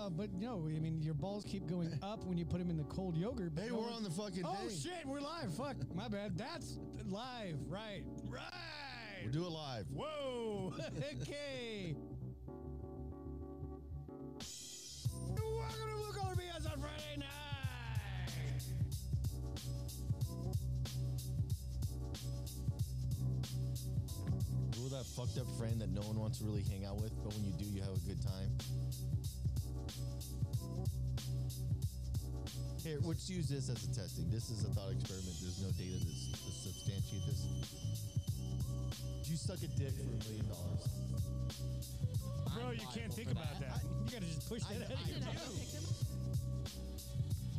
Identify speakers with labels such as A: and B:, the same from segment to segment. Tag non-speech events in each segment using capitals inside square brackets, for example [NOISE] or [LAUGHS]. A: Uh, but no, I mean your balls
B: [LAUGHS]
A: keep going up when you put them in the cold yogurt. But
B: Hey,
A: no
B: we're
A: one-
B: on the fucking
A: Oh
B: thing.
A: shit, we're live. Fuck, my bad. That's live, right? [LAUGHS] Right.
B: We'll do it live.
A: Whoa. [LAUGHS] okay. Welcome to Blue Collar BS on Friday night.
B: We're that fucked up friend that no one wants to really hang out with, but when you do, you have a good time. Here, let's use this as a testing. This is a thought experiment. There's no data to, s- to substantiate this. Do you suck a dick for a million dollars?
A: Bro, you can't think about that. You gotta just push that out of your mind.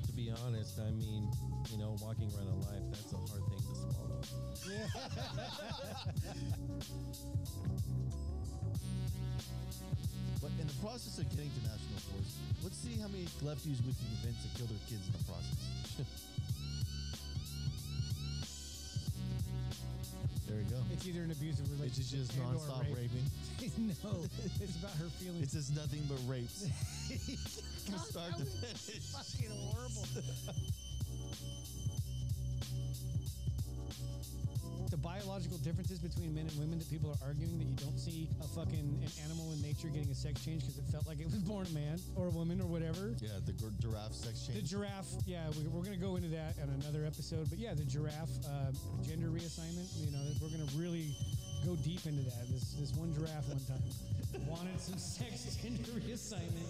C: To be honest, I mean, you know, walking around in life, that's a hard thing to swallow.
B: [LAUGHS] But in the process of getting to national force, let's see how many lefties we can convince to kill their kids in the
C: [LAUGHS]
B: process. there you go.
A: It's either an abusive
B: It's
A: relationship.
B: just, just
A: and or
B: nonstop
A: rape.
B: raping.
A: [LAUGHS] no, it's about her feelings.
B: It's just nothing but
C: [LAUGHS]
B: rapes. From
A: God,
B: start
A: that
B: to
A: was
B: finish.
A: fucking horrible. the biological differences between men and women that people are arguing that you don't see a fucking an animal in nature getting a sex change because it felt like it was born a man or a woman or whatever.
B: Yeah, the gir- giraffe sex
A: The
B: change.
A: giraffe, yeah, we, we're going to go into that on another episode. But yeah, the giraffe uh, gender reassignment, you know, we're going to really go deep into that. This this one giraffe one time wanted some sex [LAUGHS] gender reassignment.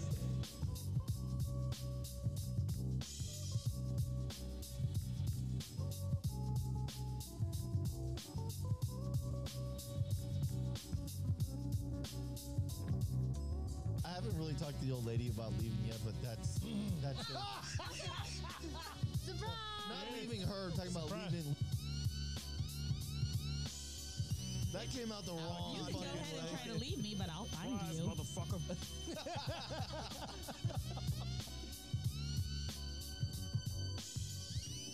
B: I haven't really talked to the old lady about leaving yet, but that's that's it. not
D: [LAUGHS] Surprise!
B: leaving her. I'm talking about
A: Surprise.
B: leaving. That came out the wrong
D: You can
B: fucking
D: go ahead and try
B: way.
D: to leave me, but I'll find you.
A: motherfucker.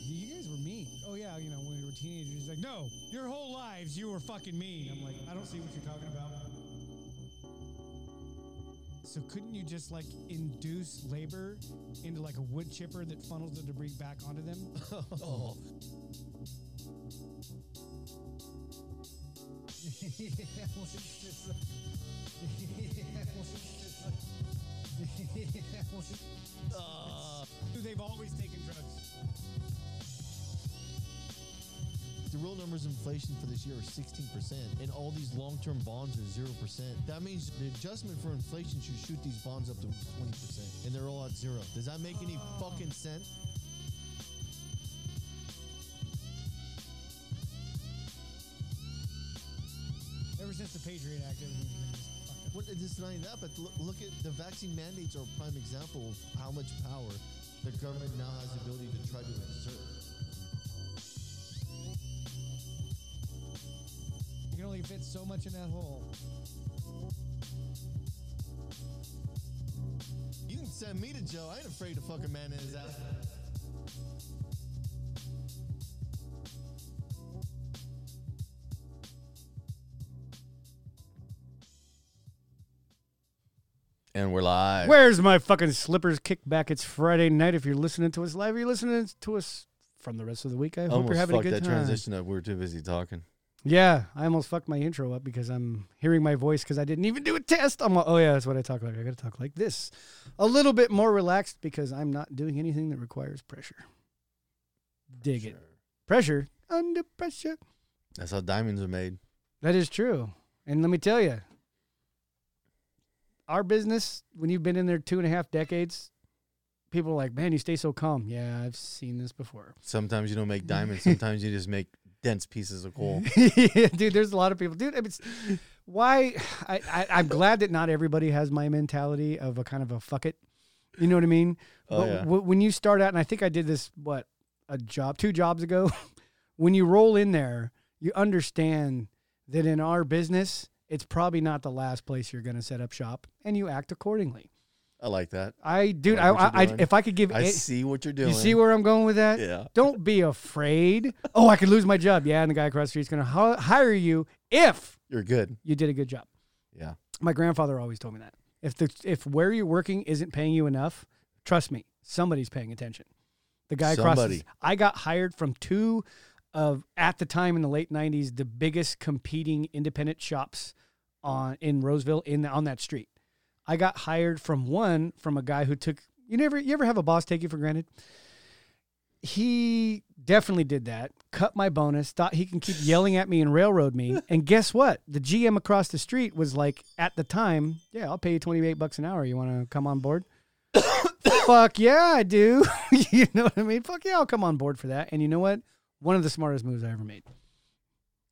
A: You guys were mean. Oh yeah, you know when we were teenagers, like no, your whole lives you were fucking mean. I'm like, I don't see what you're talking about. So couldn't you just like induce labor into like a wood chipper that funnels the debris back onto them?
B: Oh,
A: [LAUGHS] They've always taken drugs.
B: the real numbers of inflation for this year are 16%, and all these long-term bonds are 0%. That means the adjustment for inflation should shoot these bonds up to 20%, and they're all at zero. Does that make any fucking sense?
A: Ever since the Patriot Act, everything's been just fucked up.
B: What, it's not even that, but look, look at the vaccine mandates are a prime example of how much power the government now has the ability to try to exert.
A: You can only fit so much in that hole.
B: You can send me to jail. I ain't afraid to fuck a man in his ass.
E: And we're live.
A: Where's my fucking slippers kickback? It's Friday night. If you're listening to us live, you're listening to us from the rest of the week. I hope you're
E: Almost
A: having a
E: fucked
A: good
E: that
A: time.
E: transition up. We were too busy talking.
A: Yeah, I almost fucked my intro up because I'm hearing my voice because I didn't even do a test. I'm like, oh yeah, that's what I talk like. I gotta talk like this, a little bit more relaxed because I'm not doing anything that requires pressure. Dig it, pressure under pressure.
E: That's how diamonds are made.
A: That is true. And let me tell you, our business, when you've been in there two and a half decades, people are like, man, you stay so calm. Yeah, I've seen this before.
E: Sometimes you don't
A: [LAUGHS]
E: make diamonds. Sometimes you just make dense pieces of coal.
A: yeah, [LAUGHS] dude, there's a lot of people. Dude, I mean, it's, why? I, I, I'm glad that not everybody has my mentality of a kind of a fuck it. You know what I mean?
E: Oh,
A: but
E: yeah.
A: w- when you start out, and I think I did this, what, a job, two jobs ago, [LAUGHS] when you roll in there, you understand that in our business, it's probably not the last place you're going to set up shop, and you act accordingly.
E: I like that.
A: I, dude,
E: I
A: I,
E: like what
A: I,
E: you're
A: I-
E: doing.
A: if I could give,
E: I
A: a-
E: see what you're doing.
A: you see where I'm going with that?
E: Yeah.
A: Don't be afraid. Oh, I could lose my job. Yeah, and the guy across the street's going to hire you if
E: You're good.
A: you did a good job.
E: Yeah.
A: My grandfather always told me that. If the if where you're working isn't paying you enough, trust me, somebody's paying attention. The guy across.
B: Somebody.
A: the- I got hired from two of at the time in the late '90s the biggest competing independent shops on in Roseville in the, on that street. I got hired from one from a guy who took you never you ever have a boss take you for granted. He definitely did that. Cut my bonus. Thought he can keep yelling at me and railroad me. And guess what? The GM across the street was like, at the time, yeah, I'll pay you twenty eight bucks an hour. You want to come on board? [COUGHS] Fuck yeah, I do. [LAUGHS] you know what I mean? Fuck yeah, I'll come on board for that. And you know what? One of the smartest moves I ever made.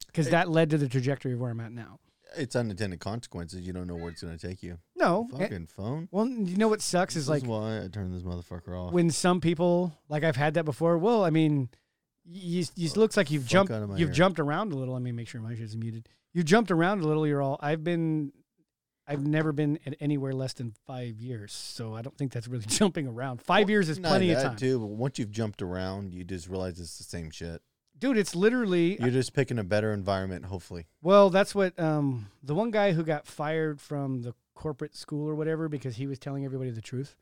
A: Because that led to the trajectory of where I'm at now.
B: It's unintended consequences. You don't know where it's gonna take you.
A: No, eh,
B: Fucking phone.
A: well, you know what sucks
B: This
A: is like
B: is why I turned this motherfucker off.
A: when some people like I've had that before. Well, I mean, you, you looks like you've
B: fuck
A: jumped
B: outta my
A: you've
B: ear.
A: jumped around a little. I mean, make sure my shit's muted. You jumped around a little. You're all I've been. I've never been at anywhere less than five years, so I don't think that's really [LAUGHS] jumping around. Five years is
B: Not
A: plenty of
B: that,
A: time,
B: too. But once you've jumped around, you just realize it's the same shit.
A: dude. It's literally
B: You're just picking a better environment, hopefully.
A: Well, that's what um, the one guy who got fired from the corporate school or whatever because he was telling everybody the truth.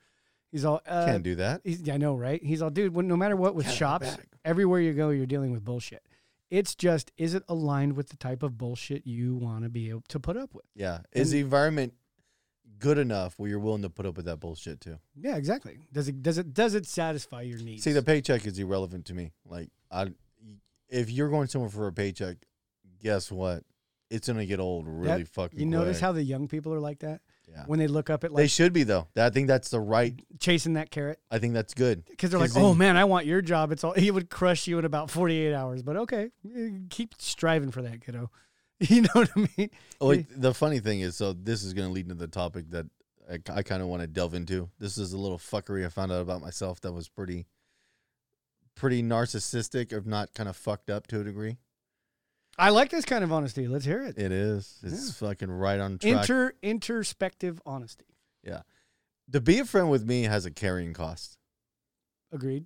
A: He's all uh,
B: Can't do that.
A: He's, I know, right? He's all, dude. When, no matter what, with
B: Gotta go
A: shops,
B: back.
A: everywhere you go, you're dealing with bullshit. It's just, is it aligned with the type of bullshit you want to be able to put up with?
B: Yeah. Is
A: And-
B: the environment good enough where you're willing to put up with that bullshit too?
A: Yeah, exactly. Does it does it does it satisfy your needs?
B: See, the paycheck is irrelevant to me. Like, I, if you're going somewhere for a paycheck, guess what? It's gonna get old really fucking.
A: you notice
B: quick.
A: how the young people are like that
B: Yeah.
A: when they look up at
B: they
A: like
B: should be though. I think that's the right.
A: chasing that carrot
B: I think that's good.
A: because they're like,
B: 'Cause
A: oh
B: then-
A: man, I want your job. It's all he would crush you in about forty eight hours. But okay, eh, keep striving for that, kiddo. [LAUGHS] You know what I mean?
B: Like the funny thing is, so this is gonna lead into the topic that I, kind of want to delve into. This is a little fuckery I found out about myself that was pretty, pretty narcissistic, if not kind of fucked up to a degree.
A: I like this kind of honesty. Let's hear it.
B: It is. It's fucking right on track.
A: Inter introspective honesty.
B: to be a friend with me has a carrying cost.
A: Agreed.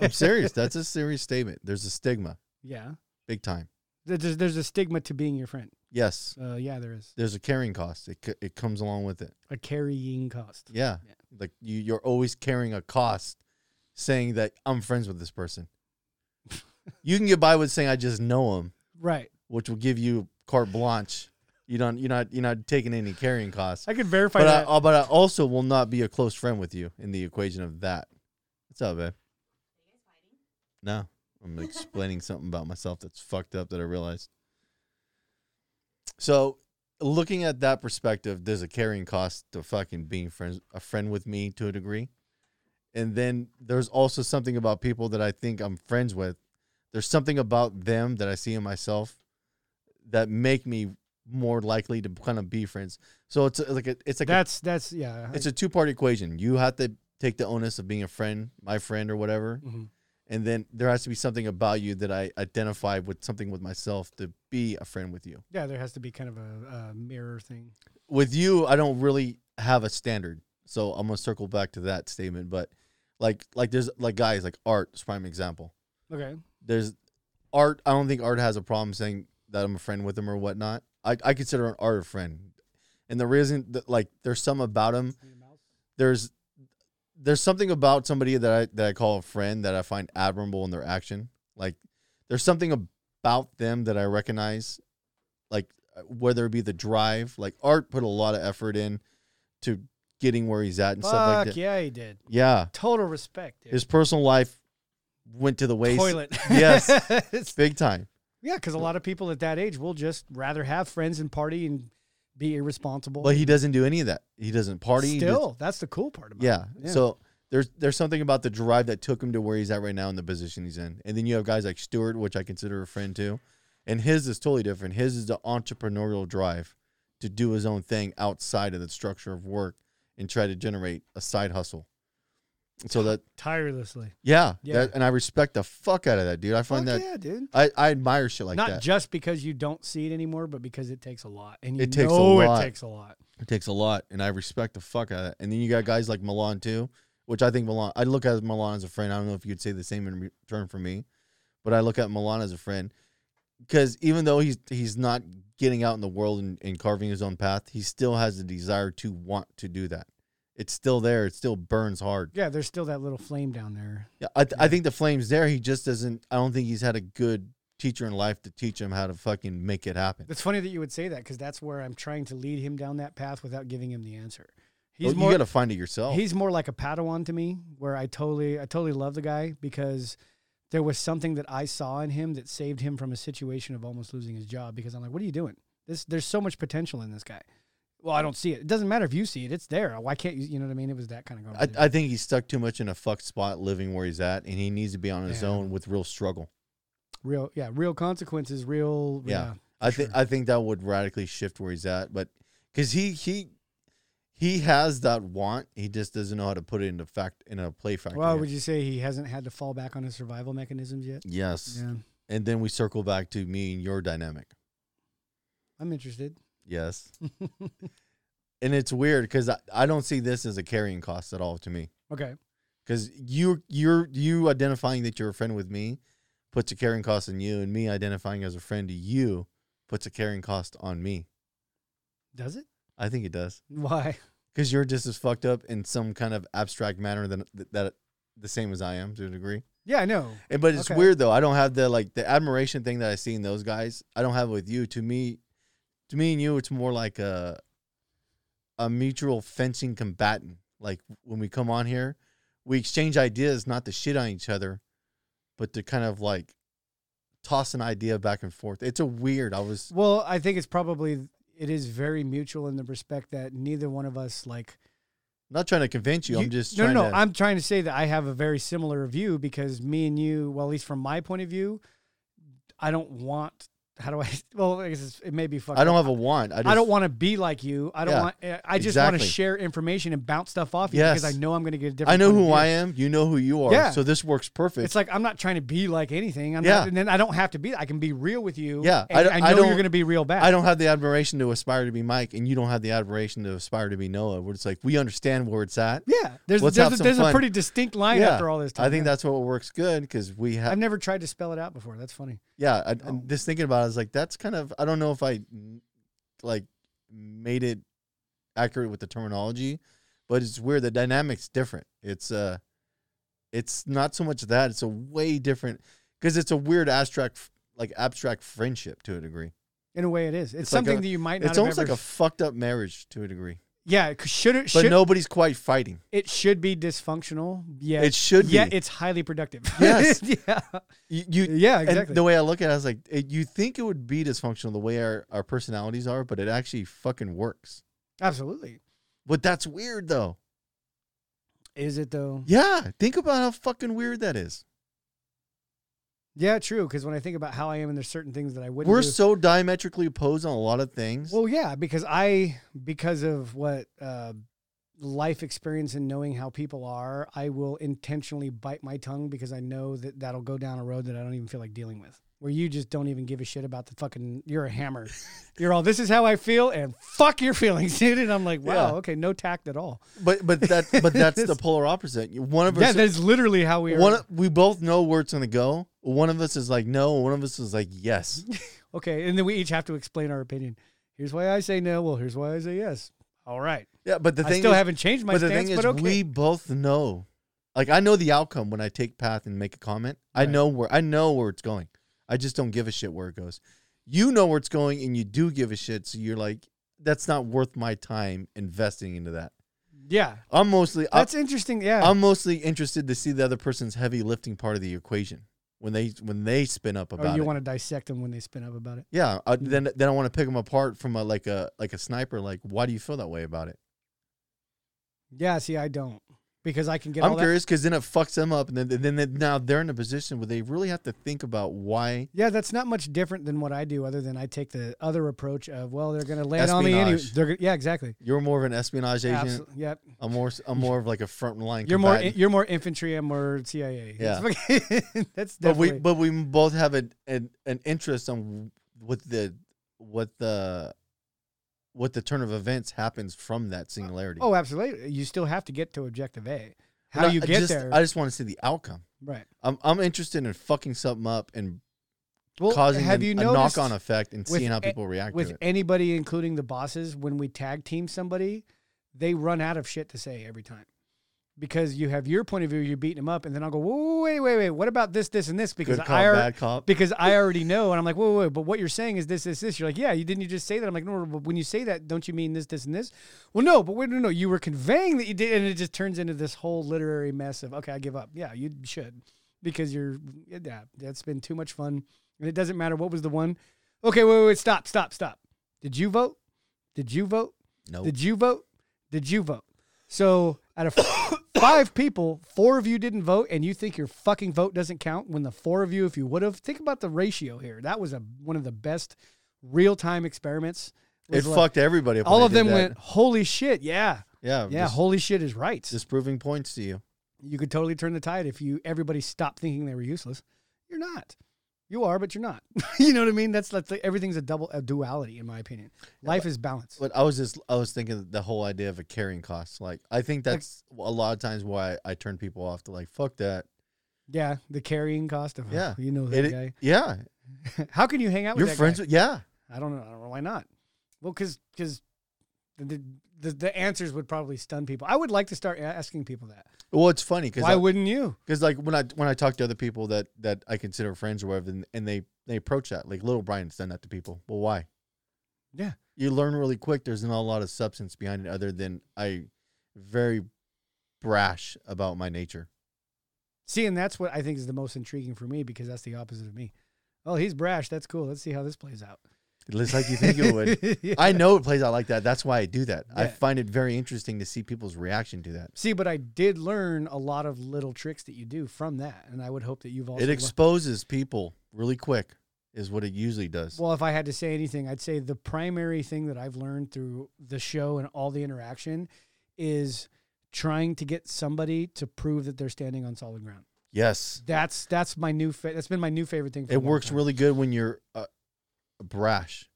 B: I'm serious. That's a serious statement. There's a stigma,
A: Yeah.
B: big time.
A: There- There's, there's a stigma to being your friend.
B: Yes,
A: Uh, yeah, there is
B: there's a carrying cost. It c- it comes along with it.
A: a carrying cost.
B: Yeah,
A: Yeah.
B: like you you're always carrying a cost, saying that I'm friends with this person. you can get by with saying I just know him,
A: Right.
B: which will give you carte blanche. You don't. You're not. You're not taking any carrying costs.
A: I could verify
B: But I,
A: that.
B: uh, but I also will not be a close friend with you in the equation of that. What's up, babe? No, [LAUGHS] I'm explaining something about myself that's fucked up that I realized. So, looking at that perspective, there's a carrying cost to fucking being friends, a friend with me to a degree, and then there's also something about people that I think I'm friends with. There's something about them that I see in myself that make me more likely to kind of be friends. So it's like a, it's like a
A: that's that's yeah.
B: it's a two part equation. You have to take the onus of being a friend, my friend or whatever,
A: Mhm.
B: and then there has to be something about you that I identify with something with myself to be a friend with you.
A: yeah. There has to be kind of a, a mirror thing.
B: With you, I don't really have a standard, so I'm gonna circle back to that statement. But like like there's like guys like art, is a prime example.
A: Okay.
B: there's art. I don't think art has a problem saying that I'm a friend with him or whatnot. I, I consider an art a friend, and the reason that like there's some about him. There's there's something about somebody that I that I call a friend that I find admirable in their action. Like there's something about them that I recognize, like whether it be the drive. Like art put a lot of effort in to getting where he's at and
A: Fuck
B: stuff like that.
A: yeah, he did.
B: Yeah,
A: Total respect. Dude.
B: his personal life went to the waste,
A: toilet.
B: Yes.
A: [LAUGHS] It's-
B: big time.
A: yeah, because a lot of people at that age will just rather have friends and party and be irresponsible.
B: But he doesn't do any of that. He doesn't party. he
A: Still, that's the cool part about
B: does- yeah.
A: it. Yeah.
B: So there's there's something about the drive that took him to where he's at right now in the position he's in. And then you have guys like Stewart, which I consider a friend too. And his is totally different. His is the entrepreneurial drive to do his own thing outside of the structure of work and try to generate a side hustle. So that
A: tirelessly.
B: yeah,
A: Yeah.
B: that- and I respect the fuck out of that dude. I find
A: Fuck
B: that
A: yeah, dude.
B: I, I admire shit like
A: Not
B: that.
A: just because you don't see it anymore, but because it takes a lot, and you
B: It takes a
A: know
B: lot.
A: it takes a lot.
B: It takes a lot, and I respect the fuck out of that. And then you got guys like Milan too, which I think Milan. I look at Milan as a friend. I don't know if you'd say the same in return for me, but I look at Milan as a friend. because even though he's he's not getting out in the world and, and carving his own path, he still has the desire to want to do that. It's still there. It still burns hard.
A: Yeah, there's still that little flame down there.
B: Yeah, I, th- I think the flame's there. He just doesn't. I don't think he's had a good teacher in life to teach him how to fucking make it happen.
A: It's funny that you would say that because that's where I'm trying to lead him down that path without giving him the answer. He's
B: Well,
A: more
B: you got to find it yourself.
A: he's more like a Padawan to me, where I totally I totally love the guy because there was something that I saw in him that saved him from a situation of almost losing his job. Because I'm like, what are you doing? This there's so much potential in this guy. Well, I don't see it. It doesn't matter if you see it; it's there. Why can't you? You know what I mean? It was that kind of
B: I,
A: conversation.
B: I think he's stuck too much in a fucked spot living where he's at, and he needs to be on his
A: Yeah.
B: own with real struggle.
A: real, yeah, real consequences, real,
B: Yeah.
A: yeah.
B: I think I think that would radically shift where he's at, but because he he he has that want, he just doesn't know how to put it into fact in a play factor.
A: Well,
B: yet.
A: would you say he hasn't had to fall back on his survival mechanisms yet?
B: yes,
A: Yeah,
B: and then we circle back to me and your dynamic.
A: I'm interested. [LAUGHS]
B: Yes, and it's weird because I, I don't see this as a carrying cost at all to me
A: okay,
B: because you you're you identifying that you're a friend with me puts a carrying cost on you, and me identifying as a friend to you puts a carrying cost on me.
A: does it?
B: I think it does.
A: Why? [LAUGHS]
B: because you're just as fucked up in some kind of abstract manner than th- that the same as I am to a degree.
A: Yeah, I know.
B: And but it's
A: Okay.
B: weird though. I don't have the like the admiration thing that I see in those guys. I don't have it with you. To me, to me and you, it's more like a a mutual fencing combatant. Like when we come on here, we exchange ideas, not to shit on each other, but to kind of like toss an idea back and forth. It's a weird. I was
A: Well, I think it's probably it is very mutual in the respect that neither one of us like.
B: not trying to convince you. I'm just
A: no,
B: trying
A: no, no.
B: to.
A: I'm trying to say that I have a very similar view because me and you, well, at least from my point of view, I don't want. How do I? [LAUGHS] Well, I guess it's, it may be fucked.
B: I don't
A: up.
B: have a want. I, just,
A: I don't want to be like you. I don't
B: Yeah,
A: want. eh, I just want to
B: exactly.
A: share information and bounce stuff off you because
B: Yes.
A: I know I'm going to get a different.
B: I know
A: point of
B: who
A: view.
B: I am. You know who you are.
A: Yeah.
B: So this works perfect.
A: It's like I'm not trying to be like anything. I'm
B: Yeah.
A: not, and then I don't have to be. I can be real with you.
B: Yeah,
A: and
B: I don't-
A: I,
B: I
A: know you're
B: don't-
A: going to be real back.
B: I don't have the admiration to aspire to be Mike, and you don't have the admiration to aspire to be Noah. Where it's like we understand where it's at.
A: Yeah, there's
B: Let's
A: there's,
B: have
A: a,
B: some
A: there's a
B: fun.
A: pretty distinct line after all this time.
B: I think
A: yeah.
B: that's what works good because we have.
A: I've never tried to spell it out before. That's funny.
B: yeah, I, I'm just thinking about. it. I was like, that's kind of. I don't know if I like made it accurate with the terminology, but it's weird. The dynamics different. It's uh, it's not so much that. It's a way different because it's a weird abstract like abstract friendship to a degree.
A: In a way, it is. It's,
B: It's like
A: something
B: a-
A: that you might not.
B: It's
A: have
B: almost
A: ever
B: like a
A: s-
B: fucked up marriage to a degree.
A: yeah. it c- Should it
B: But
A: should
B: nobody's quite fighting.
A: it should be dysfunctional? Yeah.
B: It should
A: Yeah,
B: be.
A: it's highly productive. [LAUGHS]
B: Yes.
A: yeah.
B: You, you
A: Yeah.
B: and
A: Exactly.
B: the way I look at it, I was like, it, you think it would be dysfunctional the way our, our personalities are, but it actually fucking works.
A: Absolutely.
B: But that's weird though.
A: Is it though?
B: Yeah. Think about how fucking weird that is.
A: Yeah. True. Because when I think about how I am, and there's certain things that I wouldn't.
B: We're
A: do.
B: so diametrically opposed on a lot of things.
A: Well, yeah, because I because of what uh, life experience and knowing how people are, I will intentionally bite my tongue because I know that that'll go down a road that I don't even feel like dealing with. Where you just don't even give a shit about the fucking. You're
B: [LAUGHS]
A: a hammer. you're all this is how I feel and fuck your feelings, [LAUGHS] dude. And I'm like, wow,
B: Yeah.
A: okay, no tact at all.
B: but but that but
A: [LAUGHS]
B: that's the polar opposite. One of
A: Yeah,
B: us
A: that's literally how we are.
B: one of- we both know where it's gonna go. One of us is like no, one of us is like
A: [LAUGHS]
B: yes.
A: okay, and then we each have to explain our opinion. Here's why I say no. Well, here's why I say yes. All right,
B: Yeah, but the
A: I
B: thing
A: still
B: is,
A: haven't changed my
B: but the
A: stance,
B: thing is,
A: but okay.
B: we both know. Like I know the outcome when I take path and make a comment. I
A: Right.
B: know where I know where it's going. I just don't give a shit where it goes. You know where it's going, and you do give a shit. So you're like, that's not worth my time investing into that.
A: yeah,
B: I'm mostly I,
A: that's interesting. Yeah,
B: I'm mostly interested to see the other person's heavy lifting part of the equation when they when they spin up
A: Or
B: about
A: Oh, you Mm.
B: it.
A: want to dissect them when they spin up about it.
B: yeah, I, then then I want to pick them apart from a like a like a sniper. Like, why do you feel that way about it?
A: Yeah, see, I don't because I can get all
B: I'm
A: that.
B: curious because then it fucks them up, and then then, then now they're in a position where they really have to think about why.
A: Yeah, that's not much different than what I do, other than I take the other approach of, well, they're going to lay it on me anyway.
B: Espionage.
A: They're gonna, yeah, exactly.
B: You're more of an espionage agent.
A: Absol- yep.
B: I'm more s- I'm more of like a front line.
A: You're more
B: combatant.
A: you're more infantry. I'm more CIA.
B: Yeah.
A: [LAUGHS] that's
B: but we
A: definitely.
B: but we both have an an, an interest on what the what the what the turn of events happens from that singularity.
A: oh, absolutely. You still have to get to objective A. How
B: But I-
A: you
B: I
A: get
B: just-
A: there?
B: I just want to see the outcome.
A: right.
B: I'm I'm interested in fucking something up and
A: Well,
B: causing
A: have
B: an-
A: you
B: a
A: noticed
B: knock-on effect and
A: with
B: seeing how
A: a-
B: people react
A: with
B: to it.
A: anybody, including the bosses, when we tag team somebody, they run out of shit to say every time. Because you have your point of view, you're beating them up, and then I'll go, whoa, wait, wait, wait, what about this, this, and this? Because
B: Good cop,
A: I already,
B: bad cop.
A: because I already know, and I'm like, whoa, whoa, whoa, but what you're saying is this, this, this. You're like, yeah, you didn't you just say that? I'm like, no, but when you say that, don't you mean this, this, and this? Well, no, but wait, no, no, you were conveying that you did, and it just turns into this whole literary mess of, okay, I give up. Yeah, you should, because you're, yeah, that's been too much fun, and it doesn't matter what was the one. Okay, wait, wait, wait stop, stop, stop. Did you vote? Did you vote?
B: No,
A: Did you vote? Did you vote? So out of [COUGHS] five people, four of you didn't vote, and you think your fucking vote doesn't count when the four of you, if you would have, think about the ratio here. That was a one of the best real time experiments.
B: it
A: Was like-
B: fucked everybody up. when
A: all
B: they
A: of them
B: did that.
A: went, holy shit, yeah,
B: Yeah,
A: yeah,
B: Just,
A: holy shit is right.
B: just proving points to you.
A: you could totally turn the tide if you everybody stopped thinking they were useless. You're not. You are, but you're not. [LAUGHS] you know what I mean? That's that's like everything's a double a duality in my opinion. Life is balance.
B: But I was just I was thinking the whole idea of a carrying cost. Like I think that's a lot of times why I turn people off to like fuck that.
A: Yeah, the carrying cost of
B: Yeah.
A: you know Oh, that
B: It,
A: guy.
B: yeah,
A: How can you hang out with
B: you're
A: that
B: friends
A: guy?
B: with yeah.
A: I don't know. I don't know why not. Well, because because the, the the answers would probably stun people. I would like to start a- asking people that.
B: Well, it's funny because
A: Why wouldn't you?
B: because like when I when I talk to other people that that I consider friends or whatever, and, and they they approach that like little Brian's done that to people. Well, why?
A: Yeah.
B: you learn really quick. There's not a lot of substance behind it other than I very brash about my nature.
A: See, and that's what I think is the most intriguing for me because that's the opposite of me. Oh, he's brash. That's cool. Let's see how this plays out. [LAUGHS]
B: It looks like you think it would.
A: Yeah.
B: I know it plays out like that. That's why I do that. I
A: Yeah.
B: find it very interesting to see people's reaction to that.
A: see, but I did learn a lot of little tricks that you do from that, and I would hope that you've also.
B: it
A: lear-
B: exposes people really quick, is what it usually does.
A: Well, if I had to say anything, I'd say the primary thing that I've learned through the show and all the interaction is trying to get somebody to prove that they're standing on solid ground.
B: yes,
A: That's that's my new fa- that's been my new favorite thing. For a
B: it
A: long
B: works
A: time.
B: really good when you're uh, brash,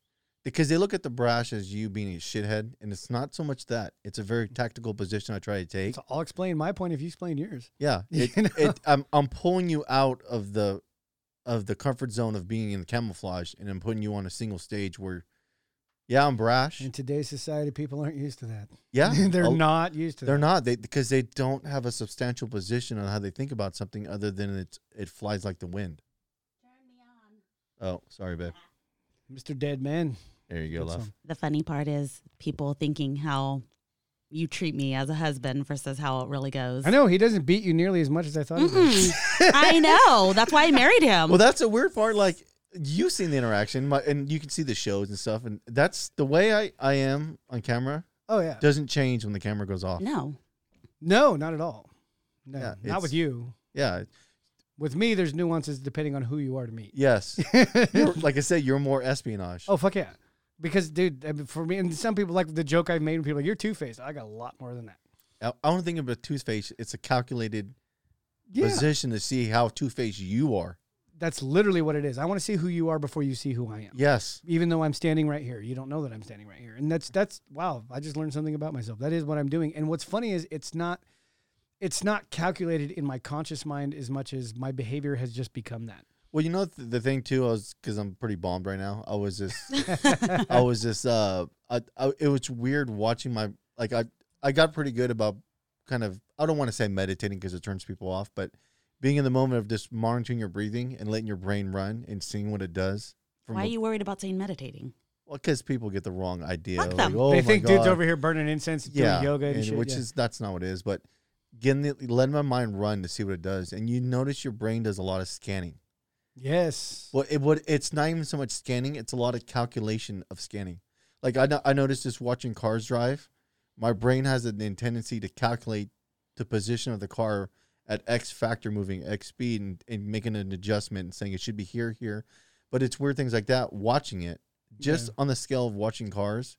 B: because they look at the brash as you being a shithead, and it's not so much that. It's a very tactical position I try to take.
A: So I'll explain my point if you explain yours. [LAUGHS]
B: Yeah, it,
A: You know?
B: it, I'm I'm pulling you out of the of the comfort zone of being in camouflage, and I'm putting you on a single stage where, yeah, I'm brash.
A: [LAUGHS] In today's society, people aren't used to that.
B: Yeah,
A: [LAUGHS]
B: Oh,
A: they're
B: a-
A: not used to
B: They're
A: that.
B: not. They because they don't have a substantial position on how they think about something other than it it flies like the wind. Oh, sorry, babe.
A: Mr. Dead Man.
B: There you go,
A: Good
B: love.
A: song.
D: The funny part is people thinking how you treat me as a husband versus how it really goes.
A: I know he doesn't beat you nearly as much as I thought. He did.
D: I know. That's why I married him.
B: Well, that's a weird part. Like you've seen the interaction, my, and you can see the shows and stuff. And that's the way I I am on camera
A: Oh yeah.
B: doesn't change when the camera goes off.
D: no.
A: No, not at all. No,
B: Yeah,
A: not
B: it's-
A: with you.
B: Yeah.
A: With me, there's nuances depending on who you are to meet. [LAUGHS]
B: Yes. You're- like I said, you're more espionage.
A: Oh fuck yeah! Because dude, I mean, for me and some people like the joke I've made when people are like you're two faced. I got a lot more than that.
B: I, I don't think of a two face. It's a calculated
A: Yeah,
B: position to see how two faced you are.
A: that's literally what it is. I want to see who you are before you see who I am.
B: Yes.
A: Even though I'm standing right here, you don't know that I'm standing right here, and that's that's wow. I just learned something about myself. That is what I'm doing. And what's funny is it's not, it's not calculated in my conscious mind as much as my behavior has just become that.
B: Well, you know th- the thing too. I was because I'm pretty bombed right now. I was
D: [LAUGHS]
B: just, I was just. Uh, I, I, it was weird watching my like. I I got pretty good about kind of. I don't want to say meditating because it turns people off, but being in the moment of just monitoring your breathing and letting your brain run and seeing what it does. From
D: Why are you worried about saying meditating?
B: because people get the wrong idea.
D: Fuck
B: Like,
D: them.
B: oh
A: they
B: my
A: think
B: God.
A: dudes over here burning incense, doing yoga and, shit.
B: which
A: yeah.
B: is that's not what it is, but getting the, letting my mind run to see what it does, and you notice your brain does a lot of scanning.
A: yes,
B: Well, it would it's not even so much scanning; it's a lot of calculation of scanning. Like I no- I noticed just watching cars drive, my brain has a n- tendency to calculate the position of the car at X factor moving X speed and, and making an adjustment and saying it should be here here, but it's weird things like that. Watching it just
A: Yeah.
B: on the scale of watching cars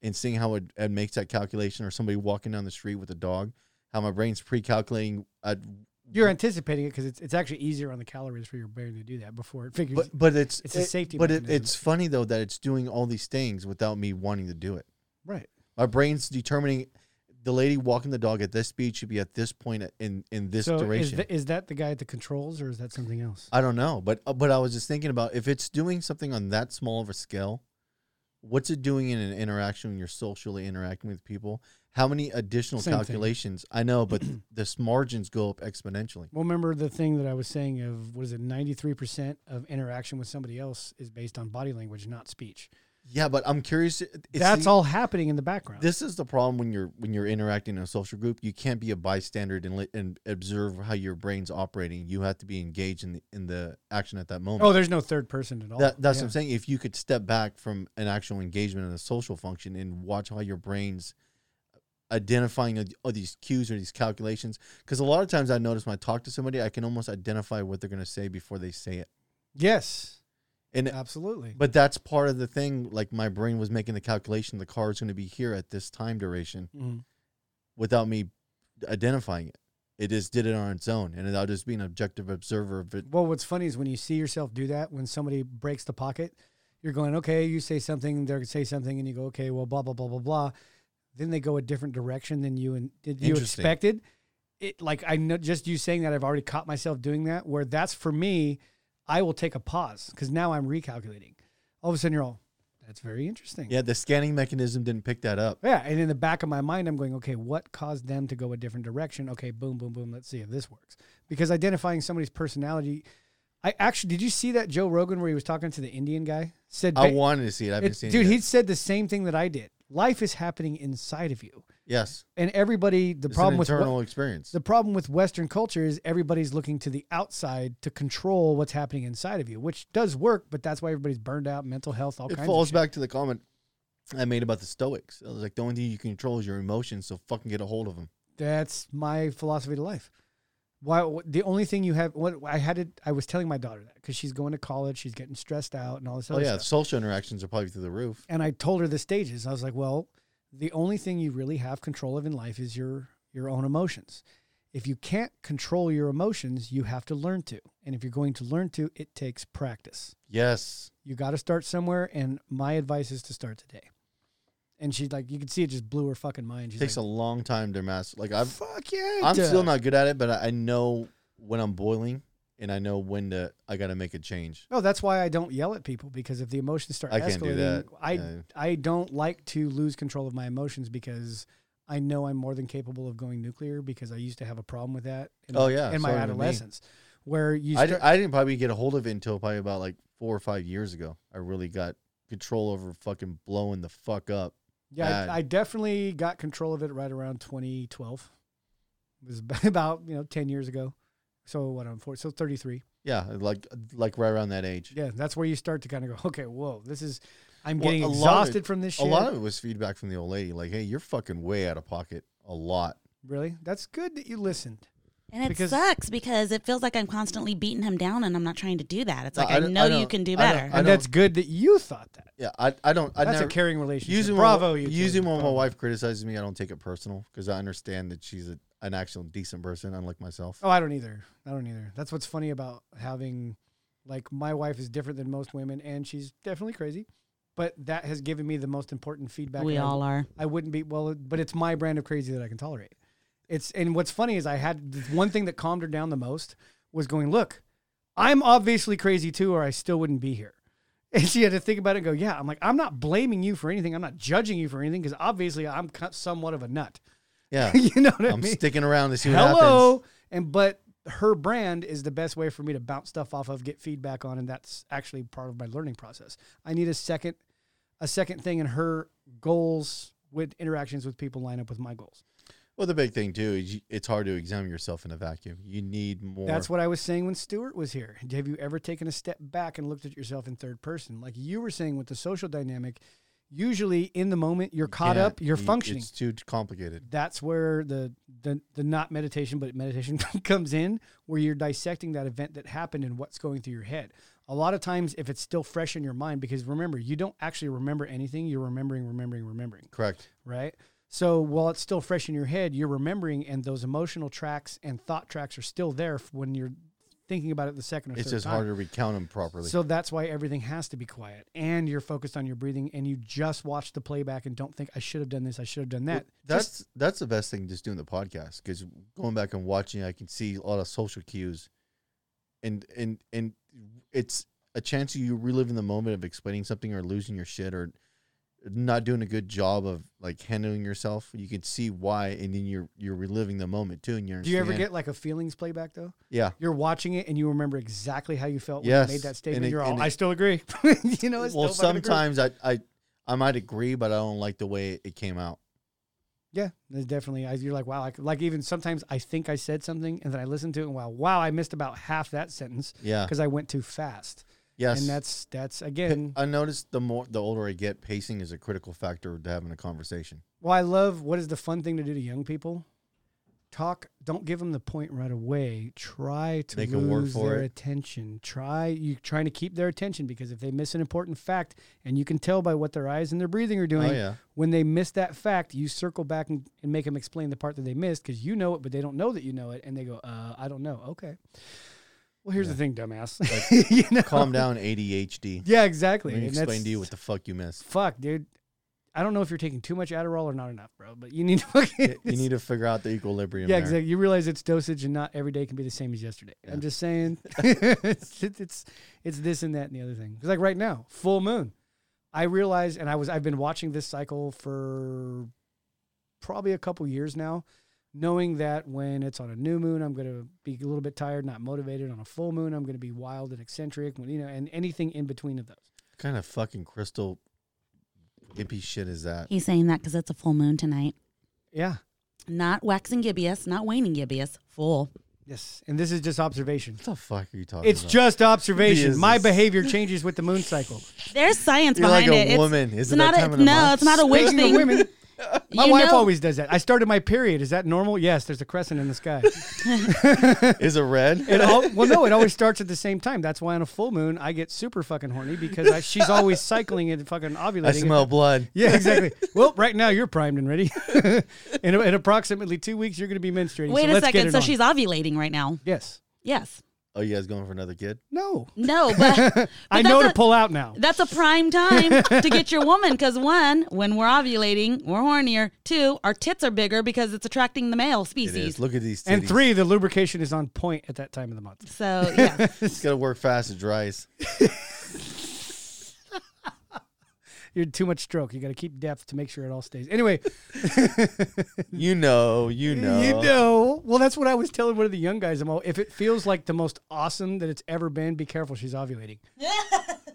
B: and seeing how it, it makes that calculation, or somebody walking down the street with a dog, how my brain's pre-calculating at
A: you're anticipating it because it's, it's actually easier on the calories for your brain to do that before it figures.
B: But but it's
A: It's a safety
B: But it,
A: mechanism.
B: it's funny though that it's doing all these things without me wanting to do it.
A: right.
B: My brain's determining the lady walking the dog at this speed should be at this point at- in in this
A: so is,
B: duration.
A: th- is that the guy at the controls or is that something else?
B: I don't know, but uh, but I was just thinking about if it's doing something on that small of a scale, what's it doing in an interaction when you're socially interacting with people? How many additional
A: Same thing.
B: calculations? I know, but [CLEARS THROAT] this margins go up exponentially.
A: Well, remember the thing that I was saying of what is it? Ninety three percent of interaction with somebody else is based on body language, not speech.
B: Yeah, but I'm curious. it- it
A: That's
B: seems-
A: all happening in the background.
B: This is the problem when you're when you're interacting in a social group. You can't be a bystander and li- and observe how your brain's operating. You have to be engaged in the in the action at that moment.
A: oh, there's no third person at all.
B: That, that's what
A: Oh, Yeah.
B: I'm saying. If you could step back from an actual engagement in a social function and watch how your brain's identifying of- of these cues or these calculations, because a lot of times I notice when I talk to somebody, I can almost identify what they're going to say before they say it.
A: Yes,
B: And
A: absolutely.
B: but that's part of the thing. Like my brain was making the calculation: the car is going to be here at this time duration
A: Mhm.
B: without me identifying it. It just did it on its own, and I'll just be an objective observer of it.
A: Well, what's funny is when you see yourself do that when somebody breaks the pocket, you're going okay. You say something, they're gonna say something, and you go okay. Well, blah blah blah blah blah. Then they go a different direction than you and did you
B: Interesting.
A: expected. It like I know just you saying that I've already caught myself doing that. Where that's for me, I will take a pause because now I'm recalculating. All of a sudden, you're all that's very interesting.
B: Yeah, the scanning mechanism didn't pick that up.
A: Yeah, and in the back of my mind, I'm going, okay, what caused them to go a different direction? Okay, boom, boom, boom. Let's see if this works. Because identifying somebody's personality, I actually did you see that Joe Rogan where he was talking to the Indian guy? Said,
B: I
A: ba-
B: wanted to see it. I haven't
A: it-
B: seen
A: dude,
B: it.
A: he said the same thing that I did. Life is happening inside of you,
B: Yes.
A: and everybody. The
B: It's
A: problem
B: an
A: with what-
B: internal experience.
A: the problem with Western culture is everybody's looking to the outside to control what's happening inside of you, which does work, but that's why everybody's burned out, mental health, all
B: it
A: kinds.
B: falls
A: of shit.
B: back to the comment I made about the Stoics. I was like, the only thing you can control is your emotions, so fucking get a hold of them.
A: That's my philosophy to life. Why wh- the only thing you have? What I had to, I was telling my daughter that because she's going to college, she's getting stressed out and all this
B: Oh
A: other
B: yeah,
A: stuff.
B: social interactions are probably through the roof.
A: And I told her the stages. I was like, well, the only thing you really have control of in life is your your own emotions. If you can't control your emotions, you have to learn to. And if you're going to learn to, it takes practice.
B: Yes.
A: You got to start somewhere. And my advice is to start today. And she's like, you could see it just blew her fucking mind.
B: It
A: She's
B: takes
A: like,
B: a long time to master. Like I've
A: fuck yeah. it
B: I'm still
A: does."
B: not good at it, but I I know when I'm boiling and I know when to I gotta make a change.
A: No, that's why I don't yell at people because if the emotions start
B: I
A: escalating,
B: can't do that.
A: I
B: Yeah.
A: I don't like to lose control of my emotions because I know I'm more than capable of going nuclear because I used to have a problem with that. In
B: Oh,
A: my,
B: yeah,
A: in my
B: so did me.
A: adolescence, where you
B: I,
A: start,
B: di- I didn't probably get a hold of it until probably about like four or five years ago. I really got control over fucking blowing the fuck up.
A: yeah,
B: bad.
A: I, I definitely got control of it right around 2012. It was [LAUGHS] about you know 10 years ago. So what I'm for so 33.
B: Yeah, like like right around that age.
A: Yeah, that's where you start to kind of go. [LAUGHS] Okay, whoa, this is I'm
B: Well,
A: getting
B: a lot of it-
A: exhausted from this shit.
B: A lot of it was feedback from the old lady, like, "Hey, you're fucking way out of pocket a lot."
A: really, that's good that you listened.
D: And it
A: Because-
D: sucks because it feels like I'm constantly beating him down and I'm not trying to do that. It's
B: No,
D: like
B: I
D: I,
B: don't-
D: know
B: I
D: you
B: don't-
D: can do
B: I don't-
D: better.
B: I
A: And that's good that you thought that.
B: Yeah, I, I don't. I
A: That's
B: never,
A: a caring relationship.
B: usually
A: Bravo,
B: when,
A: you. two.
B: Usually when my
A: Bravo.
B: wife criticizes me, I don't take it personal because I understand that she's a, an actual decent person, unlike myself.
A: Oh, I don't either. I don't either. That's what's funny about having, like, my wife is different than most women, and she's definitely crazy, but that has given me the most important feedback.
D: we
A: that I-
D: all are.
A: I wouldn't be well, but it's my brand of crazy that I can tolerate. It's and what's funny is I had the one thing that calmed her down the most was going, look, I'm obviously crazy too, or I still wouldn't be here. [LAUGHS] And she had to think about it and go, yeah, I'm like, I'm not blaming you for anything. I'm not judging you for anything because obviously I'm co- somewhat of a nut.
B: Yeah,
A: [LAUGHS] you know what I
B: I'm
A: mean?
B: sticking around to see what
A: Hello.
B: happens.
A: And but her brand is the best way for me to bounce stuff off of, get feedback on, and that's actually part of my learning process. I need a second, a second thing, and her goals with interactions with people line up with my goals.
B: Well, the big thing too is you, it's hard to examine yourself in a vacuum. You need more.
A: That's what I was saying when Stuart was here. Have you ever taken a step back and looked at yourself in third person, like you were saying with the social dynamic? Usually, in the moment, you're
B: you
A: caught
B: can't-
A: up, you're
B: you-
A: functioning.
B: It's too complicated.
A: that's where the, the the not meditation but meditation [LAUGHS] comes in where you're dissecting that event that happened and what's going through your head a lot of times if it's still fresh in your mind because remember you don't actually remember anything you're remembering remembering remembering
B: Correct.
A: right so while it's still fresh in your head you're remembering and those emotional tracks and thought tracks are still there f- when you're thinking about it the second or
B: It's
A: third
B: just
A: time.
B: hard to recount them properly.
A: So that's why everything has to be quiet and you're focused on your breathing and you just watch the playback and don't think I should have done this, I should have done
B: Well,
A: that.
B: that's
A: Just-
B: that's the best thing just doing the podcast because going back and watching, I can see a lot of social cues, and and and it's a chance of you reliving the moment of explaining something or losing your shit or not doing a good job of like handling yourself. You can see why, and then you're you're reliving the moment too. And you're
A: do you ever get like a feelings playback though?
B: yeah
A: You're watching it and you remember exactly how you felt when
B: Yes,
A: you made that
B: and
A: statement.
B: it-
A: you're all,
B: and it-
A: I still agree. [LAUGHS] you know, I still
B: well
A: fucking agree.
B: sometimes I I I might agree, but I don't like the way it came out.
A: Yeah, there's definitely. I, you're like, wow, I, c- like even sometimes I think I said something and then I listened to it and wow, wow, I missed about half that sentence
B: Yeah.
A: because I went too fast.
B: Yes.
A: And that's that's
B: Pa-
A: again.
B: I noticed the more the older I get, pacing is a critical factor to having a conversation.
A: Well, I love what is the fun thing to do to young people? Talk. Don't give them the point right away. Try to
B: Make 'em work
A: lose
B: for
A: their
B: it.
A: attention. Try you trying to keep their attention because if they miss an important fact, and you can tell by what their eyes and their breathing are doing,
B: oh yeah,
A: [LAUGHS] when they miss that fact, you circle back and, and make them explain the part that they missed because you know it, but they don't know that you know it, and they go, uh, "I don't know." Okay. Well, here's the
B: Yeah.
A: thing, dumbass. [LAUGHS] you know?
B: calm down, ADHD.
A: Yeah, exactly.
B: Let me
A: And
B: explain
A: that's-
B: to you what the fuck you
A: [LAUGHS]
B: missed.
A: fuck, dude. I don't know if you're taking too much Adderall or not enough, bro. But you need to [LAUGHS] fucking
B: you need to figure out the equilibrium.
A: yeah,
B: there.
A: exactly. You realize it's dosage, and not every day can be the same as yesterday.
B: Yeah.
A: I'm
B: [LAUGHS]
A: just saying, [LAUGHS] it's, it's it's this and that and the other thing. 'Cause like right now, full moon, I realize, and I was I've been watching this cycle for probably a couple years now, knowing that when it's on a new moon, I'm gonna be a little bit tired, not motivated. On a full moon, I'm gonna be wild and eccentric. When you know, and anything in between of those.
B: What kind of fucking crystal hippie shit is that?
D: He's saying that because it's a full moon tonight.
A: Yeah.
D: Not waxing gibbous, not waning gibbous, full.
A: Yes. And this is just observation.
B: What the fuck are you talking
A: It's
B: about?
A: just observation.
B: This
A: My
B: is-
A: behavior changes with the moon cycle.
D: There's science
B: You're like
D: behind
B: a
D: it.
B: woman.
D: It's,
B: Is
D: it's
B: it that
D: not
B: time
D: a
B: of the
D: no.
B: month?
D: It's not a witch
A: Speaking of
D: thing.
A: women, My
D: You
A: wife
D: know-
A: always does that. I started my period. Is that normal? Yes, there's a crescent in the sky.
B: Is it red?
A: [LAUGHS] It all, well, no, it always starts at the same time. That's why on a full moon, I get super fucking horny because I, she's always cycling and fucking
B: [LAUGHS]
A: ovulating.
B: I smell blood.
A: Yeah, exactly. Well, right now you're primed and ready. [LAUGHS] in, in approximately two weeks, you're going to be menstruating.
D: Wait
A: so
D: a
A: let's get
D: second.
A: it
D: So
A: on.
D: she's ovulating right now.
A: Yes.
D: Yes.
B: Oh, you guys going for another kid?
A: No.
D: No, but, but
A: I know
D: that's
A: to
D: a-
A: pull out now.
D: That's a prime time to get your woman because one, when we're ovulating, we're hornier. Two, our tits are bigger because it's attracting the male
B: It is.
D: species.
B: Look at these. Titties.
A: And three, the lubrication is on point at that time of the month.
D: So yeah,
B: It's gotta work fast. It
A: [LAUGHS]
B: dries.
A: You're too much stroke. You got to keep depth to make sure it all stays. Anyway,
B: You know. You know.
A: You know. Well, that's what I was telling one of the young guys. I'm all, if it feels like the most awesome that it's ever been, be careful.
B: [LAUGHS]
A: She's ovulating.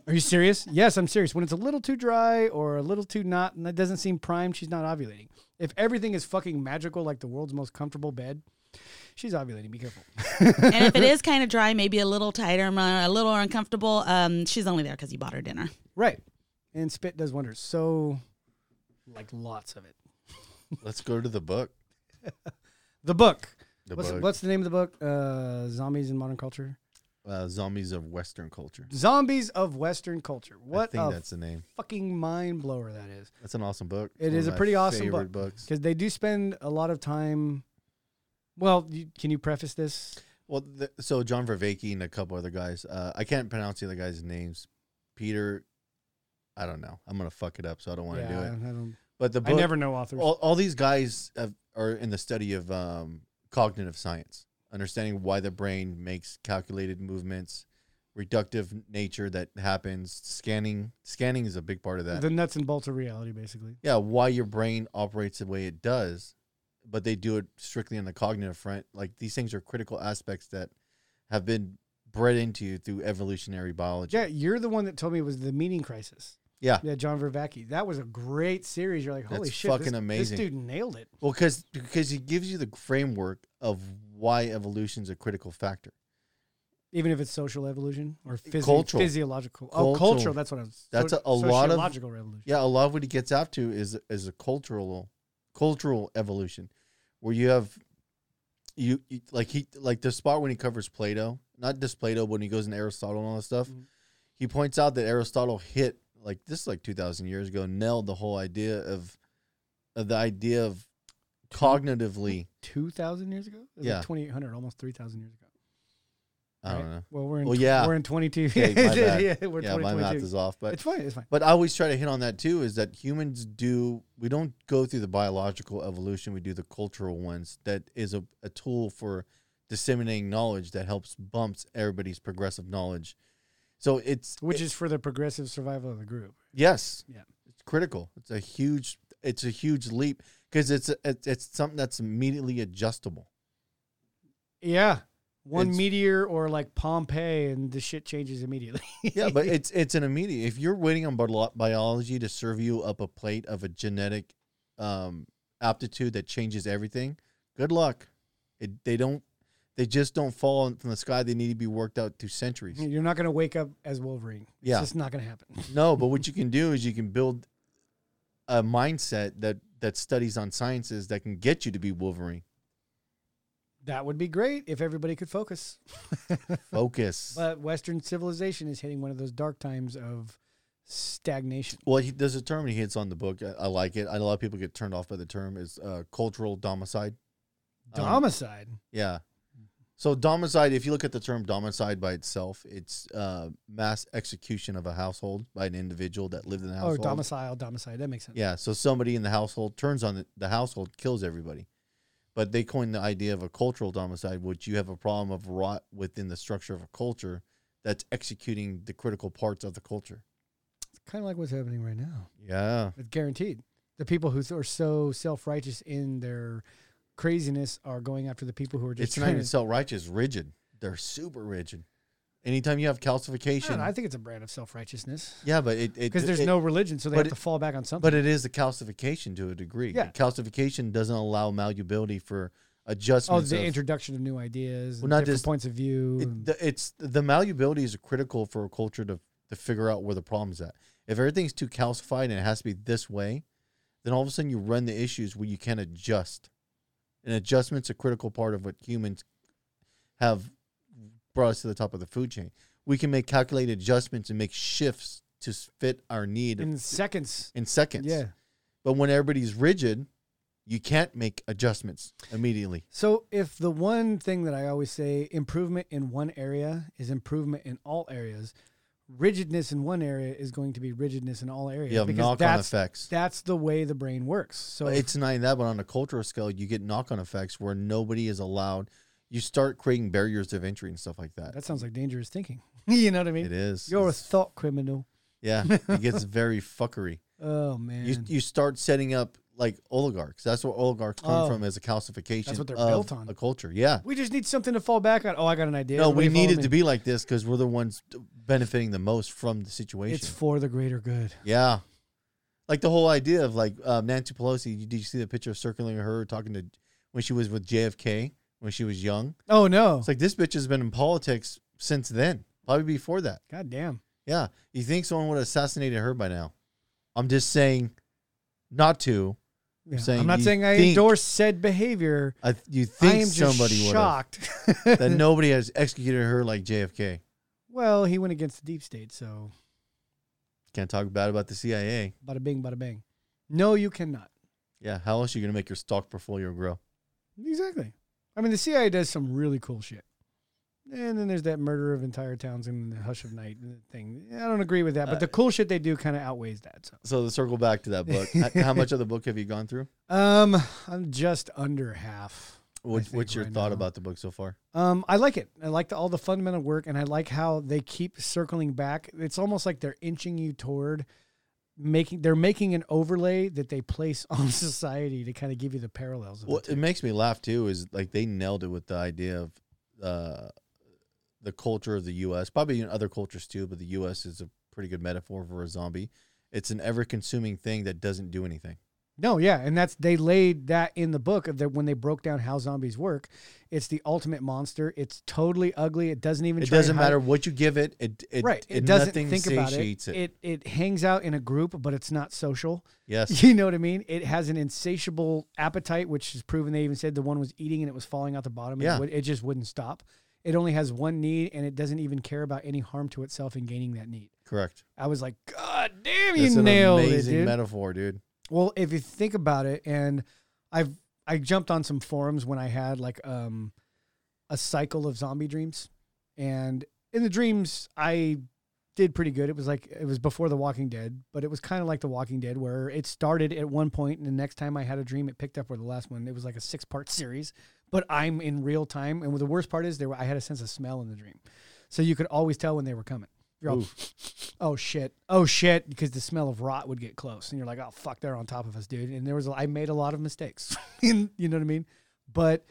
A: Are you serious? Yes, I'm serious. When it's a little too dry or a little too not, and that doesn't seem primed, she's not ovulating. If everything is fucking magical, like the world's most comfortable bed, she's ovulating. Be careful.
D: and if it is kind of dry, maybe a little tighter, m- a little uncomfortable. Um, she's only there because you bought her dinner.
A: Right. And spit does wonders. So, like lots of it.
B: Let's go to the book.
A: The book.
B: The
A: what's,
B: book.
A: what's the name of the book? Uh, Zombies in Modern Culture.
B: uh, zombies of Western culture.
A: Zombies of Western Culture. What
B: I think
A: a
B: that's the name.
A: fucking mind blower that is.
B: That's an awesome book.
A: It
B: one
A: is
B: of
A: a
B: my
A: pretty awesome
B: favorite
A: book.
B: Books.
A: because they do spend a lot of time. Well, you, can you preface this?
B: Well, th so John Vervaeke and a couple other guys. Uh, I can't pronounce the other guys' names. Peter, I don't know. I'm gonna fuck it up, so I don't want to do it.
A: I, don't,
B: But the book,
A: I never know authors.
B: all, all these guys have, are in the study of um, cognitive science, understanding why the brain makes calculated movements, reductive nature that happens. Scanning, scanning is a big part of that.
A: the nuts and bolts of reality, basically.
B: yeah, why your brain operates the way it does, but they do it strictly on the cognitive front. Like these things are critical aspects that have been bred into you through evolutionary biology.
A: Yeah, you're the one that told me it was the meaning crisis.
B: Yeah.
A: Yeah, John Vervaeke. That was a great series. You're like, holy
B: That's
A: shit, this-
B: fucking amazing.
A: This dude nailed it.
B: Well, because because it gives you the framework of why evolution's a critical factor.
A: Even if it's social evolution or physi-
B: Cultural.
A: physiological, oh,
B: Cultural.
A: cultural. That's what I was.
B: That's
A: so-
B: a- a lot of-
A: sociological revolution.
B: Yeah, a lot of what he gets up to is is a cultural cultural evolution, where you have you, you like he like the spot when he covers Plato, not just Plato, when he goes into Aristotle and all that stuff.
A: Mhm.
B: He points out that Aristotle hit like this is like two thousand years ago, nailed the whole idea of, of the idea of cognitively.
A: Two thousand years ago. It was
B: Yeah.
A: like twenty eight hundred, almost three thousand years ago.
B: I don't
A: right?
B: know.
A: Well, we're in
B: Well,
A: tw-
B: yeah.
A: we're in 22.
B: Okay, my bad.
A: [LAUGHS] yeah, we're
B: yeah, my
A: 2022.
B: math is off, but
A: it's fine. It's fine.
B: But I always try to hit on that too is that humans do, we don't go through the biological evolution, we do the cultural ones. That is a, a tool for disseminating knowledge that helps bumps everybody's progressive knowledge. So it's,
A: Which is for the progressive survival of the group.
B: yes,
A: Yeah.
B: it's critical. It's a huge, it's a huge leap because it's, it's, it's something that's immediately adjustable.
A: Yeah. One
B: It's-
A: meteor or like Pompeii, and the shit changes immediately. [LAUGHS]
B: yeah, but it's it's an immediate. If you're waiting on bio- biology to serve you up a plate of a genetic um, aptitude that changes everything, good luck. It, they don't. They just don't fall from the sky. They need to be worked out through centuries.
A: You're not going to wake up as Wolverine. It's
B: Yeah.
A: just not going to happen.
B: No, but what you can do is you can build a mindset that that studies on sciences that can get you to be Wolverine.
A: That would be great if everybody could focus. [LAUGHS]
B: Focus.
A: But Western civilization is hitting one of those dark times of stagnation.
B: Well, he, there's a term he hits on the book. I, I like it. I, a lot of people get turned off by the term. Is uh, cultural domicide. Um,
A: Domicide.
B: Yeah.
A: Mm-hmm.
B: So domicide, if you look at the term domicide by itself, it's uh, mass execution of a household by an individual that lived in the
A: oh,
B: household.
A: domicile, domicide. That makes sense.
B: Yeah. So somebody in the household turns on the, the household, kills everybody. But they coined the idea of a cultural domicide, which you have a problem of rot within the structure of a culture that's executing the critical parts of the culture.
A: It's kind of like what's happening right now.
B: Yeah.
A: It's guaranteed. The people who are so self righteous in their craziness are going after the people who are just
B: it's not
A: trying
B: even
A: to.
B: self righteous, rigid. They're super rigid. Anytime you have
A: I, don't
B: calcification,
A: know, I think it's a brand of self righteousness
B: yeah, but it it-
A: because there's
B: it-
A: no religion, so they
B: but
A: have to
B: it-
A: fall back on something.
B: But it is the calcification to a degree.
A: Yeah.
B: Calcification doesn't allow malleability for
A: oh,
B: adjustments.
A: the mm.
B: of-
A: introduction of new ideas,
B: Well,
A: and
B: not
A: different
B: just-
A: points of view.
B: it-
A: and-
B: the, it's the malleability is critical for a culture to to figure out where the problem's at. If everything's too calcified and it has to be this way, then all of a sudden you run the issues where you can't adjust. And adjustment's a critical part of what humans have brought us to the top of the food chain. We can make calculated adjustments and make shifts to s- fit our need
A: in
B: in,
A: seconds.
B: seconds.
A: Yeah.
B: But when everybody's rigid, you can't make adjustments immediately.
A: So, if the one thing that I always say, improvement in one area is improvement in all areas, rigidness in one area is going to be rigidness in all areas.
B: You have
A: because
B: knock on
A: that's,
B: effects.
A: That's the way the brain works. So,
B: It's not even that, but on a cultural scale, you get knock on effects where nobody is allowed. You start creating barriers of entry and stuff like that.
A: that sounds like dangerous thinking. [LAUGHS] you know what I mean?
B: it is.
A: You're a
B: It's-
A: thought criminal. [LAUGHS]
B: yeah, it gets very fuckery.
A: Oh, man.
B: You, you start setting up like oligarchs. That's where oligarchs come
A: Oh.
B: from as a calcification.
A: That's what they're
B: of
A: built on.
B: A culture. Yeah.
A: we just need something to fall back on. Oh, I got an idea.
B: No, we
A: Everybody follow
B: need it
A: me.
B: to be like this because we're the ones benefiting the most from the situation.
A: It's for the greater good.
B: Yeah. Like the whole idea of like um, Nancy Pelosi. you- Did you see the picture circling her talking to when she was with JFK when she was young?
A: Oh, no.
B: It's like this bitch has been in politics since then, probably before that.
A: God damn.
B: Yeah. You think someone would have assassinated her by now? I'm just saying, not to.
A: Yeah.
B: saying
A: I'm not
B: you
A: saying I
B: think-
A: endorse said behavior.
B: I, you
A: I
B: think
A: am
B: somebody
A: just
B: would have
A: shocked.
B: [LAUGHS] that nobody has executed her like JFK.
A: [LAUGHS] Well, he went against the deep state, so
B: Can't talk bad about the CIA.
A: bada bing, bada bang. No, you cannot.
B: Yeah. How else are you gonna make your stock portfolio grow?
A: Exactly. I mean, the CIA does some really cool shit. And then there's that murder of entire towns in the hush of night thing. I don't agree with that, but
B: Uh,
A: the cool shit they do kind of outweighs that. So,
B: So to circle back to that
A: [LAUGHS]
B: book, h- how much of the book have you gone through?
A: um, I'm just under half.
B: What,
A: think
B: what's your
A: right
B: thought
A: now-
B: about the book so far?
A: Um, I like it. I like the, all the fundamental work, and I like how they keep circling back. It's almost like they're inching you toward making. They're making an overlay that they place [LAUGHS] on society to kind of give you the parallels. Of
B: Well,
A: the two.
B: it makes me laugh too. Is like they nailed it with the idea of uh, the culture of the U.S. Probably in other cultures too, but the U.S. is a pretty good metaphor for a zombie. It's an ever-consuming thing that doesn't do anything.
A: No, yeah, and that's they laid that in the book of that when they broke down how zombies work. It's the ultimate monster. It's totally ugly. It doesn't even.
B: It
A: try and
B: doesn't
A: hide-
B: matter what you give it. It it,
A: right. It,
B: it-
A: doesn't
B: nothing
A: think about it.
B: satiates
A: it. It hangs out in a group, but it's not social.
B: Yes.
A: [LAUGHS] You know what I mean? It has an insatiable appetite, which is proven. They even said the one was eating and it was falling out the bottom. And
B: Yeah.
A: it, would, it just wouldn't stop. It only has one need, and it doesn't even care about any harm to itself in gaining that need.
B: Correct.
A: I was like, God damn, you
B: It's an
A: nailed it,
B: amazing
A: dude.
B: metaphor, dude.
A: Well, if you think about it, and I've I jumped on some forums when I had like um a cycle of zombie dreams, And in the dreams, I did pretty good. It was like it was before The Walking Dead, but it was kind of like The Walking Dead, where it started at one point, and the next time I had a dream, it picked up where the last one. It was like a six part series, but I'm in real time. And the worst part is there, were- I had a sense of smell in the dream, so you could always tell when they were coming. You're all, [LAUGHS] oh shit, oh shit, because the smell of rot would get close, and you're like, oh fuck, they're on top of us, dude. And there was, a- I made a lot of mistakes, [LAUGHS] in, you know what I mean? But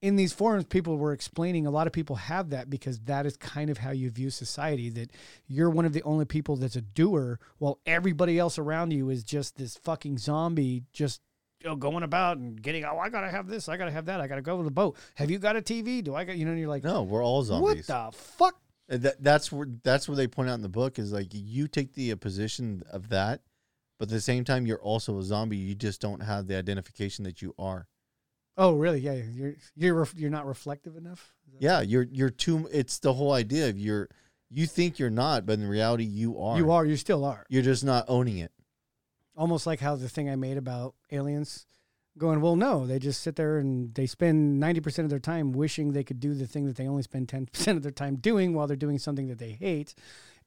A: in these forums, people were explaining a lot of people have that because that is kind of how you view society that you're one of the only people that's a doer while everybody else around you is just this fucking zombie just you know, going about and getting, oh, I gotta have this, I gotta have that, I gotta go to the boat. Have you got a TV? Do I got, you know, and you're like,
B: No, we're all
A: what
B: zombies.
A: the fuck?
B: And that, that's where that's where they point out in the book is like you take the uh, position of that, but at the same time you're also a zombie. You just don't have the identification that you are.
A: Oh, really? Yeah, yeah. you're you're ref- you're not reflective enough. Is that-
B: Yeah, you're you're too. It's the whole idea of you're you think you're not, but in reality you are.
A: you are. You still are.
B: You're just not owning it.
A: almost like how the thing I made about aliens going, well, no, they just sit there and they spend 90% of their time wishing they could do the thing that they only spend 10% of their time doing while they're doing something that they hate.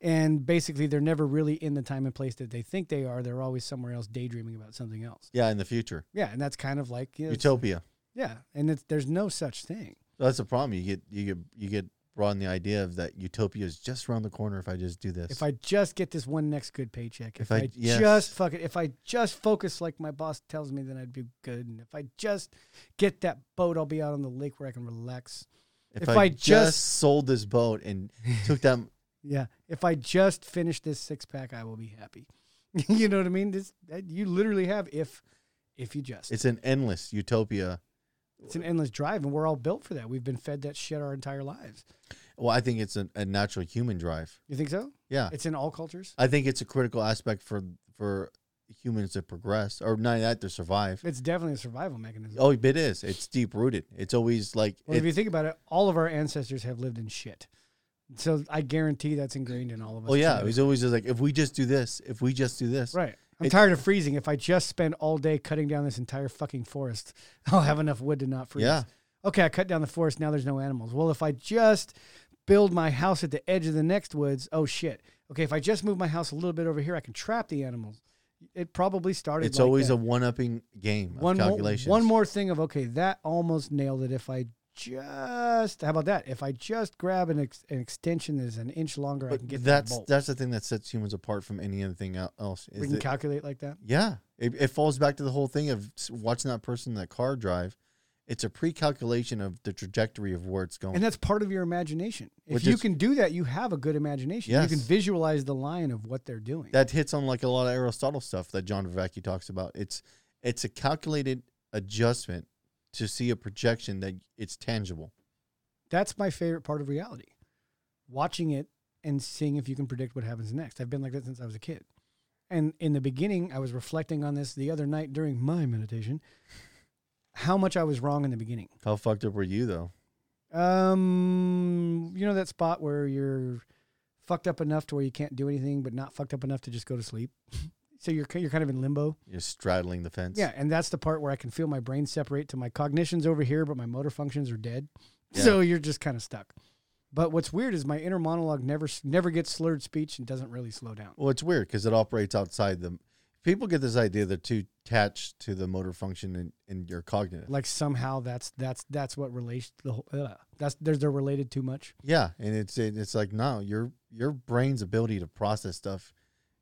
A: And basically, they're never really in the time and place that they think they are. They're always somewhere else daydreaming about something else.
B: Yeah, in the future,
A: Yeah. And that's kind of like, yeah, it's-
B: utopia.
A: yeah. And it's, there's no such thing.
B: That's the problem. You get you get you get brought in the idea of that utopia is just around the corner if I just do this.
A: If I just get this one next good paycheck, if,
B: If I-
A: I,
B: yes.
A: just fuck it, if I just focus like my boss tells me, then I'd be good. And if I just get that boat, I'll be out on the lake where I can relax.
B: if,
A: if
B: I,
A: I
B: just,
A: just-
B: sold this boat
A: [LAUGHS]
B: and took that,
A: Yeah. If I just finish this six pack, I will be happy. [LAUGHS] you know what I mean? This that- you literally have if if you just
B: it's
A: it's,
B: an endless utopia.
A: an endless drive, and we're all built for that. We've been fed that shit our entire lives.
B: Well, I think it's a, a natural human drive.
A: You think so?
B: Yeah,
A: It's in all cultures.
B: I think it's a critical aspect for for humans to progress, or not that to survive.
A: It's definitely a survival mechanism.
B: Oh, it is. It's deep rooted. It's always like
A: Well, if
B: it-
A: you think about it, all of our ancestors have lived in shit. So I guarantee that's ingrained in all of us.
B: Oh yeah,
A: too.
B: he's always just like, if we just do this, if we just do this,
A: right. I'm
B: it-
A: tired of freezing. If I just spend all day cutting down this entire fucking forest, [LAUGHS] I'll have enough wood to not freeze.
B: Yeah.
A: Okay, I cut down the forest. Now there's no animals. Well, if I just build my house at the edge of the next woods, oh shit. Okay, if I just move my house a little bit over here, I can trap the animals. It probably started.
B: It's
A: like
B: always
A: that.
B: a one-upping game of
A: one more
B: calculations.
A: one more thing of okay, that almost nailed it. If I just how about that? If I just grab an, ex, an extension that is an inch longer, I
B: But
A: can get
B: that's
A: that bolt.
B: that's the thing that sets humans apart from any other thing el- else. Is
A: we can
B: that-
A: calculate like that.
B: yeah, it, it falls back to the whole thing of s- watching that person in that car drive. It's a pre-calculation of the trajectory of where it's going.
A: And that's part of your imagination.
B: Oh.
A: If
B: Which
A: you
B: is-
A: can do that, you have a good imagination.
B: Yes.
A: You can visualize the line of what they're doing.
B: that hits on like a lot of Aristotle stuff that John Vivacki talks about. It's it's a calculated adjustment to see a projection that it's tangible.
A: that's my favorite part of reality. Watching it and seeing if you can predict what happens next. I've been like that since I was a kid. And in the beginning, I was reflecting on this the other night during my meditation. How much I was wrong in the beginning.
B: How fucked up were you though?
A: Um, you know that spot where you're fucked up enough to where you can't do anything, but not fucked up enough to just go to sleep. [LAUGHS] so you're ki- you're kind of in limbo.
B: You're straddling the fence.
A: Yeah, and that's the part where I can feel my brain separate to my cognitions over here, but my motor functions are dead. So you're just kind of stuck. But what's weird is my inner monologue never s- never gets slurred speech and doesn't really slow down.
B: Well, it's weird because it operates outside the. People get this idea they're too attached to the motor function and, and your cognitive.
A: Like somehow that's that's that's what relates the whole. Uh, that's they're, they're related too much.
B: yeah, and it's and it's like no, your your brain's ability to process stuff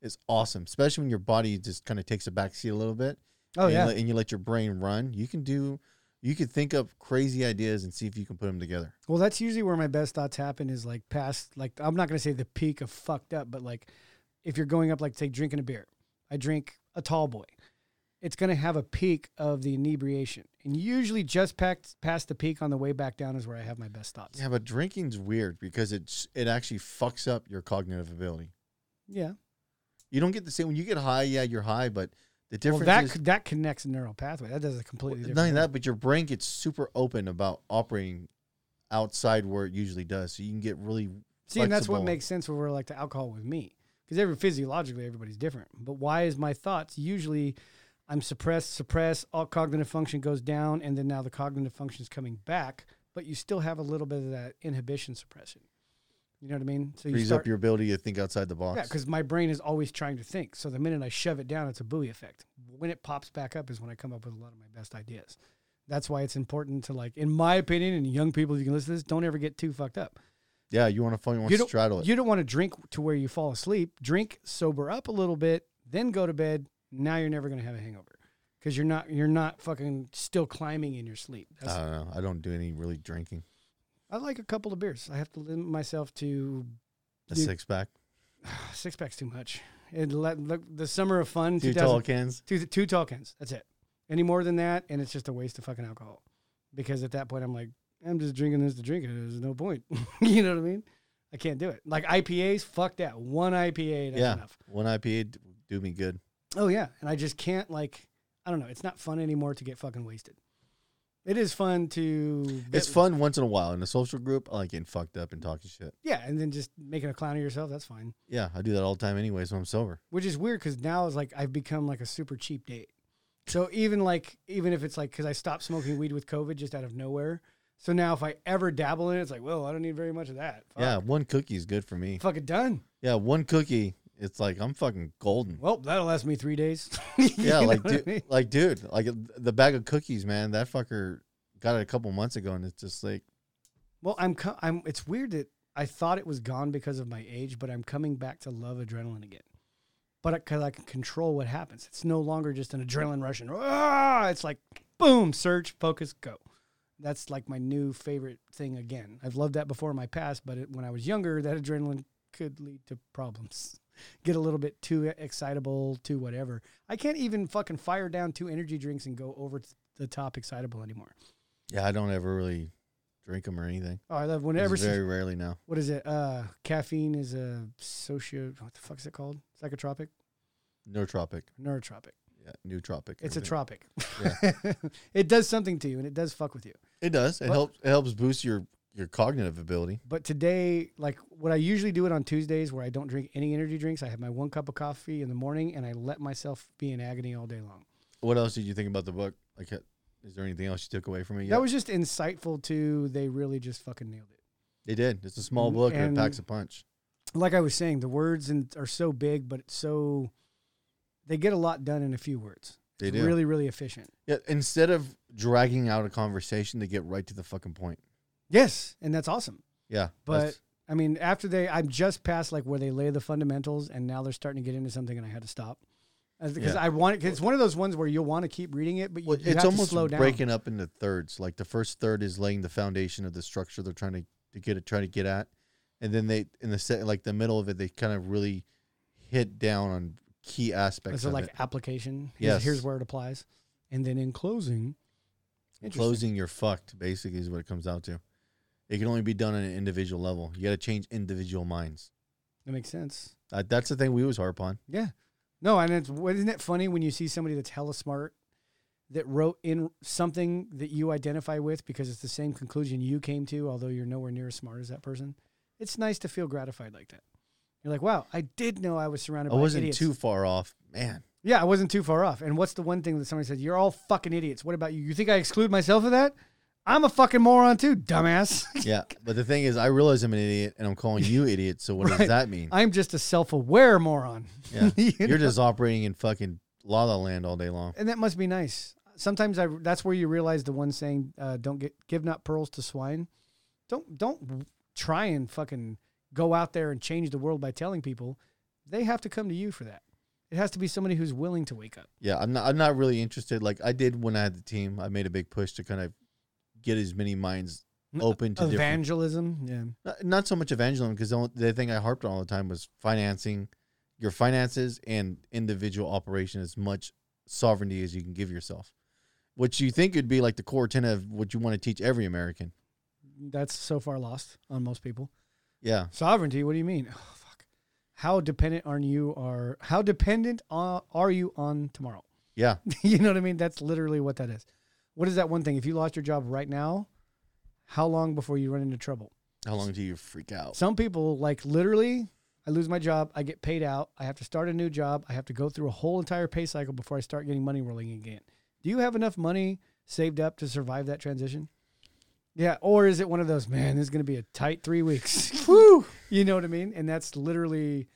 B: is awesome, especially when your body just kind of takes a backseat a little bit.
A: Oh
B: and you
A: yeah,
B: let- and you let your brain run. You can do, you could think up crazy ideas and see if you can put them together.
A: Well, that's usually where my best thoughts happen is like past, like, I'm not going to say the peak of fucked up, but like if you're going up, like, say, drinking a beer, I drink a tall boy, it's going to have a peak of the inebriation. And usually just past, past the peak on the way back down is where I have my best thoughts.
B: Yeah, but drinking's weird because it's it actually fucks up your cognitive ability.
A: Yeah.
B: You don't get the same when you get high. Yeah, you're high, but the
A: Well,
B: difference
A: that,
B: is
A: c- that connects a neural pathway. That does a completely
B: Well,
A: different
B: not only that, but your brain gets super open about operating outside where it usually does. So you can get really
A: See, and that's what
B: flexible.
A: makes sense when we're like to alcohol with me, because every physiologically everybody's different. But why is my thoughts usually? I'm suppressed, suppressed. All cognitive function goes down, and then now the cognitive function's coming back, but you still have a little bit of that inhibition suppression. You know what I mean? So you
B: frees
A: start,
B: up your ability to think outside the box.
A: yeah, because my brain is always trying to think. So the minute I shove it down, it's a buoy effect. When it pops back up is when I come up with a lot of my best ideas. That's why it's important to like, in my opinion, and young people, you can listen to this. Don't ever get too fucked up.
B: yeah, you want to phone, you want
A: you
B: to
A: don't,
B: straddle it.
A: You don't want to drink to where you fall asleep. Drink, sober up a little bit, then go to bed. Now you're never going to have a hangover because you're not you're not fucking still climbing in your sleep. That's,
B: I don't know. I don't do any really drinking.
A: I like a couple of beers. I have to limit myself to
B: A
A: Dude.
B: six pack,
A: six packs too much. And let, look, the summer of fun,
B: two
A: 2000
B: tall cans.
A: two, two tall cans. That's it. Any more than that, and it's just a waste of fucking alcohol. Because at that point, I'm like, I'm just drinking this to drink it. There's no point. [LAUGHS] you know what I mean? I can't do it. Like IPAs, fuck that. One IPA, that's
B: yeah,
A: enough.
B: one IPA d- do me good.
A: Oh yeah, and I just can't like I don't know. It's not fun anymore to get fucking wasted. It is fun to.
B: It's fun once in a while in a social group. I like getting fucked up and talking shit.
A: Yeah, and then just making a clown of yourself. That's fine.
B: Yeah, I do that all the time anyway, so I'm sober.
A: Which is weird because now it's like I've become like a super cheap date. So even like even if it's like because I stopped smoking weed with COVID just out of nowhere. So now if I ever dabble in it, it's like, well, I don't need very much of that. Fuck.
B: Yeah, one cookie is good for me.
A: Fucking done.
B: Yeah, one cookie, it's like I'm fucking golden.
A: Well, that'll last me three days.
B: Yeah,
A: [LAUGHS] You
B: like
A: know what I
B: dude,
A: mean?
B: like dude, like the bag of cookies, man. That fucker got it a couple months ago, and it's just like
A: Well, I'm co- I'm. It's weird that I thought it was gone because of my age, but I'm coming back to love adrenaline again. But because I can control what happens, it's no longer just an adrenaline rush and ah, it's like boom, search, focus, go. That's like my new favorite thing again. I've loved that before in my past, but it, when I was younger, that adrenaline could lead to problems. [LAUGHS] Get a little bit too e-, excitable, too whatever. I can't even fucking fire down two energy drinks and go over the top excitable anymore.
B: yeah, I don't ever really drink them or anything.
A: Oh, I love whenever
B: It's very rarely now.
A: what is it? Uh, caffeine is a socio. What the fuck is it called? Psychotropic,
B: Nootropic,
A: neurotropic.
B: yeah, nootropic.
A: It's a
B: everything.
A: tropic. [LAUGHS] it does something to you, and it does fuck with you.
B: It does. It
A: What?
B: helps. It helps boost your your cognitive ability.
A: But today, like what I usually do it on Tuesdays, where I don't drink any energy drinks. I have my one cup of coffee in the morning, and I let myself be in agony all day long.
B: What else did you think about the book? Like, uh, is there anything else you took away from it? Yet?
A: That was just insightful. To they really just fucking nailed it.
B: They did. It's a small
A: Mm,
B: book and
A: and-
B: it packs a punch.
A: like I was saying, the words and are so big, but it's so they get a lot done in a few words.
B: They
A: It's
B: do.
A: really, really efficient.
B: Yeah, instead of dragging out a conversation, they get right to the fucking point.
A: Yes, and that's awesome.
B: Yeah,
A: But
B: that's-
A: I mean, after they, I'm just past like where they lay the fundamentals, and now they're starting to get into something, and I had to stop because
B: Yeah.
A: I want it. 'cause it's one of those ones where you'll want to keep reading it, but you,
B: well,
A: you
B: it's
A: have
B: almost
A: to slow down.
B: breaking up into thirds. Like the first third is laying the foundation of the structure they're trying to, to get it, trying to get at, and then they in the set like the middle of it, they kind of really hit down on key aspects
A: Is it
B: of
A: like
B: it.
A: application? Here's-
B: Yes.
A: Here's where it applies, and then in closing, interesting.
B: Closing, you're fucked. Basically, is what it comes down to. It can only be done on an individual level. You got to change individual minds.
A: That makes sense.
B: Uh, that's the thing we always harp on.
A: Yeah. No, and it's what- isn't it funny when you see somebody that's hella smart that wrote in something that you identify with because it's the same conclusion you came to, although you're nowhere near as smart as that person. It's nice to feel gratified like that. You're like, wow, I did know I was surrounded
B: I
A: by
B: wasn't
A: idiots.
B: too far off, man.
A: yeah, I wasn't too far off. And what's the one thing that somebody said? You're all fucking idiots. What about you? You think I exclude myself of that? I'm a fucking moron too, dumbass. [LAUGHS]
B: Yeah, but the thing is, I realize I'm an idiot, and I'm calling you idiot. So what
A: Right.
B: does that mean?
A: I'm just a self-aware moron. [LAUGHS]
B: Yeah,
A: You
B: you're
A: know?
B: just operating in fucking la la land all day long.
A: and that must be nice. Sometimes I that's where you realize the one saying, uh, "Don't get give not pearls to swine." Don't don't try and fucking go out there and change the world by telling people. They have to come to you for that. It has to be somebody who's willing to wake up.
B: Yeah, I'm not. I'm not really interested. Like I did when I had the team, I made a big push to kind of get as many minds open to different.
A: Evangelism, yeah.
B: Not, not so much evangelism because the, only- the thing I harped on all the time was financing your finances and individual operation as much sovereignty as you can give yourself. What you think would be like the core tenet of what you want to teach every American.
A: That's so far lost on most people.
B: Yeah,
A: Sovereignty. What do you mean? Oh, fuck. How dependent on you are? How dependent on, are you on tomorrow?
B: yeah.
A: [LAUGHS] you know what I mean? That's literally what that is. What is that one thing? If you lost your job right now, how long before you run into trouble?
B: How long do you freak out?
A: Some people, like literally, I lose my job, I get paid out, I have to start a new job, I have to go through a whole entire pay cycle before I start getting money rolling again. Do you have enough money saved up to survive that transition? Yeah, or is it one of those, man, this is going to be a tight three weeks? [LAUGHS] You know what I mean? And that's literally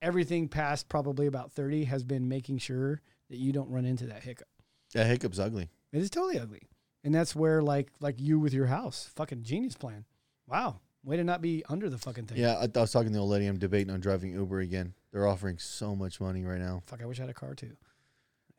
A: everything past probably about 30 has been making sure that you don't run into that hiccup.
B: That hiccup's ugly.
A: It is totally ugly. And that's where, like, like you with your house, fucking genius plan. Wow. Way to not be under the fucking thing.
B: Yeah, I, I was talking to the old lady. I'm debating on driving Uber again. They're offering so much money right now.
A: Fuck, I wish I had a car too.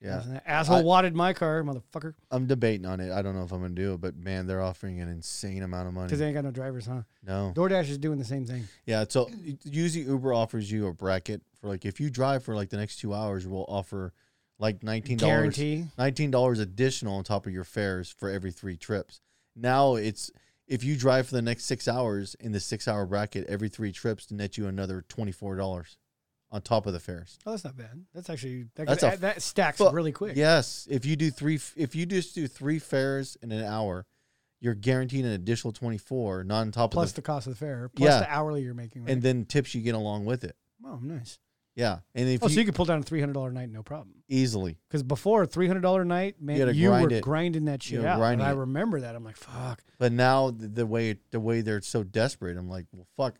B: Yeah,
A: That asshole
B: I-
A: wadded my car, motherfucker.
B: I'm debating on it. I don't know if I'm gonna do it, but man, they're offering an insane amount of
A: Because
B: money.
A: they ain't got no drivers, huh?
B: No,
A: DoorDash is doing the same thing.
B: yeah. So usually Uber offers you a bracket for like if you drive for like the next two hours, we'll offer like nineteen dollars,
A: Guarantee.
B: nineteen dollars additional on top of your fares for every three trips. Now it's if you drive for the next six hours in the six hour bracket, every three trips to net you another twenty four dollars on top of the fares.
A: Oh, that's not bad. That's actually that,
B: That's a
A: that stacks
B: fu-
A: really quick.
B: Yes, if you do three, if you just do three fares in an hour, you're guaranteed an additional twenty four, not on top
A: Plus
B: of
A: the cost of the fare, plus
B: Yeah.
A: the hourly you're making.
B: the,
A: Right?
B: and then tips you get along with it.
A: oh, nice.
B: Yeah, and if
A: Oh,
B: you,
A: so you could pull down a three hundred dollar night, no problem.
B: easily,
A: Because before three hundred dollar night, man, you,
B: gotta grind
A: were
B: it.
A: grinding that
B: You
A: shit
B: were
A: out. And
B: grinding
A: I
B: it.
A: remember that. I'm like, fuck.
B: but now the, the way the way they're so desperate, I'm like, well, fuck.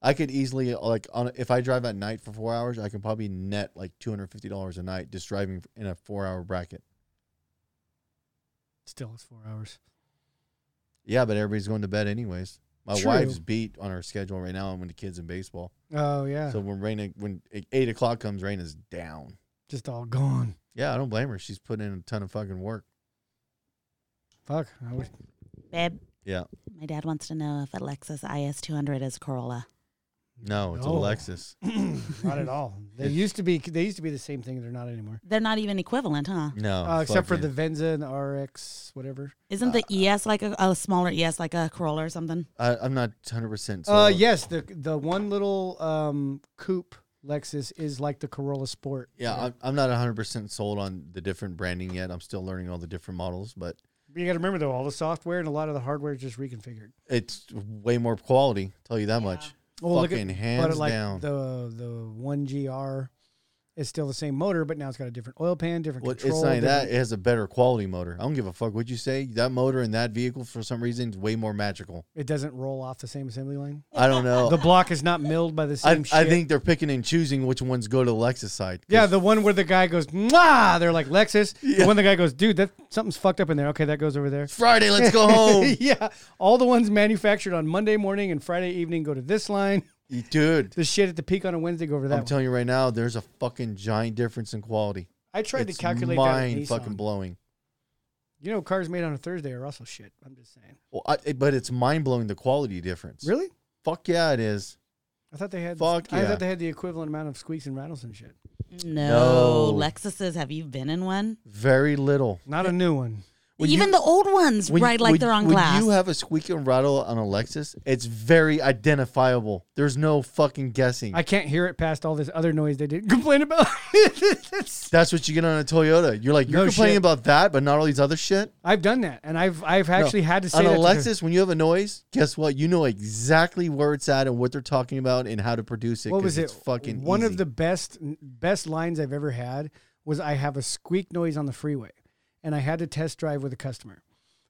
B: I could easily like on if I drive at night for four hours, I can probably net like two hundred fifty dollars a night just driving in a four hour bracket.
A: Still, it's four hours.
B: Yeah, but everybody's going to bed anyways. My
A: True.
B: wife's beat on her schedule right now, and when the kids in baseball.
A: Oh yeah,
B: So when Raina, when eight o'clock comes, Raina's down.
A: just all gone.
B: Yeah, I don't blame her. She's putting in a ton of fucking work.
A: Fuck.
B: [COUGHS]
A: I wish-
D: Babe,
B: Yeah.
D: my dad wants to know if a Lexus IS200 is Corolla.
B: No, it's
A: No.
B: a Lexus.
A: not at all. They used to be. They used to be the same thing. They're not anymore.
D: They're not even equivalent, huh?
B: No,
A: uh, except for the
B: fucking-
A: Venza and the RX, whatever.
D: Isn't
A: Uh,
D: the ES like a, a smaller ES, like a Corolla or something?
B: I, I'm not 100. percent
A: uh, yes, the the one little um coupe Lexus is like the Corolla Sport.
B: Yeah, I'm, I'm not 100 percent sold on the different branding yet. I'm still learning all the different models, but
A: You got to remember though, all the software and a lot of the hardware is just reconfigured.
B: it's way more quality. Tell you that much. fucking hands
A: but like
B: down.
A: the the one GR is still the same motor, but now it's got a different oil pan, different
B: Well, it's
A: control.
B: not only that;
A: different-
B: it has a better quality motor. I don't give a fuck what you say. That motor and that vehicle, for some reason, is way more magical.
A: It doesn't roll off the same assembly line.
B: I don't know.
A: [LAUGHS] The block is not milled by the
B: I,
A: same shit.
B: I think they're picking and choosing which ones go to the Lexus side. 'cause
A: Yeah, the one where the guy goes, Mwah! they're like Lexus. The
B: Yeah.
A: one the guy goes, dude, that something's fucked up in there. Okay, that goes over there.
B: Friday, let's
A: [LAUGHS]
B: go home,
A: yeah, all the ones manufactured on Monday morning and Friday evening go to this line. [LAUGHS]
B: dude.
A: The shit at the peak on a Wednesday go over to that.
B: I'm
A: one.
B: telling you right now, there's a fucking giant difference in quality.
A: I tried to
B: It's
A: calculate that.
B: mind
A: With
B: fucking
A: fucking
B: blowing.
A: you know, cars made on a Thursday are also shit. I'm just saying.
B: Well, I, it- but it's mind blowing the quality difference.
A: Really?
B: Fuck yeah, it is.
A: I thought they had.
B: Fuck
A: I
B: yeah.
A: thought they had the equivalent amount of squeaks and rattles and shit.
D: No.
B: No.
D: Lexuses, have you been in one?
B: Very little.
A: Not a new one.
B: When
D: even
B: you-
D: the old ones
B: When-
D: ride like
B: when-
D: they're on
B: when
D: glass.
B: you have a squeak and rattle on a Lexus, it's very identifiable. There's no fucking guessing.
A: I can't hear it past all this other noise they didn't [LAUGHS] complain about. That's-
B: That's what you get on a Toyota. You're like, you're
A: No
B: complaining
A: shit.
B: about that, but not all these other shit.
A: I've done that, and I've I've
B: No.
A: actually had to say
B: on
A: that
B: a
A: to her.
B: Lexus, when you have a noise, guess what? You know exactly where it's at and what they're talking about and how to produce it.
A: what
B: 'cause
A: was it?
B: It's fucking
A: one
B: easy.
A: of the best best lines I've ever had was I have a squeak noise on the freeway, and I had to test drive with a customer.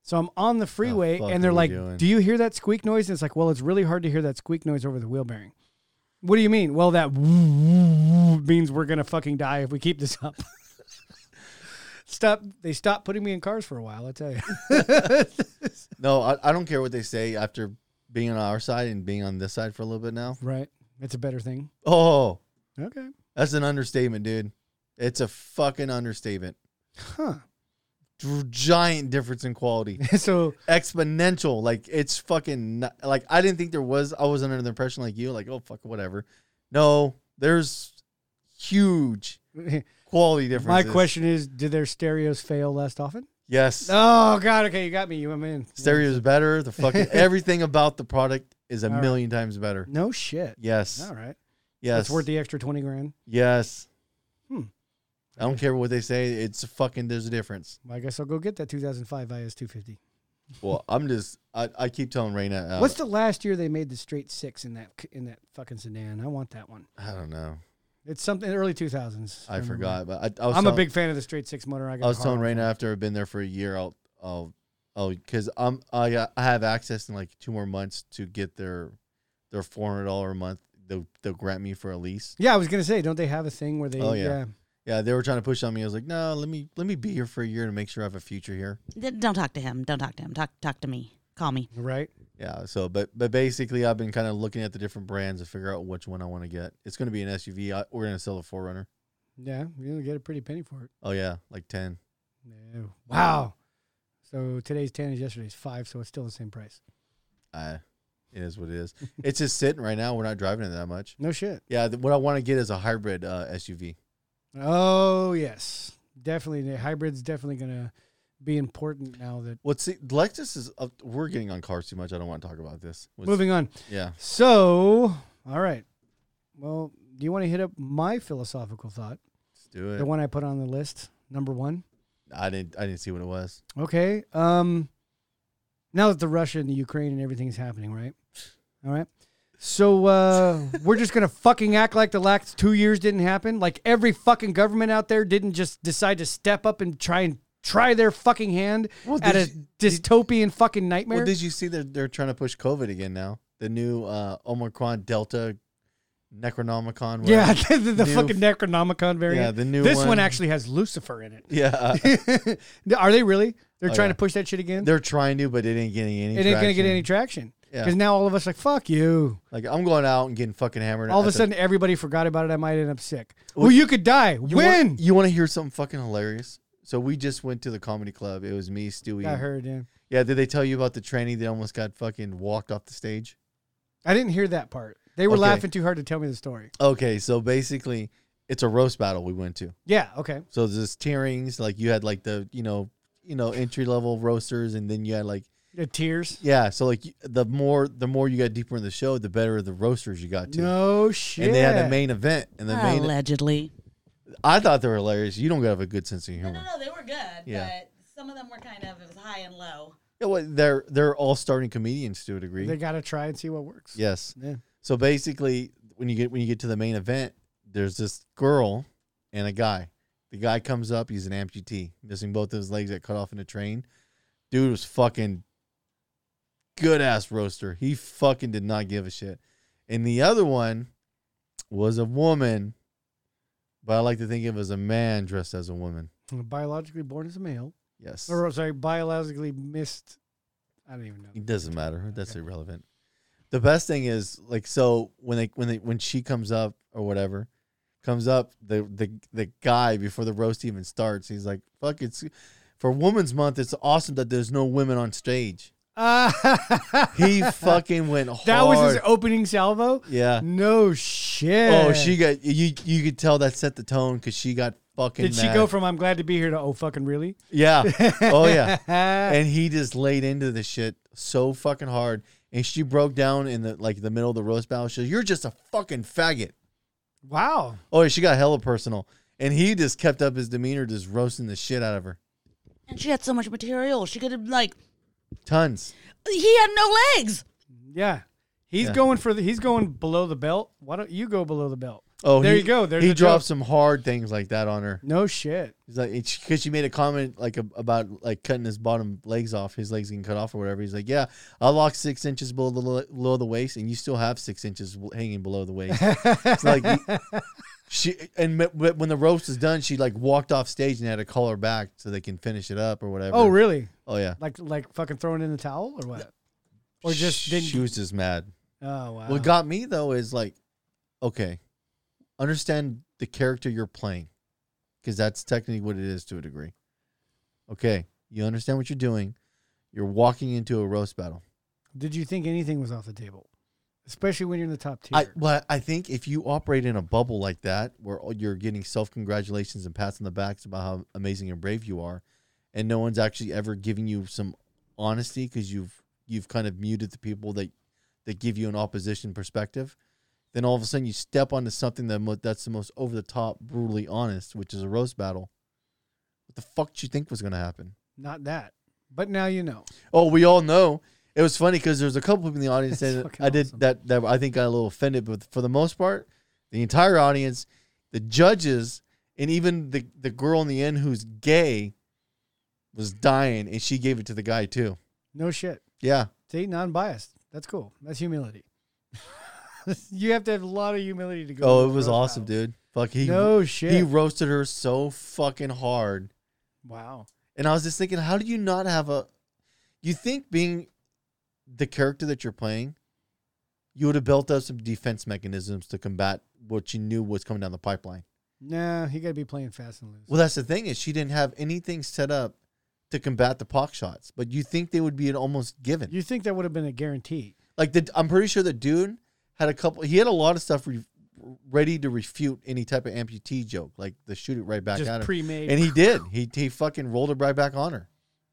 A: So I'm on the freeway,
B: fuck
A: and they're
B: are we
A: like,
B: doing?
A: "Do you hear that squeak noise?" And it's like, "Well, it's really hard to hear that squeak noise over the wheel bearing." What do you mean? Well, that means we're gonna fucking die if we keep this up. [LAUGHS] Stop! They stopped putting me in cars for a while. I tell you. [LAUGHS]
B: No, I, I don't care what they say after being on our side and being on this side for a little bit now.
A: Right. It's a better thing.
B: Oh,
A: Okay.
B: that's an understatement, dude. It's a fucking understatement.
A: Huh.
B: Dr- Giant difference in
A: [LAUGHS]
B: quality,
A: [LAUGHS] so
B: exponential. Like it's fucking nu- like I didn't think there was. I was under the impression like you, like oh fuck whatever. No, there's huge quality
A: my
B: differences.
A: question is, do their stereos fail less often?
B: yes,
A: Oh God. Okay, you got me. You went in.
B: stereo's better. The
A: [LAUGHS]
B: fucking everything about the product is a
A: All right.
B: million times better.
A: No shit.
B: Yes,
A: All right.
B: yes,
A: That's worth the extra twenty grand.
B: Yes.
A: Hmm.
B: I don't care what they say. It's fucking there's a difference.
A: Well, I guess I'll go get that 2005 IS 250. [LAUGHS]
B: Well, I'm just I, I keep telling Raina. Uh,
A: What's the last year they made the straight six in that in that fucking sedan? I want that one.
B: I don't know.
A: It's something early 2000s.
B: I
A: remember.
B: forgot, but I, I was
A: I'm a
B: telling-
A: big fan of the straight six motor. I got.
B: I was
A: a
B: telling
A: Harley.
B: Raina after I've been there for a year, I'll I'll Oh, because I'm I got- I have access in like two more months to get their their four hundred dollar a month. They'll they'll grant me for a lease.
A: Yeah, I was gonna say, don't they have a thing where they?
B: Oh,
A: yeah.
B: yeah. Yeah, they were trying to push on me. I was like, no, let me let me be here for a year to make sure I have a future here.
D: D- Don't talk to him. Don't talk to him. Talk talk to me. Call me.
A: right.
B: Yeah. So, but but basically, I've been kind of looking at the different brands to figure out which one I want to get. It's going to be an SUV. I, we're going to sell the Forerunner.
A: Yeah, you'll get a pretty penny for it.
B: Oh yeah, like ten.
A: Yeah. Wow. So today's ten is yesterday's five, so it's still the same price.
B: Uh, it is what it
A: [LAUGHS]
B: is. it's just sitting right now. We're not driving it that much.
A: No shit.
B: Yeah. Th- what I want to get is a hybrid uh, SUV.
A: Oh yes, definitely. The hybrid's definitely gonna be important now that.
B: Well, see, Lexus is. Uh, we're getting on cars too much. I don't want to talk about this. What's-
A: Moving on.
B: Yeah.
A: So, all right. Well, do you want to hit up my philosophical thought?
B: Let's do
A: The
B: it.
A: one I put on the list, number one.
B: I didn't. I didn't see what it was.
A: Okay. Um, now that the Russia and the Ukraine and everything's happening, right? All right.
B: [LAUGHS]
A: So uh, we're just gonna fucking act like the last two years didn't happen. Like every fucking government out there didn't just decide to step up and try and try their fucking hand
B: Well,
A: at a
B: did you-
A: dystopian fucking nightmare.
B: Well, did you see that they're trying to push COVID again now? The new uh, Omicron Delta Necronomicon. whatever.
A: [LAUGHS] yeah, the, the
B: New-
A: fucking Necronomicon variant.
B: Yeah, the new
A: this one
B: one.
A: actually has Lucifer in it.
B: [LAUGHS] Yeah.
A: [LAUGHS] Are they really? They're
B: Oh,
A: trying
B: yeah.
A: to push that shit again.
B: They're trying to, but it ain't getting any.
A: it ain't gonna get
B: traction.
A: any traction
B: Yeah.
A: because now all of us like fuck you.
B: Like I'm going out and getting fucking hammered.
A: All of
B: at
A: a
B: the-
A: sudden, everybody forgot about it. I might end up sick.
B: Well,
A: Well, you could die.
B: you
A: when
B: Want, you want to hear something fucking hilarious? So we just went to the comedy club. It was me, Stewie.
A: I heard. Yeah,
B: Yeah. Did they tell you about the tranny that almost got fucking walked off the stage?
A: I didn't hear that part. They were
B: Okay.
A: laughing too hard to tell me the story.
B: Okay. So basically, it's a roast battle we went to.
A: Yeah. Okay.
B: So there's tierings. Like you had like the you know you know entry level roasters, and then you had like
A: The tears.
B: Yeah, so like y- the more the more you got deeper in the show, the better the roasters you got to.
A: No shit.
B: And they had a main event, and the main
D: Allegedly.
B: I thought they were hilarious. You don't have a good sense of humor.
D: No, no, they were good,
B: Yeah.
D: but some of them were kind of it was high and low.
B: Yeah, well, they're they're all starting comedians to a degree.
A: They gotta try and see what works.
B: yes.
A: Yeah.
B: So basically, when you get when you get to the main event, there's this girl and a guy. The guy comes up, he's an amputee, missing both of his legs, got cut off in a train. Dude was fucking good ass roaster. He fucking did not give a shit. And the other one was a woman, but I like to think it was a man dressed as a woman.
A: Biologically born as a male,
B: Yes.
A: or oh, sorry, biologically missed. I
B: [LAUGHS]
A: don't even know.
B: It doesn't matter. That's irrelevant. The best thing is like so when they when they when she comes up or whatever comes up the the the guy before the roast even starts he's like fuck it's for Women's Month it's awesome that there's no women on stage.
A: Ah, [LAUGHS]
B: He fucking went hard.
A: that was his opening salvo.
B: yeah.
A: No shit.
B: Oh, she got you. You could tell that set the tone because she got fucking.
A: Did she
B: mad.
A: go from "I'm glad to be here" to "Oh
B: [LAUGHS]
A: fucking really"?
B: Yeah.
A: [LAUGHS]
B: Oh yeah.
A: Ah,
B: and he just laid into the shit so fucking hard. And she broke down in the like the middle of the roast battle. She goes, "You're just a fucking faggot."
A: wow.
B: Oh, she got hella personal, and he just kept up his demeanor, just roasting the shit out of her.
D: And she had so much material. She could have like
B: Tons.
D: he had no legs.
A: Yeah. He's
B: Yeah.
A: going for the, he's going below the belt. Why don't you go below the belt?
B: Oh,
A: there
B: he,
A: you go. There's
B: he
A: a
B: dropped
A: joke.
B: some hard things like that on her.
A: No shit.
B: He's like, because she made a comment like ab- about like cutting his bottom legs off, his legs getting cut off or whatever. He's like, yeah, I locked six inches below the lo- below the waist, and you still have six inches w- hanging below the waist. it's
A: [LAUGHS]
B: like she and m- but when the roast is done, she like walked off stage and had to call her back so they can finish it up or whatever.
A: Oh, really?
B: Oh yeah.
A: Like like fucking throwing in the towel or what? Or just didn't?
B: she was just mad.
A: Oh wow.
B: What got me though is like, okay, understand the character you're playing, because that's technically what it is to a degree. Okay, you understand what you're doing. You're walking into a roast battle.
A: Did you think anything was off the table? Especially when you're in the top tier.
B: I well, I think if you operate in a bubble like that, where all- you're getting self congratulations and pats on the backs about how amazing and brave you are, and no one's actually ever giving you some honesty because you've you've kind of muted the people that that give you an opposition perspective, then all of a sudden you step onto something that mo- that's the most over the top, brutally honest, which is a roast battle. What the fuck did you think was going to happen?
A: Not that. But now you know.
B: Oh, we all know. It was funny because there's a couple people in
A: [LAUGHS]
B: the audience
A: That's
B: that
A: fucking
B: I did
A: awesome.
B: that that I think got a little offended, but for the most part, the entire audience, the judges, and even the the girl in the end who's gay, was dying, and she gave it to the guy too.
A: No shit.
B: Yeah,
A: See, non-biased. That's cool. That's humility. [LAUGHS] you have to have a lot of humility to go.
B: Oh,
A: down
B: it
A: the
B: was
A: road
B: awesome,
A: battle.
B: dude. Fuck, he
A: no shit.
B: he roasted her so fucking hard,
A: wow.
B: and I was just thinking, how do you not have a? You think being the character that you're playing, you would have built up some defense mechanisms to combat what you knew was coming down the pipeline.
A: Nah, he got to be playing fast and loose.
B: Well, that's the thing is she didn't have anything set up to combat the pock shots, but you think they would be an almost given.
A: you think that would have been a guarantee?
B: like the, I'm pretty sure the dude had a couple. He had a lot of stuff re, ready to refute any type of amputee joke, like the shoot it right back at
A: Just
B: him.
A: pre-made.
B: and he did. He he fucking rolled it right back on her.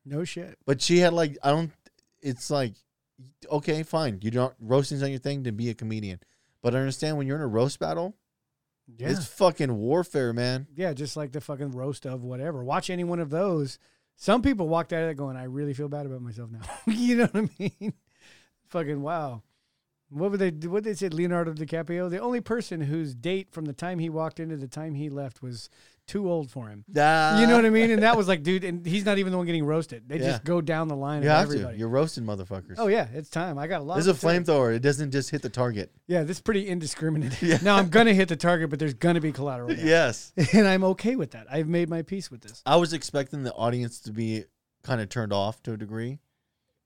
A: no shit.
B: But she had like I don't. It's like okay, fine. You don't roasting's on your thing to be a comedian, but I understand when you're in a roast battle,
A: Yeah.
B: it's fucking warfare, man.
A: yeah, just like the fucking roast of whatever. Watch any one of those. Some people walked out of that going, I really feel bad about myself now. [LAUGHS] you know what I mean? [LAUGHS] fucking wow. What would they do? What they said, Leonardo DiCaprio? The only person whose date from the time he walked into the time he left was too old for him. You know what I mean? And that was like, dude, and he's not even the one getting roasted. They
B: Yeah.
A: just go down the line
B: You
A: of
B: have
A: everybody.
B: to. You're roasting motherfuckers.
A: Oh yeah, it's time. I got a lot.
B: This is
A: of
B: a flamethrower. It doesn't just hit the target.
A: Yeah, this is
B: [LAUGHS]
A: pretty indiscriminate. Now I'm gonna hit the target, but there's gonna be collateral. damage. [LAUGHS]
B: Yes.
A: and I'm okay with that. I've made my peace with this.
B: I was expecting the audience to be kind of turned off to a degree.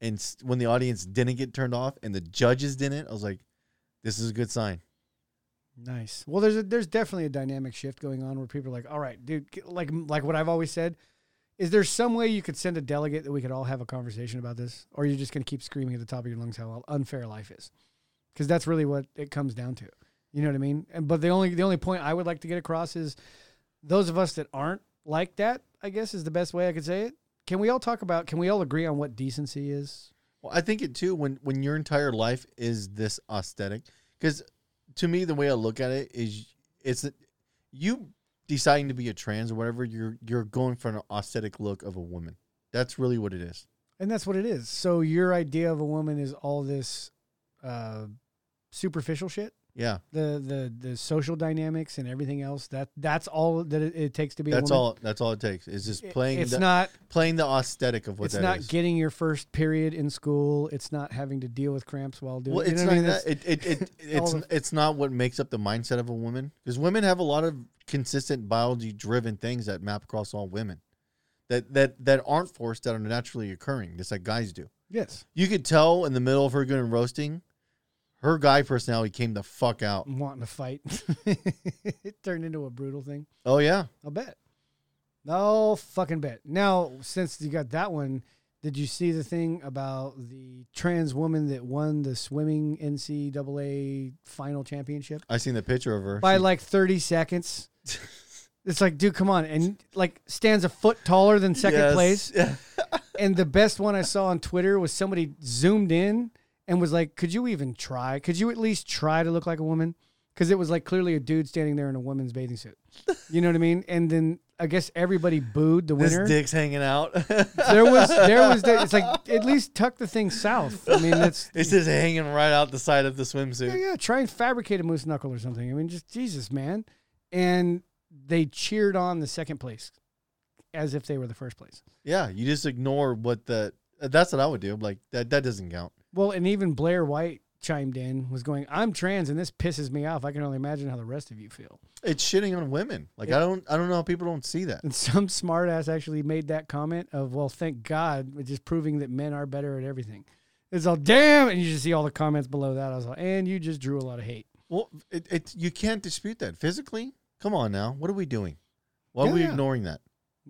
B: And s- when the audience didn't get turned off and the judges didn't, I was like, this is a good sign.
A: Nice. Well, there's a, there's definitely a dynamic shift going on where people are like, all right, dude, g- like like what I've always said, is there some way you could send a delegate that we could all have a conversation about this, or you're just gonna keep screaming at the top of your lungs how unfair life is, because that's really what it comes down to. You know what I mean? And but the only the only point I would like to get across is those of us that aren't like that, I guess, is the best way I could say it. Can we all talk about? Can we all agree on what decency is?
B: Well, I think it too, when, when your entire life is this aesthetic, because to me, the way I look at it is it's that you deciding to be a trans or whatever, you're, you're going for an aesthetic look of a woman. That's really what it is.
A: And that's what it is. So your idea of a woman is all this uh, superficial shit,
B: Yeah.
A: the the the social dynamics and everything else. That that's all that it, it takes to be.
B: That's
A: a woman.
B: all. That's all it takes. Is just
A: It-
B: playing.
A: It's
B: the,
A: not.
B: playing the aesthetic of what
A: It's
B: that
A: not
B: is.
A: getting your first period in school. It's not having to deal with cramps while doing.
B: well,
A: you
B: it's
A: know
B: not
A: what I mean?
B: that.
A: That's-
B: It, it, it, it's
A: [LAUGHS] all of-
B: it's not what makes up the mindset of a woman because women have a lot of consistent biology driven things that map across all women that that that aren't forced that are naturally occurring just like guys do.
A: yes.
B: You could tell in the middle of her doing roasting, her guy personality came the fuck out.
A: I'm wanting to fight. [LAUGHS] it turned into a brutal thing.
B: Oh yeah,
A: I'll bet. No fucking bet. Now, since you got that one, did you see the thing about the trans woman that won the swimming NCAA final championship
B: I seen the picture of her.
A: by like
B: [LAUGHS]
A: 30 seconds? It's like, dude, come on. And like stands a foot taller than second
B: Yes. [LAUGHS]
A: place. And the best one I saw on Twitter was somebody zoomed in and was like, could you even try? Could you at least try to look like a woman? Because it was like clearly a dude standing there in a woman's bathing suit. You know what I mean? And then I guess everybody booed the
B: This
A: winner.
B: dick's hanging out. [LAUGHS]
A: There was, there was, the, it's like at least tuck the thing south. I
B: [LAUGHS]
A: mean, that's
B: it's just hanging right out the side of the swimsuit.
A: yeah, [LAUGHS] yeah, try and fabricate a moose knuckle or something. I mean, just Jesus, man. And they cheered on the second place as if they were the first place.
B: Yeah, you just ignore what the. That's what I would do. I'm Like that. That doesn't count.
A: Well, and even Blair White chimed in, was going, "I'm trans, and this pisses me off. I can only imagine how the rest of you feel."
B: It's shitting on women. Like I don't. I don't know how people don't see that.
A: And [LAUGHS] some smartass actually made that comment of, "Well, thank God, which is proving that men are better at everything." It's all damn, and you just see all the comments below that. I was like, "And you just drew a lot of hate."
B: Well, it, it you can't dispute that physically. Come on now. What are we doing? Why are we
A: Yeah.
B: ignoring that?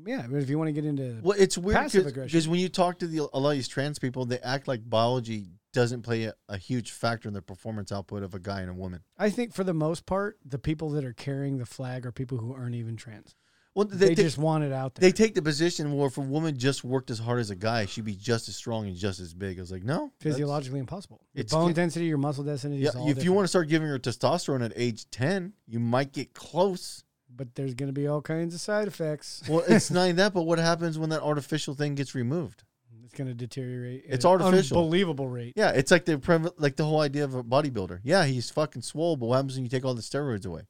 A: Yeah, but if you want to get into
B: Well, it's weird
A: Passive aggression.
B: because when you talk to the, a lot of these trans people, they act like biology doesn't play a, a huge factor in the performance output of a guy and a woman.
A: I think for the most part, the people that are carrying the flag are people who aren't even trans.
B: Well,
A: They,
B: they, they,
A: just want it out
B: they
A: there.
B: take the position where if a woman just worked as hard as a guy, she'd be just as strong and just as big. I was like, no, that's-
A: Physiologically impossible. Your
B: It's-
A: bone density, your muscle density.
B: Yeah,
A: is all
B: if you
A: different.
B: want to start giving her testosterone at age 10, you might get close.
A: but there's going to be all kinds of side effects.
B: Well, it's not even that, but what happens when that artificial thing gets removed?
A: It's going to deteriorate. at
B: It's
A: an
B: artificial.
A: Unbelievable rate.
B: Yeah, it's like the prem- like the whole idea of a bodybuilder. Yeah, he's fucking swole, but what happens when you take all the steroids away?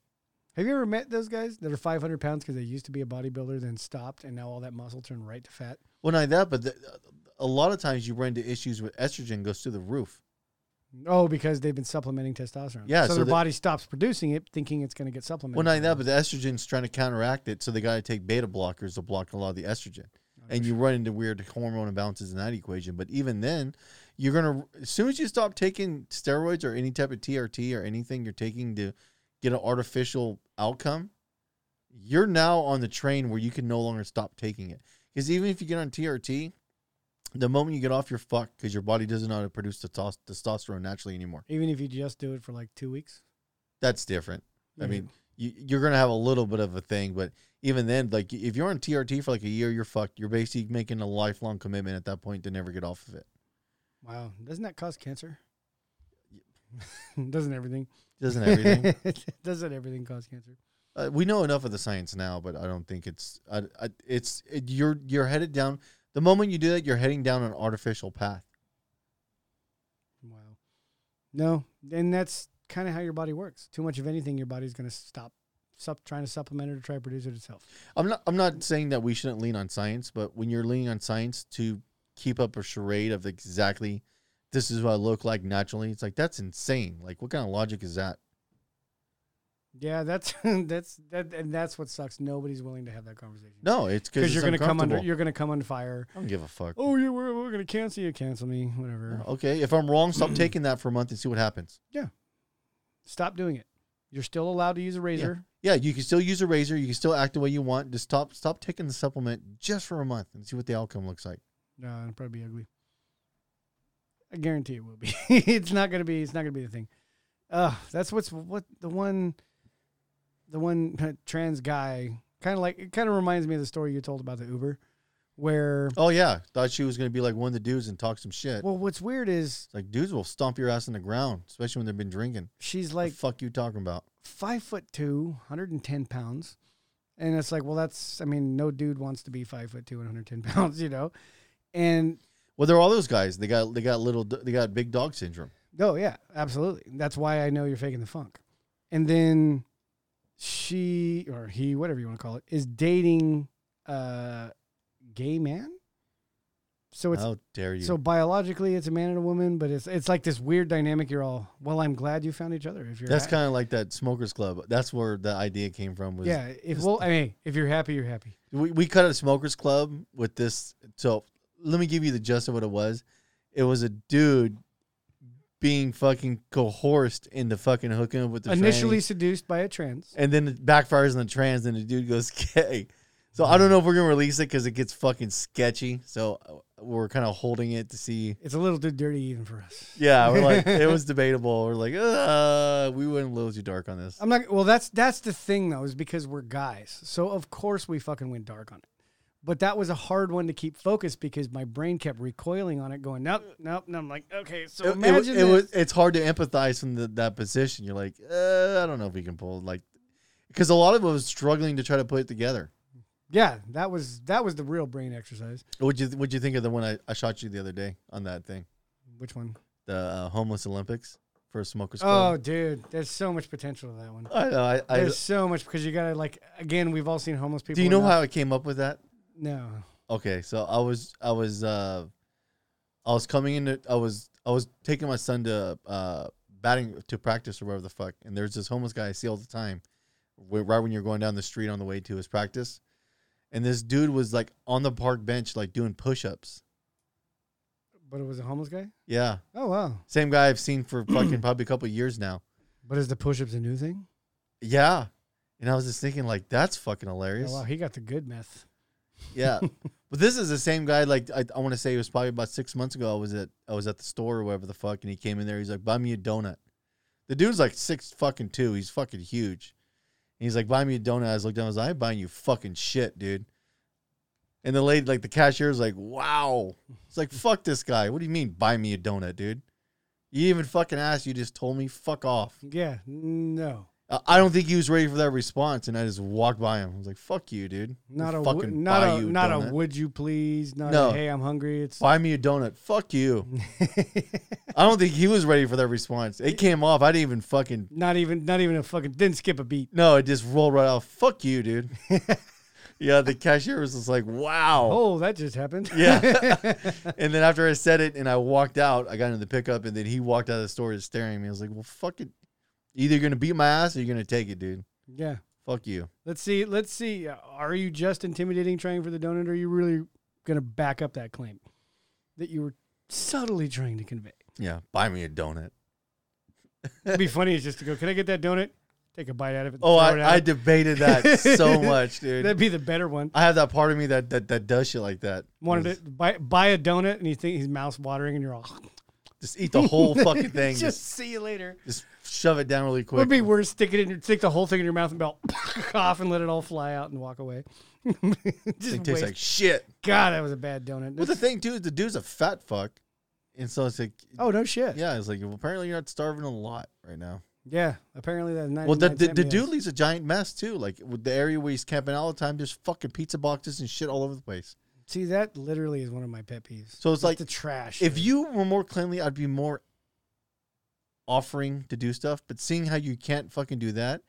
A: Have you ever met those guys that are 500 pounds because they used to be a bodybuilder, then stopped, and now all that muscle turned right to fat?
B: Well, not that, but the, a lot of times you run into issues with estrogen goes through the roof.
A: Oh, because they've been supplementing testosterone.
B: Yeah,
A: So,
B: so
A: their
B: the-
A: body stops producing it, thinking it's going to get supplemented.
B: Well, not that, but the estrogen's trying to counteract it, so they got to take beta blockers to block a lot of the estrogen, and you run into weird hormone imbalances in that equation. But even then, you're gonna as soon as you stop taking steroids or any type of TRT or anything you're taking to get an artificial outcome, you're now on the train where you can no longer stop taking it. Because even if you get on TRT, the moment you get off, you're fucked because your body doesn't know how to produce testos- testosterone naturally anymore.
A: Even if you just do it for like two weeks.
B: That's different. I
A: Mhm.
B: mean, you, you're going to have a little bit of a thing, but even then, like if you're on TRT for like a year, you're fucked. You're basically making a lifelong commitment at that point to never get off of it.
A: Wow. Doesn't that cause cancer? [LAUGHS] Doesn't everything?
B: Doesn't [LAUGHS]
A: [LAUGHS]
B: everything?
A: Doesn't everything cause cancer?
B: uh, we know enough of the science now, but I don't think it's. I, I, it's it, you're you're headed down. The moment you do that, you're heading down an artificial path.
A: Wow. No, and that's kind of how your body works. Too much of anything, your body's going to stop sup- trying to supplement it or try to produce it itself.
B: I'm not. I'm not saying that we shouldn't lean on science, but when you're leaning on science to keep up a charade of exactly this is what I look like naturally, it's like that's insane. Like, what kind of logic is that?
A: Yeah, that's [LAUGHS] that's that, and that's what sucks. Nobody's willing to have that conversation
B: No, it's because
A: you're
B: going to
A: come under you're going to come under fire.
B: I don't give a fuck.
A: Oh, you we're, we're going to cancel you, cancel me, whatever.
B: Okay, if I'm wrong, stop taking that for a month and see what happens.
A: Stop doing it. You're still allowed to use a razor.
B: Yeah, you can still use a razor. You can still act the way you want. Just stop, stop taking the supplement just for a month and see what the outcome looks like.
A: No, it'll probably be ugly. I guarantee it will be. [LAUGHS] it's not gonna be. It's not gonna be the thing. Uh, that's what's what the one, the one trans guy kind of like. It kind of reminds me of the story you told about the Uber, where
B: Oh yeah, thought she was going to be like one of the dudes and talk some shit.
A: well, what's weird is
B: it's like dudes will stomp your ass in the ground, especially when they've been drinking.
A: she's
B: Like
A: like
B: fuck you talking about?
A: five foot two, 110 pounds. And it's like, well, that's, I mean, no dude wants to be five foot two and 110 [LAUGHS] pounds, you know? And
B: Well, they're all those guys. They got they got little they got big dog syndrome.
A: Oh yeah, absolutely. That's why I know you're faking the funk. And then she or he, whatever you want to call it, is dating a gay man. So it's
B: How dare you?
A: so biologically it's a man and a woman, but it's it's like this weird dynamic. You're all well. I'm glad you found each other. If you're
B: That's
A: ha-
B: kind of like that smokers club. That's where the idea came from. Was
A: yeah. If well, I mean, if you're happy, you're happy.
B: we, we cut a smokers club with this so let me give you the gist of what it was it was a dude being fucking coerced into fucking hooking up with the
A: Initially
B: tranny,
A: seduced by a trans.
B: and then it backfires on the trans and the dude goes [LAUGHS] gay so i don't know if we're gonna release it because it gets fucking sketchy so uh, we're kind of holding it to see
A: It's a little too dirty even for us.
B: yeah we're like it was debatable we're like uh we wouldn't lose you dark on this
A: I'm not. Well, that's that's the thing though, is because we're guys, so of course we fucking went dark on it. But that was a hard one to keep focused because my brain kept recoiling on it, going nope, nope, and I'm like, okay, so
B: It- it-
A: imagine
B: it, was
A: this.
B: it's hard to empathize from the, that position you're like uh, i don't know if we can pull like because a lot of it was struggling to try to put it together
A: yeah, that was that was the real brain exercise.
B: what'd you what'd you think of the one I, I shot you the other day on that thing
A: Which one?
B: the uh, homeless olympics for smokers
A: Oh,
B: club
A: dude, there's so much potential to that one.
B: i know i, I
A: Oh, There's so much because you gotta like again, we've all seen homeless people.
B: do you know
A: enough-
B: how i came up with that
A: No,
B: okay so i was i was uh i was coming into i was i was taking my son to uh batting to practice or whatever the fuck and there's this homeless guy i see all the time wh- right when you're going down the street on the way to his practice and this dude was like on the park bench like doing push-ups
A: but it was a homeless guy.
B: yeah
A: Oh wow,
B: same guy i've seen for fucking probably a couple of years now
A: but is the push-ups a new thing?
B: yeah and i was just thinking like that's fucking
A: Oh,
B: hilarious
A: wow, he got the good meth. [LAUGHS]
B: Yeah. but this is the same guy. Like I, I want to say it was probably about six months ago. I was at I was at the store or whatever the fuck, and he came in there. He's like, "Buy me a donut." The dude's like six fucking two. He's fucking huge. And he's like, "Buy me a donut." I was looked down. I was like, "I ain't buying you fucking shit, dude." And the lady, like the cashier, is like, "Wow." It's like, "Fuck this guy." What do you mean, buy me a donut, dude? You didn't even fucking asked. You just told me, "Fuck off."
A: Yeah, no.
B: I- I don't think he was ready for that response, and I just walked by him. I was like, "Fuck you, dude."
A: Not a
B: I'll
A: wo- not
B: buy
A: a
B: you
A: not
B: donut."
A: a would you please not
B: No.
A: a hey I'm hungry it's [LAUGHS]
B: buy me a donut. Fuck you. I don't think he was ready for that response. It came off. I didn't even fucking
A: not even not even a fucking didn't skip a beat
B: no. It just rolled right off. Fuck you, dude. yeah, the cashier was just like, wow.
A: Oh, that just happened.
B: Yeah. and then after I said it and I walked out, I got into the pickup and then he walked out of the store just staring at me. I was like, well, fuck it. Either you're going to beat my ass or you're going to take it, dude.
A: [LAUGHS] yeah.
B: Fuck you.
A: Let's see. Let's see. Uh, Are you just intimidating trying for the donut, or are you really going to back up that claim that you were subtly trying to convey?
B: Yeah. Buy me a donut. [LAUGHS]
A: It'd be funny is just to go, can I get that donut? Take a bite out of it. and
B: Oh,
A: throw it out.
B: I, I debated that so much, dude.
A: That'd be the better one.
B: I have that part of me that that, that does shit like that.
A: Wanted to buy, buy a donut, and you think he's mouth watering, and you're all
B: Just eat the whole fucking thing.
A: just, [LAUGHS]
B: Just,
A: see you later.
B: just shove it down really quick.
A: Would be worse. Stick it in your stick the whole thing in your mouth and belt [LAUGHS] off and let it all fly out and walk away. [LAUGHS]
B: it
A: just
B: tastes
A: waste.
B: like shit.
A: God, that was a bad donut.
B: Well, the thing too is the dude's a fat fuck, and so it's like,
A: oh no shit. Yeah.
B: yeah, it's like well, apparently you're not starving a lot right now.
A: apparently that's
B: Well, the the, the dude leaves a giant mess too. Like with the area where he's camping all the time, there's fucking pizza boxes and shit all over the place.
A: See, that literally is one of my pet peeves.
B: So it's
A: Just
B: like
A: the trash.
B: If
A: dude.
B: you were more cleanly, I'd be more offering to do stuff. But seeing how you can't fucking do that,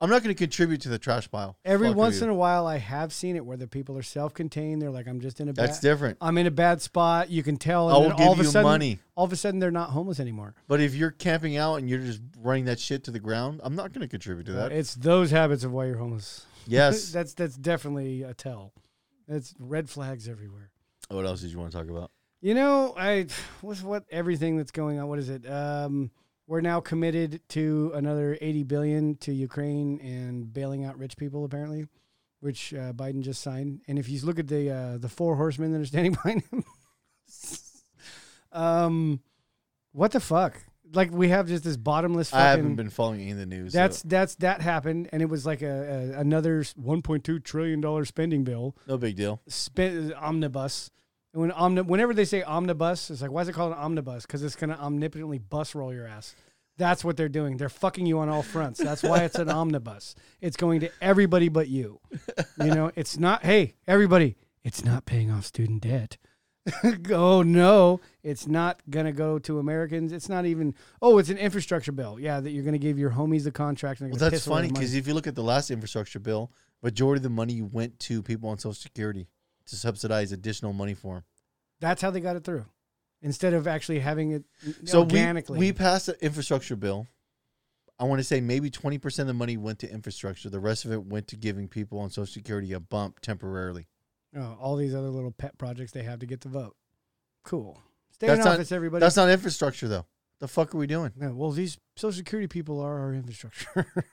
B: I'm not going to contribute to the trash pile.
A: every once in a while, I have seen it where the people are self-contained. They're like, I'm just in a
B: that's
A: bad.
B: different.
A: I'm in a bad spot. You can tell. And
B: I
A: then
B: will give
A: all of a
B: you
A: sudden,
B: money.
A: All of a sudden, they're not homeless anymore.
B: But if you're camping out and you're just running that shit to the ground, I'm not going to contribute to that.
A: It's those habits of why you're homeless.
B: yes.
A: that's that's definitely a tell. That's red flags everywhere.
B: what else did you want to talk about?
A: You know, I [SIGHS] with what everything that's going on. What is it? Um, we're now committed to another 80 billion to Ukraine and bailing out rich people, apparently, which uh, Biden just signed. And if you look at the uh, the four horsemen that are standing [LAUGHS] behind him, um, what the fuck? Like we have just this bottomless. Fucking,
B: I haven't been following any of the news. so-
A: That's that's that happened, and it was like a, a another 1.2 trillion dollar spending bill
B: no big deal.
A: spin, omnibus. And when omni, whenever they say omnibus, it's like, why is it called an omnibus? Because it's gonna omnipotently bus roll your ass. That's what they're doing. They're fucking you on all fronts. That's why
B: [LAUGHS]
A: it's an omnibus. It's going to everybody but you. You know, it's not. Hey, everybody, it's not paying off student debt. [LAUGHS] oh no, it's not gonna go to Americans. It's not even. Oh, it's an infrastructure bill. Yeah, that you're gonna give your homies the contract. And they're
B: Well,
A: gonna
B: that's
A: piss away
B: funny
A: the money.
B: because if you look at the last infrastructure bill, majority of the money went to people on Social Security to subsidize additional money for them.
A: that's how they got it through. Instead of actually having it
B: So we,
A: organically.
B: we passed an infrastructure bill. I want to say maybe 20% of the money went to infrastructure. The rest of it went to giving people on Social Security a bump temporarily.
A: Oh, all these other little pet projects they have to get the vote. Cool. Stay
B: That's
A: in
B: not-
A: office, everybody.
B: That's not infrastructure, though. The fuck are we doing?
A: no, well, these social security people are our infrastructure, [LAUGHS]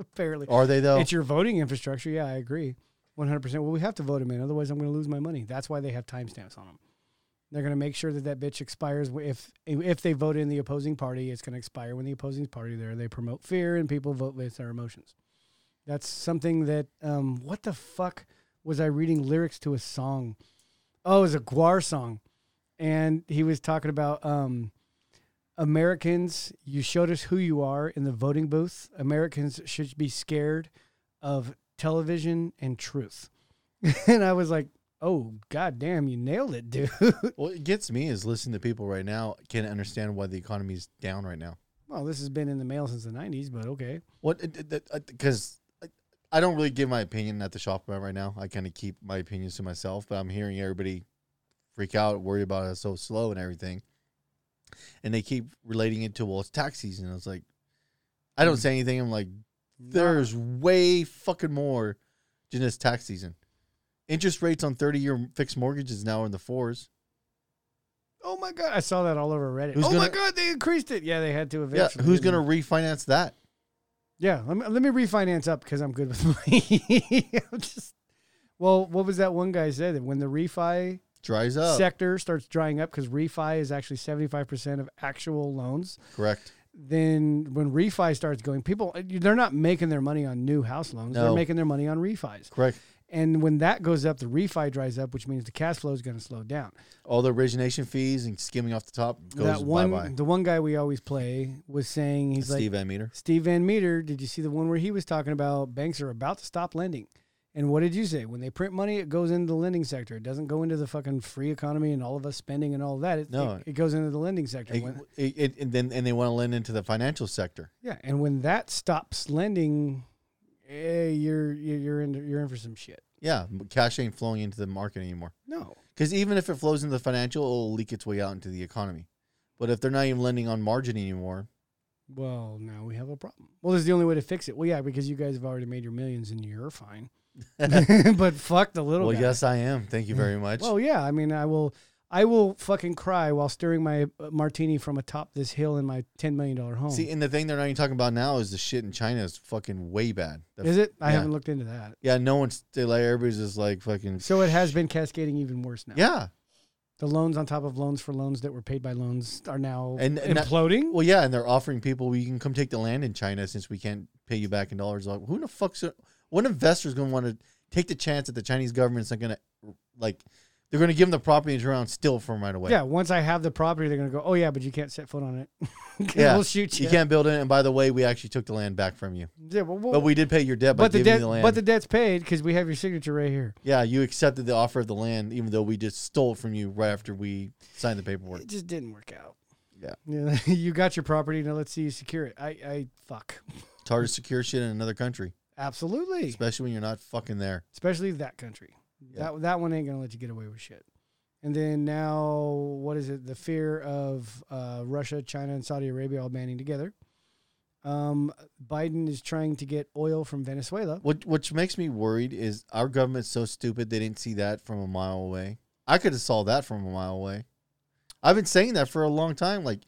A: apparently.
B: Are they, though?
A: It's your voting infrastructure. Yeah, I agree. 100%. Well, we have to vote them in. Otherwise, I'm going to lose my money. That's why they have timestamps on them. They're going to make sure that that bitch expires. wh- If if they vote in the opposing party, it's going to expire when the opposing party there. They promote fear and people vote with their emotions. That's something that, um, what the fuck was I reading lyrics to a song? Oh, it was a Guar song. And he was talking about um, Americans, you showed us who you are in the voting booth. Americans should be scared of television and truth. [LAUGHS] and I was like, oh, God damn, you nailed it, dude. [LAUGHS]
B: what it gets me is listening to people right now can't understand why the economy is down right now.
A: well, this has been in the mail since the 90s, but okay.
B: What? Because uh, I don't really give my opinion at the shop about right now. I kind of keep my opinions to myself. But I'm hearing everybody freak out, worried about it so slow and everything. And they keep relating it to well, it's tax season. I was like, I
A: Hmm.
B: don't say anything. I'm like, there's way fucking more than just tax season. Interest rates on 30 year fixed mortgages now are in the fours.
A: Oh my God. I saw that all over Reddit.
B: Who's
A: oh my
B: gonna-
A: God, they increased it. Yeah, they had to
B: Yeah,
A: eventually.
B: who's
A: didn't
B: gonna refinance that?
A: Yeah, let me, let me refinance up because I'm good with [LAUGHS] money. I'm just, well, what was that one guy said that when the refi
B: Dries up.
A: sector starts drying up because refi is actually 75% of actual loans,
B: Correct.
A: then when refi starts going, people uh, they're not making their money on new house loans. They're
B: No.
A: making their money on refis.
B: Correct.
A: And when that goes up, the refi dries up, which means the cash flow is going to slow down.
B: All the origination fees and skimming off the top goes
A: that one,
B: bye bye.
A: the one guy we always play was saying he's like
B: Steve Van Meter.
A: Steve Van Meter, did you see the one where he was talking about banks are about to stop lending? And what did you say? When they print money, it goes into the lending sector. It doesn't go into the fucking free economy and all of us spending and all of that. It,
B: No.
A: it, it goes into the lending sector.
B: It,
A: When-
B: it- it- and then and they want to lend into the financial sector.
A: yeah, and when that stops lending, eh, you're you're you're you're in you're in for some shit.
B: Yeah, but cash ain't flowing into the market anymore.
A: No.
B: Because even if it flows into the financial, it'll leak its way out into the economy. But if they're not even lending on margin
A: [LAUGHS]
B: anymore, [LAUGHS]
A: Well, now we have a problem. Well, this is the only way to fix it. Well, yeah, because you guys have already made your millions and you're fine. [LAUGHS] but fuck the little
B: well,
A: guy.
B: yes, I am. Thank you very much.
A: Well, yeah. I mean, I will. I will fucking cry while stirring my uh, martini from atop this hill in my ten million dollar home.
B: See, and the thing they're not even talking about now is the shit in China is fucking way bad. The
A: is it? I
B: yeah.
A: haven't looked into that.
B: Yeah, no one's they like everybody's just like fucking.
A: So it has been cascading even worse now.
B: yeah,
A: The loans on top of loans for loans that were paid by loans are now
B: And- and that-
A: imploding.
B: well, yeah, and they're offering people well, you can come take the land in China since we can't pay you back in dollars. Like, who the fuck's what investor's gonna want to take the chance that the Chinese government's not gonna like they're gonna give them the property and turn around still from right away.
A: yeah. Once I have the property, they're gonna go. Oh yeah, but you can't set foot on it. [LAUGHS]
B: Yeah.
A: We'll shoot you.
B: You can't build it, and by the way, we actually took the land back from you,
A: Yeah, well, well,
B: but we did pay your debt by
A: but the
B: giving
A: debt,
B: you the land.
A: but the debt's paid because we have your signature right here.
B: yeah, you accepted the offer of the land, even though we just stole it from you right after we signed the paperwork.
A: It just didn't work out.
B: Yeah.
A: Yeah. [LAUGHS] you got your property now. Let's see you secure it. I, I fuck.
B: It's hard to secure shit in another country,
A: Absolutely.
B: especially when you're not fucking there.
A: especially that country.
B: Yeah.
A: That that one ain't gonna let you get away with shit. And then now, what is it? The fear of uh, Russia, China, and Saudi Arabia all banding together. Um, Biden is trying to get oil from Venezuela.
B: What which makes me worried is our government's so stupid they didn't see that from a mile away. I could have saw that from a mile away. I've been saying that for a long time. Like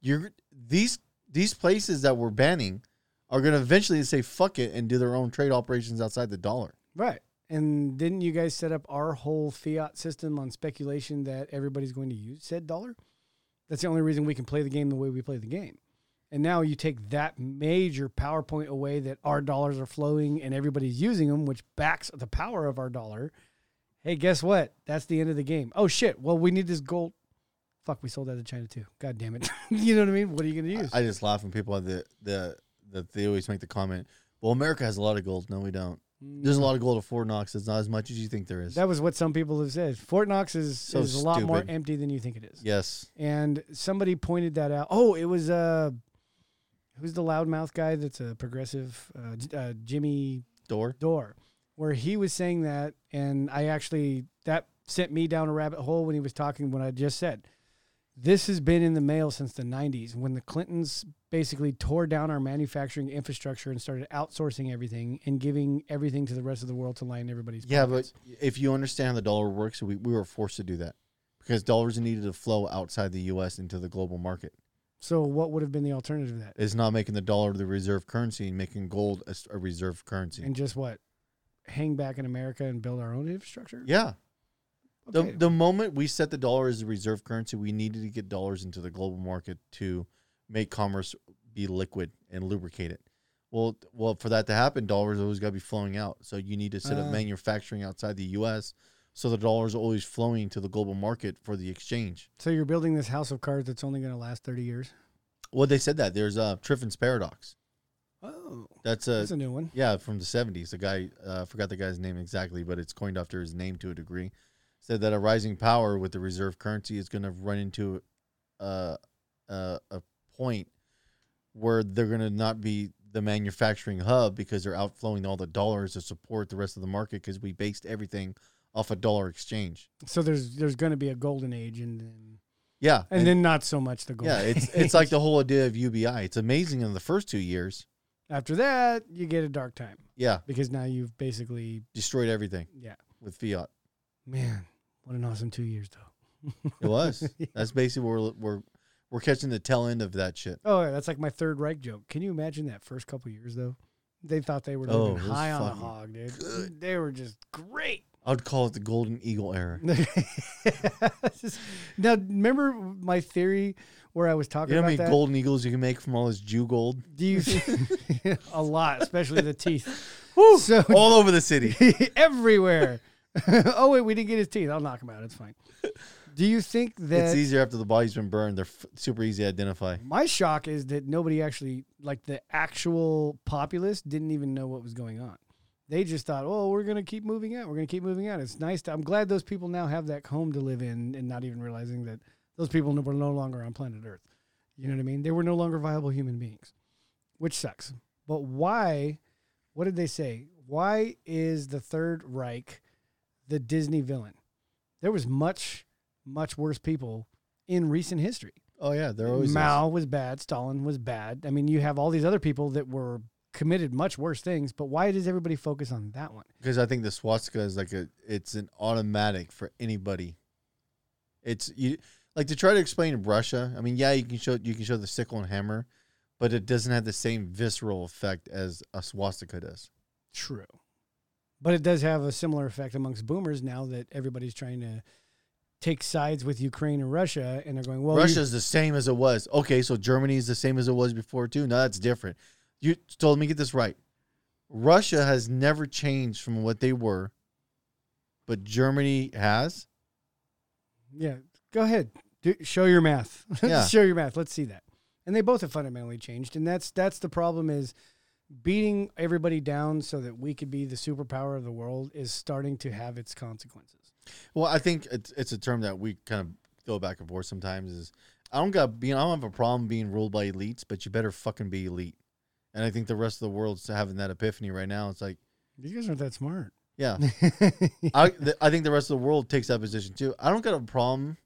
B: you're these these places that we're banning are gonna eventually say fuck it and do their own trade operations outside the dollar.
A: Right. And didn't you guys set up our whole fiat system on speculation that everybody's going to use said dollar? That's the only reason we can play the game the way we play the game. And now you take that major PowerPoint away that our dollars are flowing and everybody's using them, which backs the power of our dollar. Hey, guess what? That's the end of the game. Oh shit. Well, we need this gold. Fuck, we sold that to China too. God damn it. [LAUGHS] you know what I mean? What are you gonna use?
B: I, I just laugh when people have the the that they always make the comment, Well, America has a lot of gold. No, we don't. There's a lot of gold at Fort Knox. It's not as much as you think there is.
A: that was what some people have said. Fort Knox is,
B: So
A: is a lot more
B: stupid.
A: empty than you think it is.
B: yes.
A: and somebody pointed that out. Oh, it was uh, who's the loudmouth guy that's a progressive, uh, J- uh, Jimmy
B: Door.
A: Dore, where he was saying that, and I actually that sent me down a rabbit hole when he was talking what I just said. This has been in the mail since the '90s when the Clintons basically tore down our manufacturing infrastructure and started outsourcing everything and giving everything to the rest of the world to line everybody's
B: Yeah,
A: pockets.
B: but if you understand how the dollar works, we, we were forced to do that because dollars needed to flow outside the U.S. into the global market.
A: so what would have been the alternative to that?
B: It's not making the dollar the reserve currency and making gold a, s- a reserve currency.
A: and just what hang back in America and build our own infrastructure.
B: yeah.
A: Okay.
B: The, the moment we set the dollar as a reserve currency, we needed to get dollars into the global market to make commerce be liquid and lubricate it. Well, th- well, for that to happen, dollars always got to be flowing out. So you need to set
A: Ah.
B: up manufacturing outside the U.S. so the dollars always flowing to the global market for the exchange.
A: so you're building this house of cards that's only going to last 30 years.
B: Well, they said that there's uh, Triffin's paradox.
A: Oh,
B: That's a
A: that's a new one.
B: yeah from the '70s. The guy uh, I forgot the guy's name exactly, but it's coined after his name to a degree. Said that a rising power with the reserve currency is going to run into uh, uh, a point where they're going to not be the manufacturing hub because they're outflowing all the dollars to support the rest of the market because we based everything off a dollar exchange.
A: So there's there's going to be a golden age and then
B: Yeah,
A: and, then not so much the golden.
B: [LAUGHS] yeah,
A: [LAUGHS]
B: it's
A: age.
B: it's like the whole idea of UBI. It's amazing in the first two years.
A: after that you get a dark time
B: Yeah,
A: because now you've basically
B: destroyed everything
A: yeah.
B: with fiat.
A: Man, what an awesome 2 years though.
B: It
A: [LAUGHS]
B: was. That's basically where we're we're catching the tail end of that shit.
A: Oh, yeah, that's like my third Reich joke. Can you imagine that first couple years though? They thought they were
B: Oh,
A: living
B: it was
A: high on the
B: fucking
A: hog, dude. They were just great.
B: I'd call it the golden eagle era.
A: Mm-hmm. now remember my theory where I was talking
B: You know how
A: about
B: many
A: that.
B: golden eagles you can make from all this Jew
A: [LAUGHS]
B: gold?
A: Do you [LAUGHS] a lot, especially the teeth, So- [LAUGHS]
B: all over the city.
A: everywhere? [LAUGHS] oh wait, we didn't get his teeth. I'll knock him out. It's fine. Do you think
B: It's
A: that
B: easier after the body's been burned. They're f- super easy to identify.
A: my shock is that nobody actually, like the actual populace, didn't even know what was going on. They just thought, oh, we're gonna keep moving out. We're gonna keep moving out. It's nice. To, I'm glad those people now have that home to live in, and not even realizing that those people were no longer on planet Earth. You know what I mean? They were no longer viable human beings, which sucks. But why? What did they say? why is the Third Reich the Disney villain? There was much, much worse people in recent history.
B: Oh yeah, they're always is.
A: Mao was bad. Stalin was bad. I mean, you have all these other people that were committed much worse things, but why does everybody focus on that one?
B: because I think the swastika is like a it's an automatic for anybody. It's you like to try to explain Russia. I mean, yeah, you can show you can show the sickle and hammer, but it doesn't have the same visceral effect as a swastika does.
A: True. But it does have a similar effect amongst boomers now that everybody's trying to take sides with Ukraine and Russia and they're going, well, you-
B: Russia's the same as it was. Okay, so Germany is the same as it was before too. Now that's different. You so let me get this right. Russia has never changed from what they were, but Germany has.
A: yeah, go ahead. Do, show your math. [LAUGHS]
B: Yeah.
A: show your math. Let's see that. And they both have fundamentally changed. And that's that's the problem is beating everybody down so that we could be the superpower of the world is starting to have its consequences.
B: Well, I think it's it's a term that we kind of go back and forth sometimes. Is I don't got being I don't have a problem being ruled by elites, but you better fucking be elite. And I think the rest of the world's having that epiphany right now. It's like,
A: You guys aren't that smart. [LAUGHS]
B: yeah, I th- I think the rest of the world takes that position too. I don't got a problem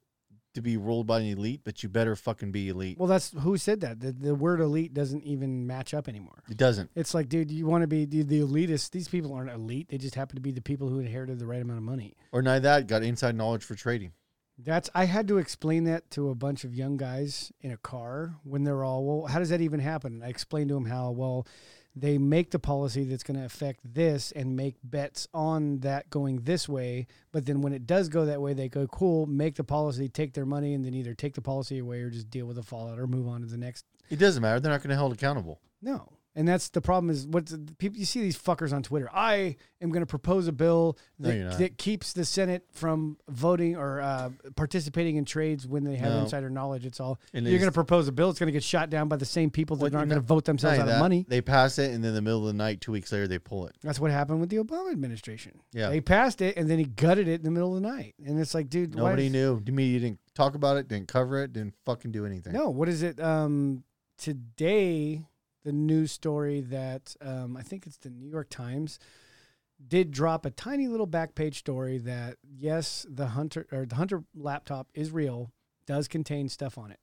B: to be ruled by an elite, but you better fucking be elite.
A: Well, that's who said that. The, the word elite doesn't even match up anymore.
B: It doesn't.
A: It's like, dude, you want to be the, the elitist. These people aren't elite. They just happen to be the people who inherited the right amount of money.
B: Or neither that got inside knowledge for trading.
A: That's I had to explain that to a bunch of young guys in a car when they're all, well, how does that even happen? And I explained to them how, well, they make the policy that's going to affect this and make bets on that going this way. But then when it does go that way, they go, cool, make the policy, take their money, and then either take the policy away or just deal with the fallout or move on to the next
B: It doesn't matter. They're not going to held accountable.
A: No. And that's the problem is what the people you see these fuckers on Twitter. I am going to propose a bill
B: No,
A: that,
B: you're not.
A: that keeps the Senate from voting or uh, participating in trades when they have
B: No.
A: insider knowledge. It's all
B: And they
A: you're going to
B: just-
A: propose a bill. It's going to get shot down by the same people that
B: Well,
A: aren't
B: no-
A: going to vote themselves
B: Neither
A: out of
B: that,
A: money.
B: They pass it, and then in the middle of the night, two weeks later, they pull it.
A: That's what happened with the Obama administration.
B: Yeah.
A: they passed it and then he gutted it in the middle of the night. And it's like, dude, why
B: Nobody
A: is-
B: knew. The media didn't talk about it, didn't cover it, didn't fucking do anything.
A: No, what is it? Um, today, the news story that um, I think it's the New York Times did drop a tiny little back page story that yes, the Hunter or the Hunter laptop is real, does contain stuff on it.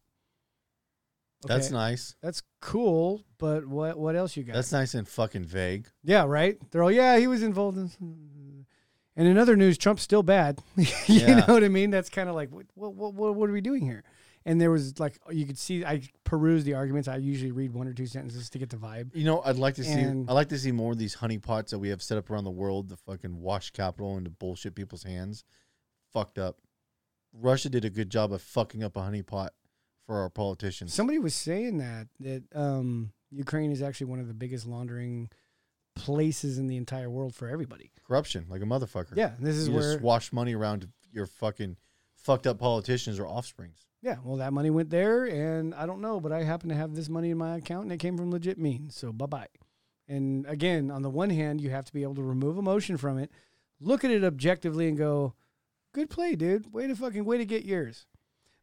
B: That's
A: Okay,
B: nice.
A: That's cool, but what what else you got?
B: That's nice and fucking vague.
A: yeah, right. They're all yeah, he was involved in. some-" And in other news, Trump's still bad. [LAUGHS] you
B: Yeah.
A: know what I mean? That's kind of like what, what what what what are we doing here? And there was like you could see I perused the arguments. I usually read one or two sentences to get the vibe.
B: You know, I'd like to see
A: And-
B: I'd like to see more of these honeypots that we have set up around the world to fucking wash capital into bullshit people's hands. Fucked up. Russia did a good job of fucking up a honeypot for our politicians.
A: Somebody was saying that that um, Ukraine is actually one of the biggest laundering places in the entire world for everybody.
B: Corruption, like a motherfucker.
A: Yeah, this is
B: You
A: where
B: just wash money around to your fucking fucked up politicians or offsprings.
A: yeah, well that money went there and I don't know, but I happen to have this money in my account and it came from legit means. So bye-bye. And again, on the one hand, you have to be able to remove emotion from it, look at it objectively and go, "Good play, dude. Way to fucking way to get yours."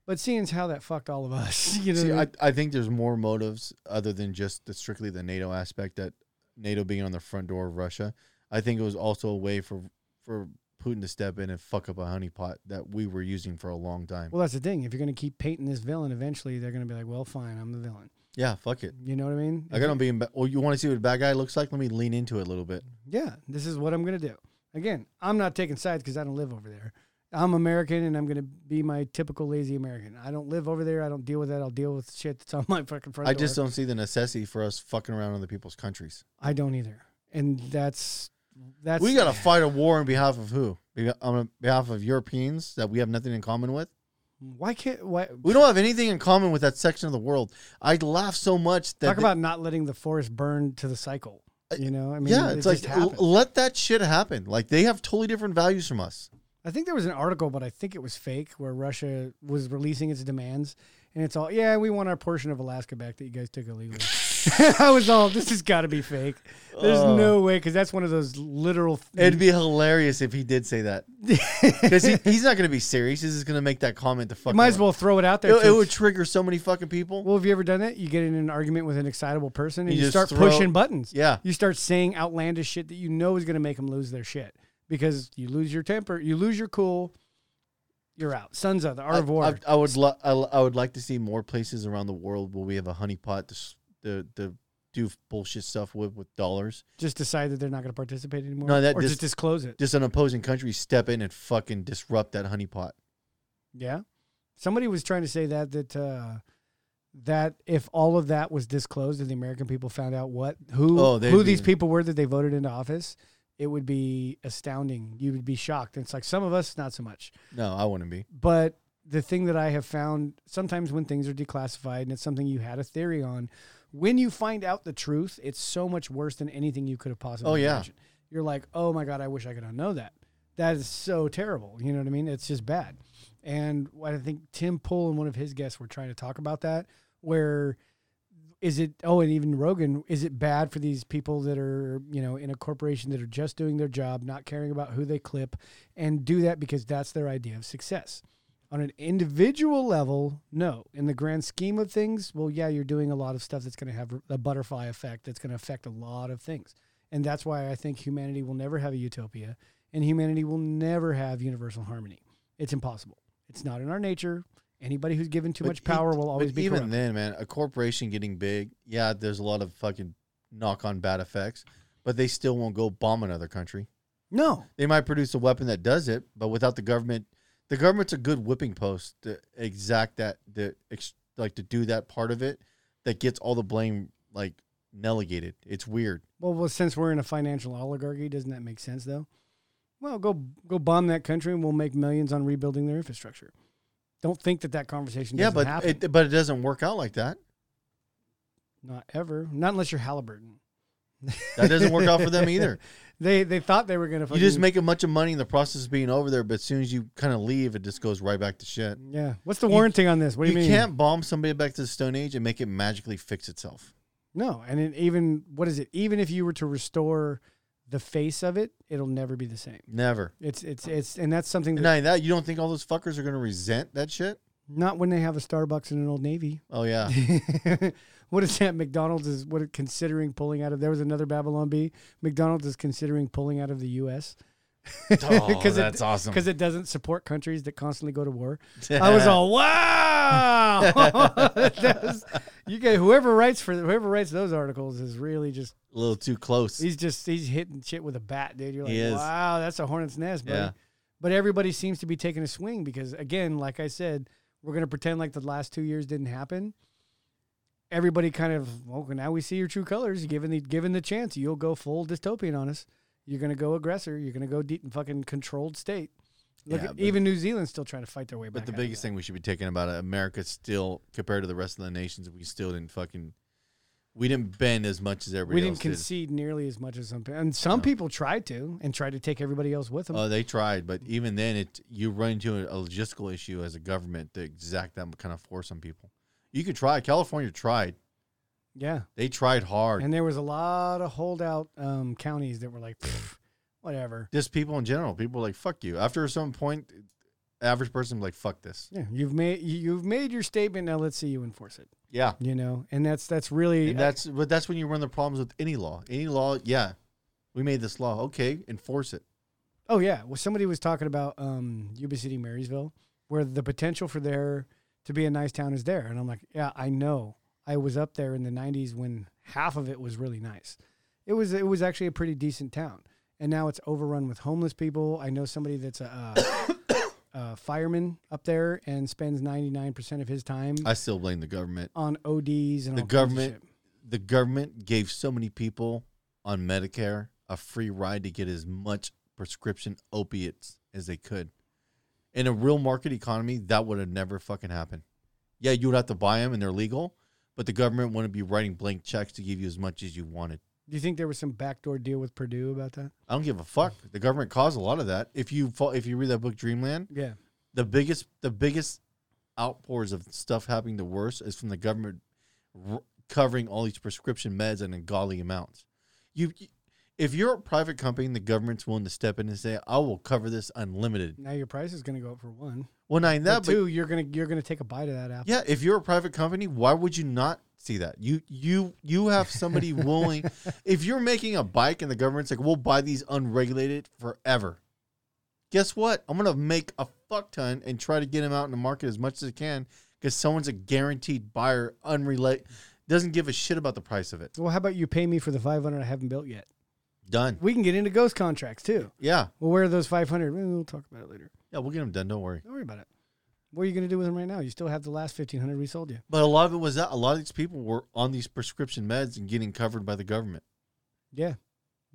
A: But seeing as how that fucked all of us, [LAUGHS] you know,
B: See,
A: what I
B: I,
A: mean?
B: I think there's more motives other than just the, strictly the NATO aspect that NATO being on the front door of Russia. I think it was also a way for for Putin to step in and fuck up a honeypot that we were using for a long time.
A: well, that's the thing. If you're going to keep painting this villain, eventually they're going to be like, "Well, fine, I'm the villain."
B: yeah, fuck it.
A: You know what I mean?
B: I got him being. Ba- well, you want to see what a bad guy looks like? Let me lean into it a little bit.
A: yeah, this is what I'm going to do. Again, I'm not taking sides because I don't live over there. I'm American and I'm going to be my typical lazy American. I don't live over there. I don't deal with that. I'll deal with shit that's on [LAUGHS] my fucking front
B: I just
A: door.
B: don't see the necessity for us fucking around other people's countries.
A: I don't either. And that's that's
B: we
A: [LAUGHS]
B: got to fight a war on behalf of who? Be- On behalf of Europeans that we have nothing in common with.
A: why can't why
B: We don't have anything in common with that section of the world. I laugh so much that
A: talk
B: the-
A: about not letting the forest burn to the cycle. You know, I mean,
B: yeah,
A: it
B: it's
A: just
B: like l-
A: happens.
B: let that shit happen. Like they have totally different values from us.
A: I think there was an article, but I think it was fake, where Russia was releasing its demands, and it's all, yeah, we want our portion of Alaska back that you guys took illegally. [LAUGHS] I was all, this has got to be fake. There's no way, because that's one of those literal.
B: [LAUGHS] It'd be hilarious if he did say [LAUGHS] that
A: [LAUGHS]
B: because he, he's not going to be serious. He's just going to make that comment to fuck.
A: might as well throw it out there.
B: It, it
A: too.
B: would trigger so many fucking people.
A: Well, have you ever done it? You get in an argument with an excitable person and
B: You
A: you,
B: just
A: start
B: throw-
A: pushing buttons.
B: Yeah.
A: You start saying outlandish shit that you know is going to make them lose their shit because you lose your temper, you lose your cool, you're out. Sons of the au
B: I-
A: revoir.
B: I, I would lo- I, I would like to see more places around the world where we have a honeypot to s- to, to do bullshit stuff with with dollars.
A: just decide that they're not going to participate anymore.
B: No, that
A: or
B: dis-
A: just disclose it.
B: Just an opposing country step in and fucking disrupt that honeypot.
A: yeah. Somebody was trying to say that that uh, that if all of that was disclosed and the American people found out what who
B: Oh, they'd
A: who
B: be-
A: these people were that they voted into office, it would be astounding. You would be shocked. And it's like some of us, not so much.
B: No, I wouldn't be.
A: But the thing that I have found sometimes when things are declassified and it's something you had a theory on, when you find out the truth, it's so much worse than anything you could have possibly
B: Oh, yeah.
A: imagined. You're like, oh my God, I wish I could unknow that. That is so terrible. You know what I mean? It's just bad. And what I think Tim Pool and one of his guests were trying to talk about that, where is it oh and even rogan is it bad for these people that are you know in a corporation that are just doing their job not caring about who they clip and do that because that's their idea of success on an individual level no in the grand scheme of things well yeah you're doing a lot of stuff that's going to have a butterfly effect that's going to affect a lot of things and that's why i think humanity will never have a utopia and humanity will never have universal harmony it's impossible it's not in our nature anybody who's given too
B: But
A: much
B: e-
A: power will always
B: but
A: be
B: even
A: corrupt.
B: then, man, a corporation getting big, yeah, there's a lot of fucking knock on bad effects, but they still won't go bomb another country.
A: no
B: They might produce a weapon that does it, but without the government, the government's a good whipping post to exact that, the ex, like to do that part of it that gets all the blame like delegated. It's weird.
A: Well, well, since we're in a financial oligarchy, doesn't that make sense though? Well, go go bomb that country, and we'll make millions on rebuilding their infrastructure. Don't think that that conversation
B: yeah,
A: doesn't
B: but
A: happen.
B: it, but it doesn't work out like that.
A: Not ever. Not unless you're Halliburton.
B: That doesn't work out for them
A: [LAUGHS]
B: either.
A: They they thought they were gonna.
B: You
A: Fucking,
B: just make a bunch of money in the process of being over there, but as soon as you kind of leave, it just goes right back to shit.
A: Yeah. What's the
B: You-
A: warranting on this? What do you,
B: you
A: mean?
B: can't bomb somebody back to the Stone Age and make it magically fix itself.
A: No, and it even what is it? Even if you were to restore the face of it, it'll never be the same.
B: Never.
A: It's it's it's, and that's something that
B: And not only that, you don't think all those fuckers are going to resent that shit?
A: not when they have a Starbucks and an Old Navy.
B: Oh [LAUGHS] yeah.
A: [LAUGHS] what is that? McDonald's is what it- considering pulling out of. There was another Babylon B. McDonald's is considering pulling out of the U.S. it-
B: awesome. [LAUGHS]
A: Because it doesn't support countries that constantly go to war. I was all wow. [LAUGHS] That was- you get whoever writes for whoever writes those articles is really just
B: a little too close.
A: he's just he's hitting shit with a bat, dude. You're
B: He is.
A: like, wow, that's a hornet's nest, buddy.
B: Yeah.
A: But everybody seems to be taking a swing because again, like I said, we're gonna pretend like the last two years didn't happen. Everybody kind of well, now we see your true colors. Given the given the chance, you'll go full dystopian on us. You're gonna go aggressor. You're gonna go deep in fucking controlled state. Look,
B: Yeah,
A: at,
B: but-
A: even New Zealand's still trying to fight their way back.
B: but the
A: out of
B: biggest
A: that.
B: thing we should be taking about it, America still compared to the rest of the nations, we still didn't fucking we didn't bend as much as everybody
A: we didn't
B: else did.
A: concede nearly as much as some, pe- and some people tried to and tried to take everybody else with them.
B: Oh, they tried, but even then, it you run into a, a logistical issue as a government to exact that kind of force on people. You could try. California tried.
A: yeah,
B: They tried hard.
A: And there was a lot of holdout um, counties that were like, "Pfft, whatever.
B: just people in general. People are like fuck you. After some point, average person like fuck this.
A: Yeah, you've made you- you've made your statement. Now let's see you enforce it.
B: Yeah,
A: You know, and that's that's really
B: and that's but that's when you run the problems with any law. Any law, yeah, we made this law. Okay, enforce it.
A: oh yeah. Well, somebody was talking about um, Yuba City, Marysville, where the potential for there to be a nice town is there, and I'm like, yeah, I know. I was up there in the '90s when half of it was really nice. It was it was actually a pretty decent town, and now it's overrun with homeless people. I know somebody that's a, [COUGHS] uh a fireman up there and spends 99% of his time
B: I still blame the government.
A: on ODs
B: The
A: and all kinds of
B: government-
A: shit.
B: The government gave so many people on Medicare a free ride to get as much prescription opiates as they could. In a real market economy, that would have never fucking happened. Yeah, you would have to buy them and they're legal, but the government wouldn't be writing blank checks to give you as much as you wanted.
A: Do you think there was some backdoor deal with Purdue about that?
B: I don't give a fuck. The government caused a lot of that. If you fo- if you read that book Dreamland,
A: Yeah,
B: the biggest the biggest outpours of stuff happening the worst is from the government r- covering all these prescription meds in ungodly amounts. You, you- if you're a private company and the government's willing to step in and say, "I will cover this unlimited,"
A: Now your price is going to go up for one.
B: well, not even that,
A: But
B: but
A: two, you're gonna you're gonna take a bite of that apple.
B: yeah, if you're a private company, why would you not see that? You you you have somebody willing. If you're making a bike and the government's like, we'll buy these unregulated forever. Guess what? I'm gonna make a fuck ton and try to get them out in the market as much as I can because someone's a guaranteed buyer, unrelate, doesn't give a shit about the price of it.
A: Well, how about you pay me for the 500 I haven't built yet?
B: Done.
A: We can get into ghost contracts too.
B: Yeah,
A: Well, where are those 500? Well, We'll talk about it later.
B: yeah, we'll get them done. Don't worry.
A: Don't worry about it. What are you going to do with them right now? You still have the last 1500 we sold you.
B: But a lot of it was that a lot of these people were on these prescription meds and getting covered by the government.
A: Yeah.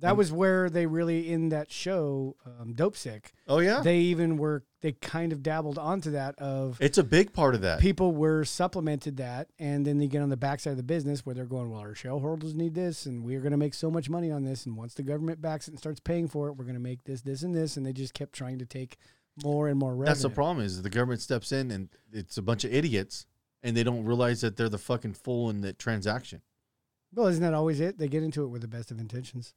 A: That
B: Um,
A: was where they really, in that show, um, Dope Sick,
B: Oh yeah,
A: they even were, they kind of dabbled onto that of
B: it's a big part of that.
A: people were supplemented that. And then they get on the backside of the business where they're going, well, our shareholders need this and we're going to make so much money on this. And once the government backs it and starts paying for it, we're going to make this, this, and this. And they just kept trying to take more and more revenue.
B: That's the problem is the government steps in and it's a bunch of idiots and they don't realize that they're the fucking fool in the transaction.
A: Well, isn't that always it? They get into it with the best of intentions,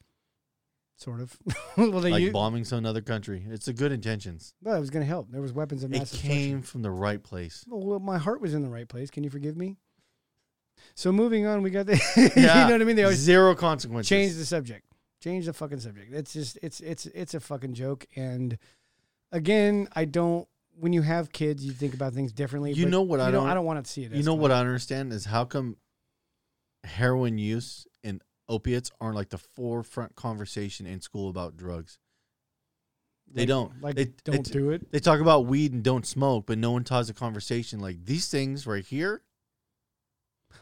A: sort of. [LAUGHS] well, they
B: like
A: u-
B: bombing some other country. It's the good intentions.
A: well, it was going to help. There was weapons of
B: It
A: mass
B: came
A: destruction.
B: from the right place.
A: Well, well, my heart was in the right place. Can you forgive me? So moving on, we got the. [LAUGHS] [LAUGHS] you know what I mean? They always
B: Zero consequences.
A: change the subject. Change the fucking subject. It's just it's it's it's a fucking joke. And again, I don't. When you have kids, you think about things differently.
B: You
A: but
B: know what I
A: you
B: don't-
A: I don't want to see it.
B: you know what I don't understand is how come heroin use and opiates aren't like the forefront conversation in school about drugs. They don't.
A: like.
B: They-
A: don't
B: they-
A: do it.
B: They talk about weed and don't smoke, but no one ties the conversation like these things right here.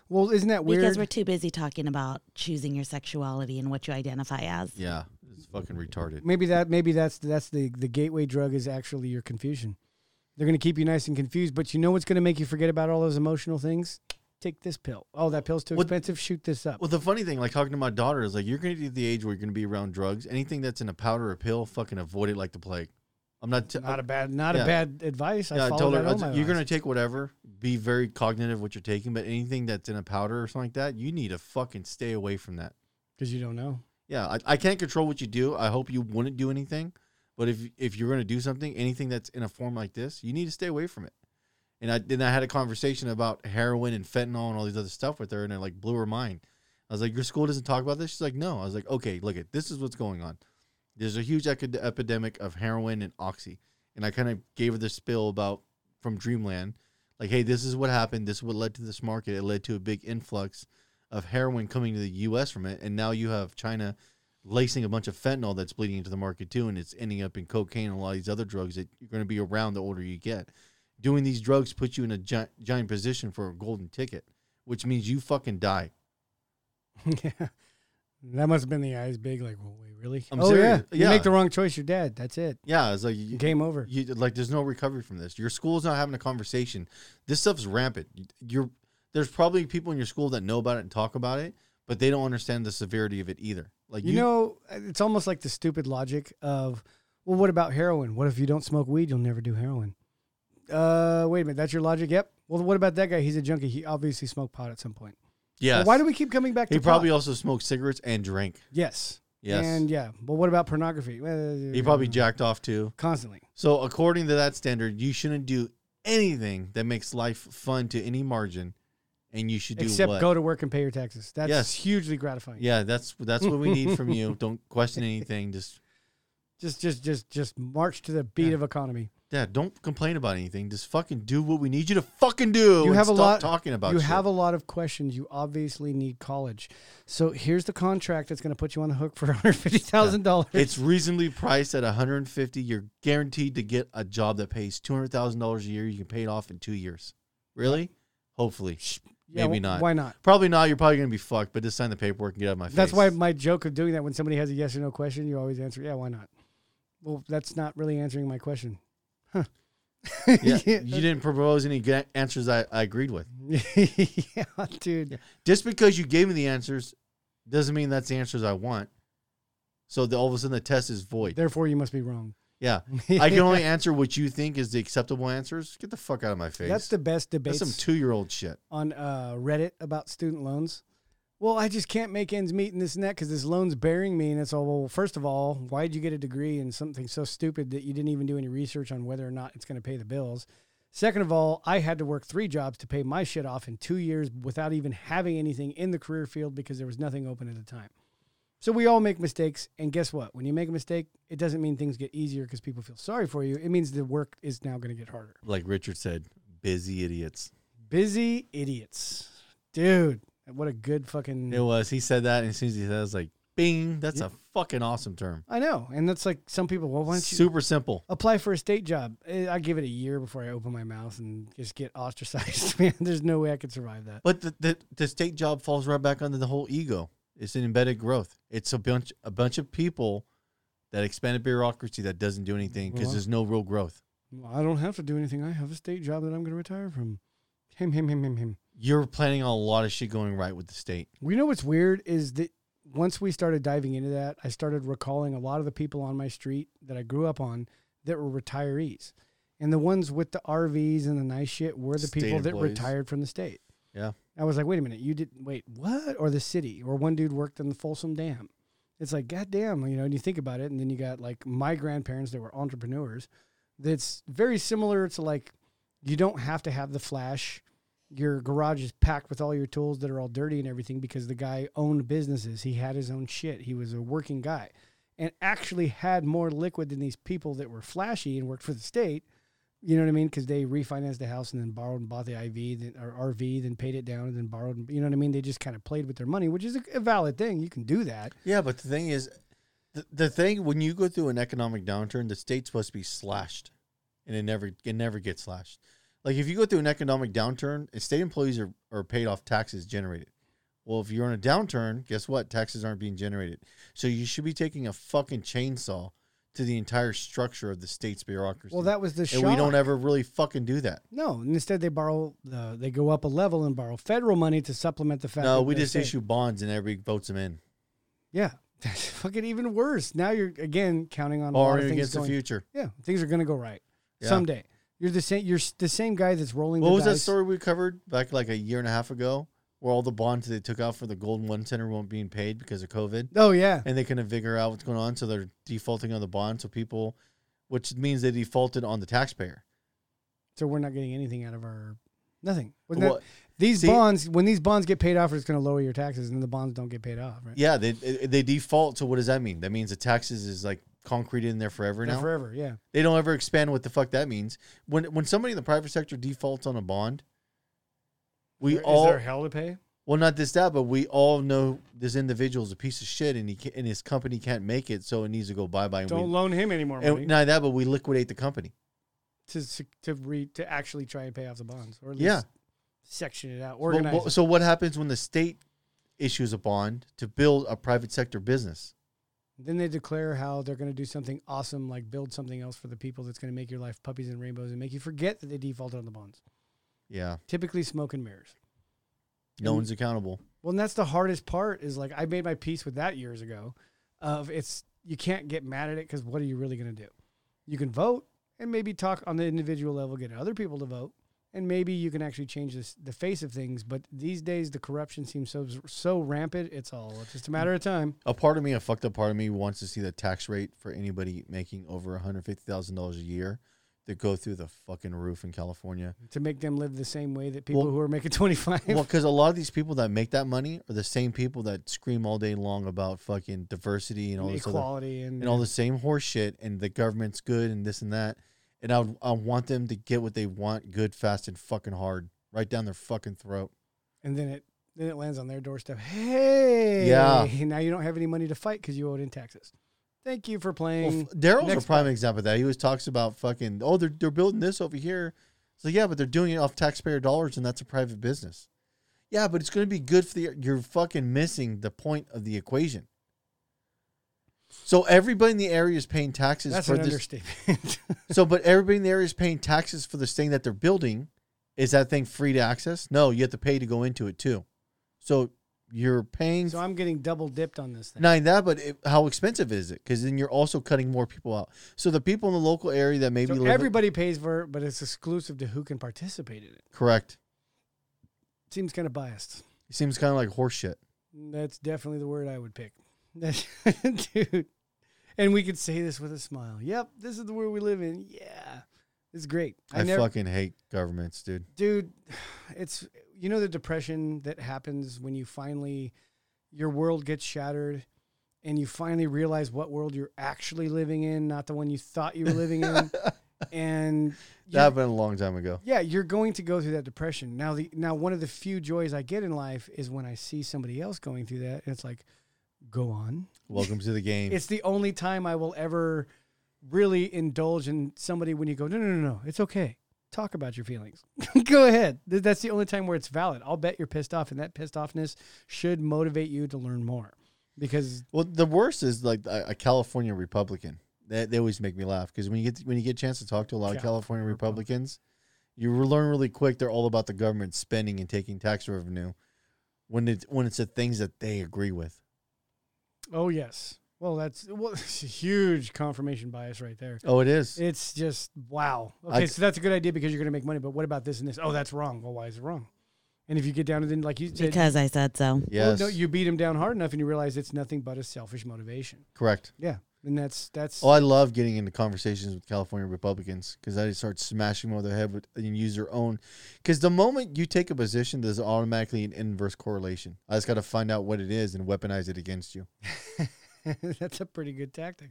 A: Well, isn't that weird?
D: Because we're too busy talking about choosing your sexuality and what you identify as.
B: Yeah, it's fucking retarded.
A: maybe that maybe that's that's the the gateway drug is actually your confusion. They're going to keep you nice and confused, but you know what's going to make you forget about all those emotional things? Take this pill. Oh, that pill's too
B: Well,
A: expensive. Shoot this up.
B: Well, the funny thing, like talking to my daughter, is like you're going to be the age where you're going to be around drugs. Anything that's in a powder or pill, fucking avoid it like the plague. I'm not. T-
A: not a bad not
B: yeah.
A: a bad advice.
B: yeah,
A: I
B: I
A: follow
B: told her
A: that all
B: I
A: my
B: was- you're going to
A: life.
B: take whatever. Be very cognitive what you're taking, but anything that's in a powder or something like that, you need to fucking stay away from that.
A: because you don't know.
B: Yeah, I, I can't control what you do. I hope you wouldn't do anything, but if if you're going to do something, anything that's in a form like this, you need to stay away from it. And I then I had a conversation about heroin and fentanyl and all these other stuff with her, and it like blew her mind. I was like, "Your school doesn't talk about this." She's like, "No." I was like, "Okay, look at this is what's going on. There's a huge ec- epidemic of heroin and oxy." And I kind of gave her the spill about from Dreamland, like, "Hey, this is what happened. This is what led to this market. It led to a big influx of heroin coming to the U.S. from it, and now you have China lacing a bunch of fentanyl that's bleeding into the market too, and it's ending up in cocaine and a lot of these other drugs that you're going to be around the older you get. Doing these drugs puts you in a gi- giant position for a golden ticket, which means you fucking die.
A: [LAUGHS] yeah, that must have been the eyes big. Like, well, wait, really?
B: I'm
A: oh
B: serious.
A: yeah.
B: Yeah.
A: You make the wrong choice, you're dead. That's it.
B: Yeah, it's like you,
A: Game over.
B: you like there's no recovery from this. Your school's not having a conversation. This stuff's rampant. You're there's probably people in your school that know about it and talk about it, but they don't understand the severity of it either. Like
A: You know, it's almost like the stupid logic of, well, what about heroin? What if you don't smoke weed, you'll never do heroin? Uh, wait a minute, that's your logic. Yep. Well, what about that guy? He's a junkie. He obviously smoked pot at some point.
B: yeah.
A: Well, why do we keep coming back to
B: He probably
A: pot?
B: also smoked cigarettes and drank.
A: yes.
B: Yes.
A: And yeah, but what about pornography? Well,
B: he probably jacked off too.
A: constantly.
B: So according to that standard, you shouldn't do anything that makes life fun to any margin, and you should do
A: Except
B: what?
A: go to work and pay your taxes. That's
B: Yes.
A: hugely gratifying.
B: yeah, that's that's what we need from
A: [LAUGHS]
B: you. Don't question anything. Just
A: Just, just, just, just march to the beat
B: Yeah.
A: of economy.
B: yeah, don't complain about anything. Just fucking do what we need you to fucking do.
A: You
B: and
A: have a
B: stop
A: lot
B: talking about.
A: You have a lot of questions. You obviously need college. So here's the contract that's going to put you on the hook for [LAUGHS] 150,000 dollars.
B: It's reasonably priced at 150. You're guaranteed to get a job that pays two hundred thousand dollars a year. You can pay it off in two years. Really? Hopefully.
A: Yeah,
B: Maybe
A: wh-
B: not.
A: Why not?
B: Probably not. You're probably gonna be fucked. But just sign the paperwork and get out of my face.
A: That's why my joke of doing that when somebody has a yes or no question, you always answer, yeah, why not? Well, that's not really answering my question. [LAUGHS] Huh.
B: [LAUGHS] yeah, you didn't propose any good answers I, I agreed with.
A: yeah, dude.
B: Just because you gave me the answers doesn't mean that's the answers I want. So the, all of a sudden the test is void.
A: Therefore, you must be wrong.
B: Yeah. I can
A: [LAUGHS]
B: only answer what you think is the acceptable answers. Get the fuck out of my face.
A: That's the best
B: That's
A: debate
B: some two year old shit.
A: on uh, Reddit about student loans. Well, I just can't make ends meet and this and that because this loan's bearing me. And it's all, well, first of all, why did you get a degree in something so stupid that you didn't even do any research on whether or not it's going to pay the bills? Second of all, I had to work three jobs to pay my shit off in two years without even having anything in the career field because there was nothing open at the time. So we all make mistakes. And guess what? When you make a mistake, it doesn't mean things get easier because people feel sorry for you. It means the work is now going to get harder.
B: Like Richard said, busy idiots.
A: Busy idiots. Dude, what a good fucking.
B: It was. He said that, and as soon as he said, it, I was like, "Bing!" That's a fucking awesome term.
A: I know. And that's like some people, well, why don't you
B: Super simple.
A: apply for a state job? Eh, I give it a year before I open my mouth and just get ostracized. [LAUGHS] Man, there's no way I could survive that.
B: But the, the the state job falls right back under the whole ego. It's an embedded growth. It's a bunch a bunch of people that expanded bureaucracy that doesn't do anything because
A: Well,
B: there's no real growth.
A: Well, I don't have to do anything. I have a state job that I'm going to retire from. Him, him, him, him, him.
B: You're planning on a lot of shit going right with the state.
A: We know what's weird is that once we started diving into that, I started recalling a lot of the people on my street that I grew up on that were retirees. And the ones with the RVs and the nice shit were the
B: State
A: people that
B: employees.
A: retired from the state.
B: Yeah.
A: I was like, wait a minute, you didn't wait, what? Or the city. Or one dude worked in the Folsom Dam. It's like, goddamn, you know, and you think about it, and then you got like my grandparents that were entrepreneurs. That's very similar to like you don't have to have the flash. Your garage is packed with all your tools that are all dirty and everything because the guy owned businesses. He had his own shit. He was a working guy and actually had more liquid than these people that were flashy and worked for the state. You know what I mean? Because they refinanced the house and then borrowed and bought the IV then, or RV, then paid it down and then borrowed. And, you know what I mean? They just kind of played with their money, which is a, a valid thing. You can do that.
B: Yeah, but the thing is, the, the thing when you go through an economic downturn, the state's supposed to be slashed, and it never it never gets slashed. Like if you go through an economic downturn, and state employees are, are paid off taxes generated. Well, if you're on a downturn, guess what? Taxes aren't being generated. So you should be taking a fucking chainsaw to the entire structure of the state's bureaucracy.
A: Well, that was the
B: and
A: shock.
B: we don't ever really fucking do that.
A: No, and instead they borrow, uh, they go up a level and borrow federal money to supplement the fact.
B: No,
A: that
B: we
A: they're
B: just
A: safe.
B: issue bonds and everybody votes them in.
A: Yeah, [LAUGHS] that's fucking even worse. Now you're again counting on a
B: Or
A: lot of things
B: against the
A: going.
B: future.
A: Yeah, things are gonna go right
B: Yeah.
A: someday. You're the same. You're s- the same guy that's rolling.
B: What
A: the
B: was that
A: dice.
B: story we covered back like a year and a half ago, where all the bonds they took out for the Golden One Center weren't being paid because of COVID,
A: Oh yeah,
B: and they couldn't figure out what's going on, so they're defaulting on the bond. So people, which means they defaulted on the taxpayer.
A: so we're not getting anything out of our nothing. Wasn't
B: Well,
A: that, these
B: see-
A: bonds, when these bonds get paid off, it's gonna lower your taxes, and then the bonds don't get paid off, right?
B: yeah, they they default. So what does that mean? That means the taxes is like concrete in there forever
A: They're
B: now.
A: forever. Yeah,
B: They don't ever expand what the fuck that means. When when somebody in the private sector defaults on a bond, we all
A: hell to pay?
B: Well, not just that, but we all know this individual is a piece of shit, and he can, and his company can't make it, so it needs to go bye bye.
A: Don't loan him any more money
B: And not that, but we liquidate the company.
A: to sec- to re, to actually try and pay off the bonds, or at least
B: Yeah.
A: section it out,
B: Well,
A: organize.
B: well,
A: it.
B: so what happens when the state issues a bond to build a private sector business?
A: Then they declare how they're going to do something awesome, like build something else for the people that's going to make your life puppies and rainbows and make you forget that they defaulted on the bonds.
B: Yeah,
A: Typically, smoke and mirrors.
B: no
A: And-
B: one's accountable.
A: Well, and that's the hardest part is like I made my peace with that years ago. Of it's you can't get mad at it because what are you really going to do? You can vote and maybe talk on the individual level, get other people to vote, and maybe you can actually change this, the face of things. But these days, the corruption seems so so rampant. It's all it's just a matter of time.
B: A part of me, a fucked up part of me, wants to see the tax rate for anybody making over one hundred fifty thousand dollars a year to go through the fucking roof in California.
A: to make them live the same way that people
B: Well-
A: who are making 25
B: Well, because a lot of these people that make that money are the same people that scream all day long about fucking diversity and all this other
A: equality and,
B: and all the same horse shit and the government's good and this and that. And I would, I want them to get what they want good, fast, and fucking hard right down their fucking throat.
A: and then it then it lands on their doorstep hey
B: Yeah.
A: now you don't have any money to fight because you owed in taxes thank you for
B: Well,
A: playing
B: f- Daryl's
A: next
B: a prime example of that. He always talks about fucking, oh, they're, they're building this over here. So, yeah, but they're doing it off taxpayer dollars and that's a private business. Yeah, but it's going to be good for the, you're fucking missing the point of the equation. So everybody in the area is paying taxes
A: that's
B: for
A: an
B: this
A: understatement
B: [LAUGHS] So, but everybody in the area is paying taxes for this thing that they're building. Is that thing free to access? No, you have to pay to go into it too. So you're paying
A: So I'm getting double dipped on this thing.
B: not only that, but it, how expensive is it? Because then you're also cutting more people out. So the people in the local area that maybe
A: so
B: live
A: everybody pays for it, but it's exclusive to who can participate in it.
B: correct
A: Seems kind of biased.
B: it seems kind of like horseshit.
A: That's definitely the word I would pick. [LAUGHS] Dude. And we could say this with a smile. Yep, this is the world we live in. Yeah. It's great.
B: I, fucking hate governments, dude.
A: dude [SIGHS] it's you know the depression that happens when you finally your world gets shattered and you finally realize what world you're actually living in not the one you thought you were living in and you-
B: That happened a long time ago.
A: yeah you're going to go through that depression now the now one of the few joys i get in life is when i see somebody else going through that and it's like go on
B: Welcome to the game.
A: it's the only time I will ever really indulge in somebody when you go, no, no, no, no, it's okay. Talk about your feelings. [LAUGHS] go ahead. Th- That's the only time where it's valid. I'll bet you're pissed off, and that pissed offness should motivate you to learn more. Because
B: well, the worst is like a, a California Republican. They, they always make me laugh because when you get when you get a chance to talk to a lot of California
A: California
B: Republicans, you re- learn really quick they're all about the government spending and taking tax revenue when it's when it's the things that they agree with.
A: oh yes, well that's well [LAUGHS] it's a huge confirmation bias right there.
B: Oh, it is.
A: It's just wow.
B: I
A: Okay,
B: c-
A: so that's a good idea because you're going to make money. But what about this and this? Oh, that's wrong. Well, why is it wrong? And if you get down to then like you said,
D: because I
B: [LAUGHS]
D: said so.
A: well,
B: yes,
A: no, you beat him down hard enough, and you realize it's nothing but a selfish motivation.
B: correct.
A: Yeah, and that's that's
B: Oh, I love getting into conversations with California Republicans because I just start smashing them over the head with, and use their own. Because the moment you take a position, there's automatically an inverse correlation. I just got to find out what it is and weaponize it against you.
A: [LAUGHS] that's a pretty good tactic.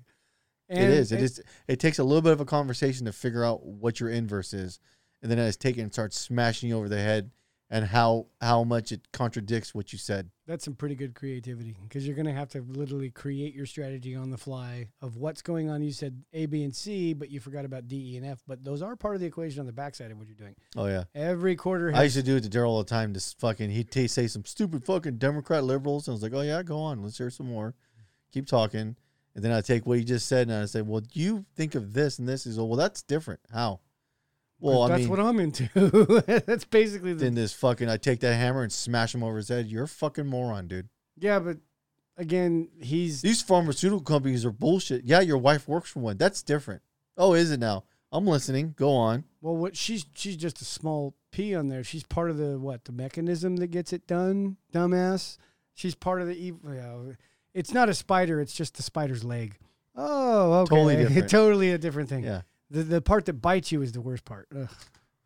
B: it is. It is. It takes a little bit of a conversation to figure out what your inverse is, and then I just take it and start smashing you over the head and how how much it contradicts what you said.
A: That's some pretty good creativity because you're going to have to literally create your strategy on the fly of what's going on. You said A, B, and C, but you forgot about D, E, and F. But those are part of the equation on the backside of what you're doing.
B: Oh yeah.
A: Every quarter,
B: I
A: has,
B: used to do it to Daryl all the time. Just fucking, he'd t- say some stupid fucking Democrat liberals. And I was like, oh, yeah, go on. Let's hear some more. Keep talking. And then I take what you just said and I say, well, you think of this and this. He's like, well, that's different. How? Well, I
A: that's
B: mean,
A: what I'm into. [LAUGHS] that's basically the
B: then this fucking, I take that hammer and smash him over his head. You're a fucking moron, dude.
A: yeah. But again, he's
B: These pharmaceutical companies are bullshit. Yeah, your wife works for one. That's different. Oh, is it now? I'm listening. Go on.
A: well. What she's she's just a small p on there. She's part of the what the mechanism that gets it done. Dumbass. She's part of the evil. Yeah, it's not a spider. It's just the spider's leg. Oh, okay. [LAUGHS]
B: Totally different.
A: totally a different thing.
B: Yeah.
A: The the part that bites you is the worst part. Ugh.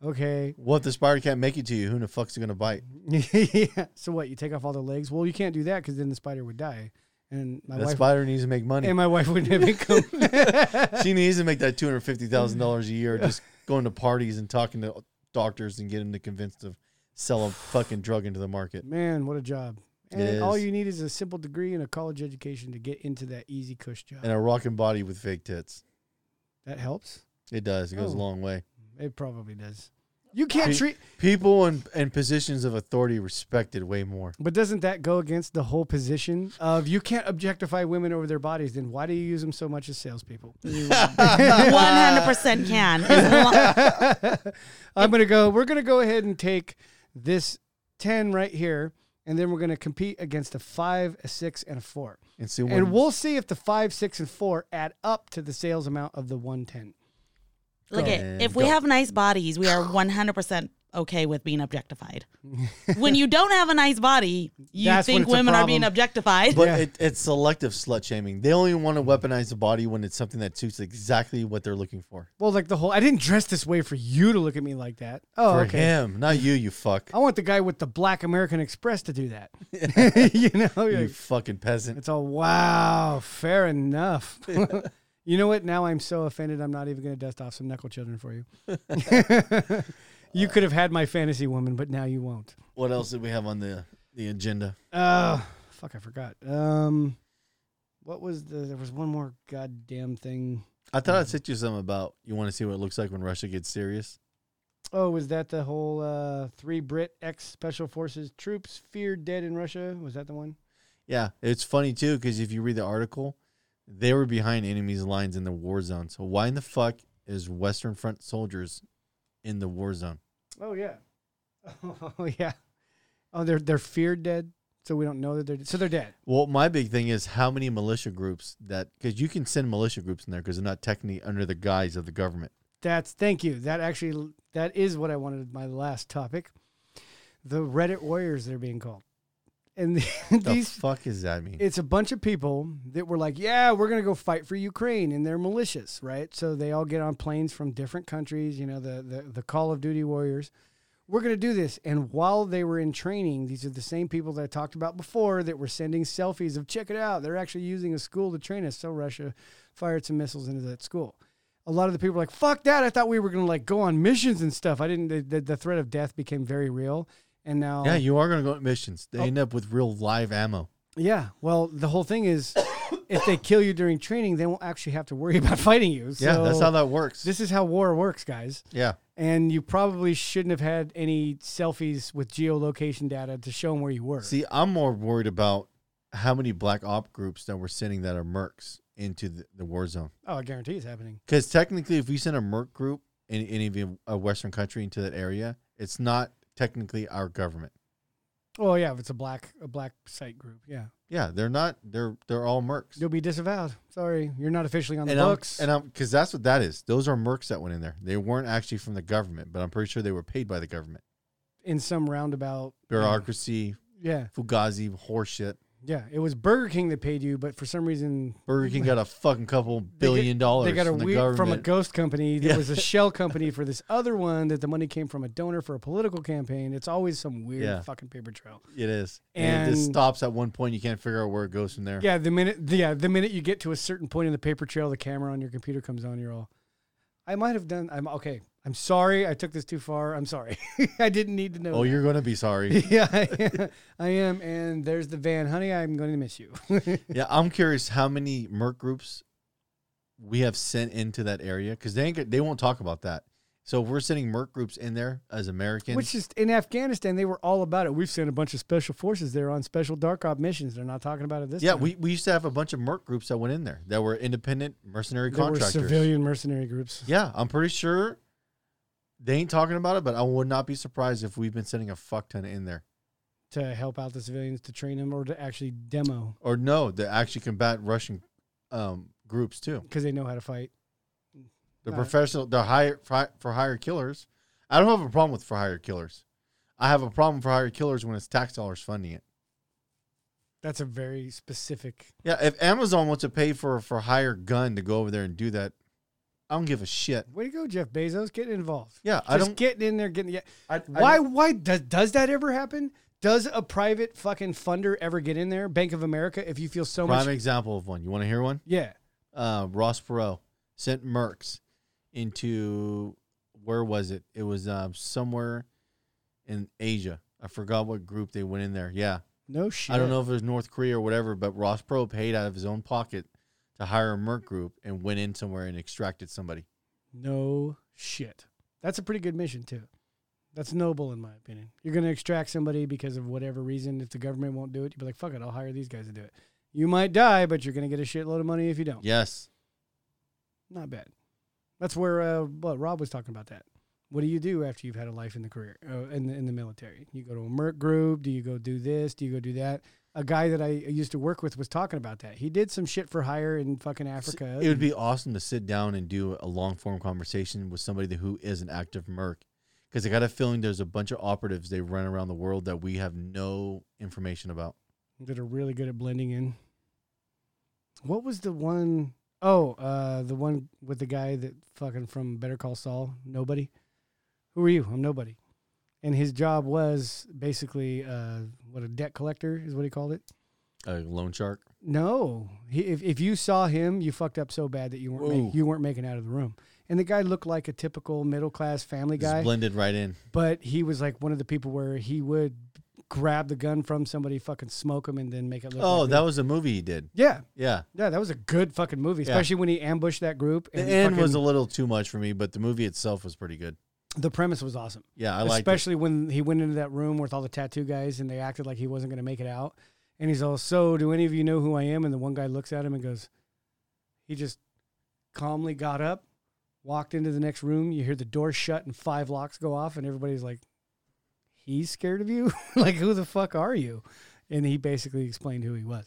A: Okay. [LAUGHS]
B: Well, if the spider can't make it to you, who the fuck's it going to bite?
A: yeah. So what? You take off all the legs? Well, you can't do that because then the spider would die, and my
B: That
A: wife
B: spider needs to make money.
A: and my wife wouldn't
B: [LAUGHS]
A: have income.
B: she needs to make that two hundred fifty thousand dollars a year just going to parties and talking to doctors and getting them convinced to sell a fucking drug into the market.
A: Man, what a job!
B: It
A: And all
B: is.
A: you need is a simple degree and a college education to get into that easy cush job.
B: And a rocking body with fake tits.
A: that helps.
B: It does. It goes
A: Oh.
B: a long way.
A: It probably does. You can't
B: Pe-
A: treat,
B: People in, in positions of authority respected way more.
A: but doesn't that go against the whole position of you can't objectify women over their bodies? Then why do you use them so much as salespeople?
D: One hundred
B: [LAUGHS]
D: percent can. As long-
A: [LAUGHS] I'm gonna go. We're gonna go ahead and take this ten right here, and then we're gonna compete against a five, a six, and a four.
B: And see when
A: And we'll see if the five, six, and four add up to the sales amount of the one ten.
D: Look at
B: And
D: if we
B: go.
D: have nice bodies, we
B: [SIGHS]
D: are one hundred percent okay with being objectified. when you don't have a nice body, you
A: That's when
D: think
A: it's a
D: women are being
A: problem.
D: objectified.
B: but
A: yeah.
B: it, it's selective slut shaming. They only want to weaponize the body when it's something that suits exactly what they're looking for.
A: Well, like the whole, I didn't dress this way for you to look at me like that. Oh,
B: For
A: okay.
B: him, not you, you
A: [LAUGHS]
B: fuck.
A: I want the guy with the black American Express to
B: [LAUGHS]
A: do that. [LAUGHS] you know, you're
B: You
A: like,
B: fucking peasant.
A: it's all wow, fair enough. [LAUGHS] you know what? Now I'm so offended, I'm not even going to dust off some knuckle children for you. you could have had my fantasy woman, but now you won't.
B: What else did we have on the the agenda?
A: Uh, fuck, I forgot. Um, what was the, there was one more goddamn thing.
B: I thought I'd sent you something about you want to see what it looks like when Russia gets serious.
A: Oh, was that the whole uh, three Brit ex special forces troops feared dead in Russia? Was that the one?
B: Yeah, it's funny too because if you read the article, they were behind enemies' lines in the war zone. So why in the fuck is Western Front soldiers in the war zone?
A: [LAUGHS] Oh yeah. Oh yeah. Oh, they're they're feared dead. so we don't know that they're so they're dead.
B: Well, my big thing is how many militia groups that because you can send militia groups in there because they're not technically under the guise of the government.
A: That's thank you. That actually that is what I wanted my last topic. The Reddit warriors they're being called. And [LAUGHS]
B: The
A: these
B: fuck is that mean?
A: it's a bunch of people that were like, yeah, we're going to go fight for Ukraine and they're militias, right? So they all get on planes from different countries, you know, the the, the Call of Duty warriors. We're going to do this. And while they were in training, these are the same people that I talked about before that were sending selfies of check it out. They're actually using a school to train us. So Russia fired some missiles into that school. A lot of the people were like, fuck that. I thought we were going to like go on missions and stuff. I didn't, the, the, the threat of death became very real. And now,
B: yeah, you are gonna go on missions.
A: Oh.
B: They end up with real live ammo.
A: yeah. Well, the whole thing is, if they kill you during training, they won't actually have to worry [LAUGHS] about fighting you. So
B: yeah, that's how that works.
A: This is how war works, guys.
B: yeah,
A: And you probably shouldn't have had any selfies with geolocation data to show them where you were.
B: See, I'm more worried about how many black op groups that we're sending that are mercs into the, the war zone.
A: oh, I guarantee it's happening.
B: Because technically, if we send a merc group in any of the- a Western country into that area, it's not technically our government.
A: Oh yeah, if it's a black a black site group, yeah,
B: Yeah, they're not. They're they're all mercs.
A: you'll be disavowed. Sorry, you're not officially on the
B: and I'm,
A: books.
B: and uh I'm because that's what that is. Those are mercs that went in there. They weren't actually from the government, but I'm pretty sure they were paid by the government.
A: in some roundabout,
B: Bureaucracy,
A: yeah,
B: fugazi, horseshit.
A: yeah, it was Burger King that paid you, but for some reason
B: Burger King got a fucking couple
A: They get-
B: billion dollars.
A: They got a
B: from the
A: weird
B: government.
A: from a ghost company that
B: Yeah.
A: was
B: [LAUGHS]
A: a shell company for this other one that the money came from a donor for a political campaign. It's always some weird
B: Yeah.
A: fucking paper trail.
B: It is, and, it just
A: And-
B: stops at one point. You can't figure out where it goes from there.
A: Yeah, the minute the, yeah, the minute you get to a certain point in the paper trail, the camera on your computer comes on, you're all I might have done I'm okay. I'm sorry I took this too far. I'm sorry. [LAUGHS] I didn't need to know.
B: Oh,
A: that.
B: you're gonna be sorry.
A: [LAUGHS] yeah, I, I am. And there's the van. Honey, I'm going to miss you. [LAUGHS]
B: yeah, I'm curious how many merc groups we have sent into that area because they ain't, g- they won't talk about that. So if we're sending merc groups in there as Americans.
A: Which is in Afghanistan, they were all about it. We've sent a bunch of special forces there on special dark op missions. They're not talking about it this
B: yeah,
A: time.
B: we, we used to have a bunch of merc groups that went in there that were independent mercenary
A: There were
B: contractors.
A: civilian mercenary groups.
B: Yeah, I'm pretty sure they ain't talking about it, but I would not be surprised if we've been sending a fuck ton in there.
A: to help out the civilians to train them or to actually demo
B: Or no, they actually combat Russian um, groups too.
A: because they know how to fight.
B: They're
A: Right.
B: professional. They're hire for, for hire killers. I don't have a problem with for hire killers. I have a problem for hire killers when it's tax dollars funding it.
A: That's a very specific.
B: Yeah, if Amazon wants to pay for a for hire gun to go over there and do that, I don't give a shit.
A: Way to go, Jeff Bezos, getting involved.
B: Yeah,
A: Just
B: I don't.
A: getting in there, getting yeah.
B: I, I
A: Why?
B: don't-
A: Why does does that ever happen? Does a private fucking funder ever get in there? Bank of America, if you feel so
B: prime
A: much,
B: example of one. You want to hear one?
A: yeah,
B: uh, Ross Perot sent Mercs into where was it? It was uh, somewhere in Asia. I forgot what group they went in there. Yeah,
A: no shit.
B: I don't know if it was North Korea or whatever, but Ross Perot paid out of his own pocket to hire a Merc group and went in somewhere and extracted somebody.
A: No shit. That's a pretty good mission too. That's noble in my opinion. You're gonna extract somebody because of whatever reason. If the government won't do it, you'd be like, fuck it, I'll hire these guys to do it. You might die, but you're gonna get a shitload of money if you don't.
B: Yes,
A: not bad. That's where uh, what Rob was talking about. That. What do you do after you've had a life in the career uh, in the, in the military? You go to a merc group. Do you go do this? Do you go do that? A guy that I used to work with was talking about that. He did some shit for hire in fucking Africa.
B: it would be awesome to sit down and do a long form conversation with somebody who is an active Merc. Because I got a feeling there's a bunch of operatives they run around the world that we have no information about.
A: that are really good at blending in. What was the one oh uh, the one with the guy that fucking from Better Call Saul? Nobody. Who are you? I'm nobody. And his job was basically uh, what a debt collector is what he called it.
B: A loan shark.
A: No, he, if if you saw him, you fucked up so bad that you weren't
B: Whoa.
A: make, you weren't making out of the room. And the guy looked like a typical middle class family
B: Just
A: guy,
B: blended right in.
A: but he was like one of the people where he would grab the gun from somebody, fucking smoke him, and then make it look.
B: Oh,
A: like
B: that
A: me.
B: was a movie he did.
A: yeah,
B: Yeah.
A: yeah, that was a good fucking movie,
B: Yeah.
A: especially when he ambushed that group.
B: The end was a
A: fucking-
B: little too much for me, but the movie itself was pretty good.
A: the premise was awesome.
B: Yeah, I liked it.
A: especially when he went into that room with all the tattoo guys and they acted like he wasn't going to make it out. And he's all, "So, do any of you know who I am?" And the one guy looks at him and goes, "He just calmly got up, walked into the next room. You hear the door shut and five [LAUGHS] locks go off, and everybody's like." He's scared of you? like, who the fuck are you? and he basically explained who he was.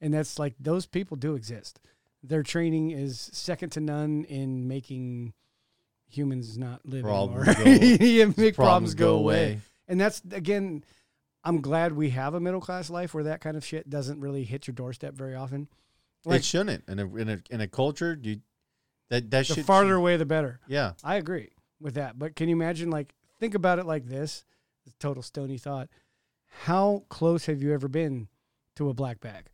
A: And that's like those people do exist. Their training is second to none in making humans not live
B: Problems
A: anymore.
B: go-
A: [LAUGHS] yeah, make problems,
B: Problems
A: go away. And that's again, I'm glad we have a middle class life where that kind of shit doesn't really hit your doorstep very often. Like-
B: it shouldn't. In a in a in a culture, you that that
A: The
B: shit
A: farther away, the better.
B: Yeah,
A: I agree with that. But can you imagine, like, think about it like this? It's a total stony thought. How close have you ever been to a black bag?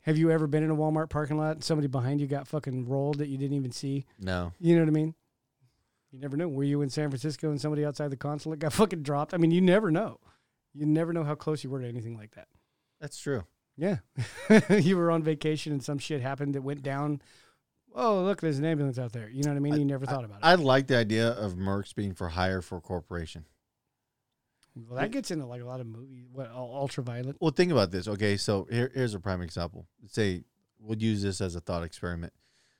A: Have you ever been in a Walmart parking lot and somebody behind you got fucking rolled that you didn't even see?
B: no.
A: You know what I mean? You never know. Were you in San Francisco and somebody outside the consulate got [LAUGHS] fucking dropped? I mean, you never know. You never know how close you were to anything like that.
B: That's true.
A: Yeah. [LAUGHS] you were on vacation and some shit happened that went down. Oh, look, there's an ambulance out there. You know what I mean? you never thought about it.
B: I like the idea of mercs being for hire for a corporation.
A: Well, that gets into like a lot of movies. What ul- ultraviolet?
B: Well, think about this. Okay, so here, here's a prime example. Say we'll use this as a thought experiment.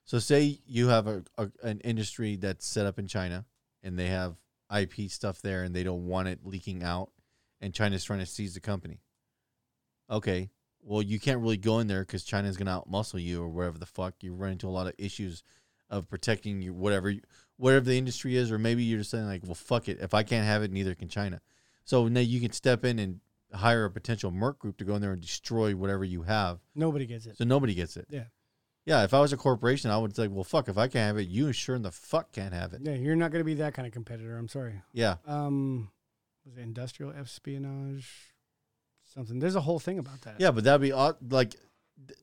B: So say you have a, a an industry that's set up in China and they have IP stuff there and they don't want it leaking out and China's trying to seize the company. Okay. Well, you can't really go in there cuz China's going to outmuscle you or whatever the fuck. You run into a lot of issues of protecting you whatever you- whatever the industry is or maybe you're just saying like, "Well, fuck it. If I can't have it, neither can China." So now you can step in and hire a potential merc group to go in there and destroy whatever you have,
A: Nobody gets it.
B: so nobody gets it.
A: Yeah.
B: yeah. If I was a corporation, I would say, well, fuck, if I can't have it, you sure in the fuck can't have it.
A: Yeah, you're not going to be that kind of competitor. I'm sorry.
B: Yeah,
A: Um, was it industrial espionage? Something. There's a whole thing about that.
B: yeah, but that'd be odd. Like th-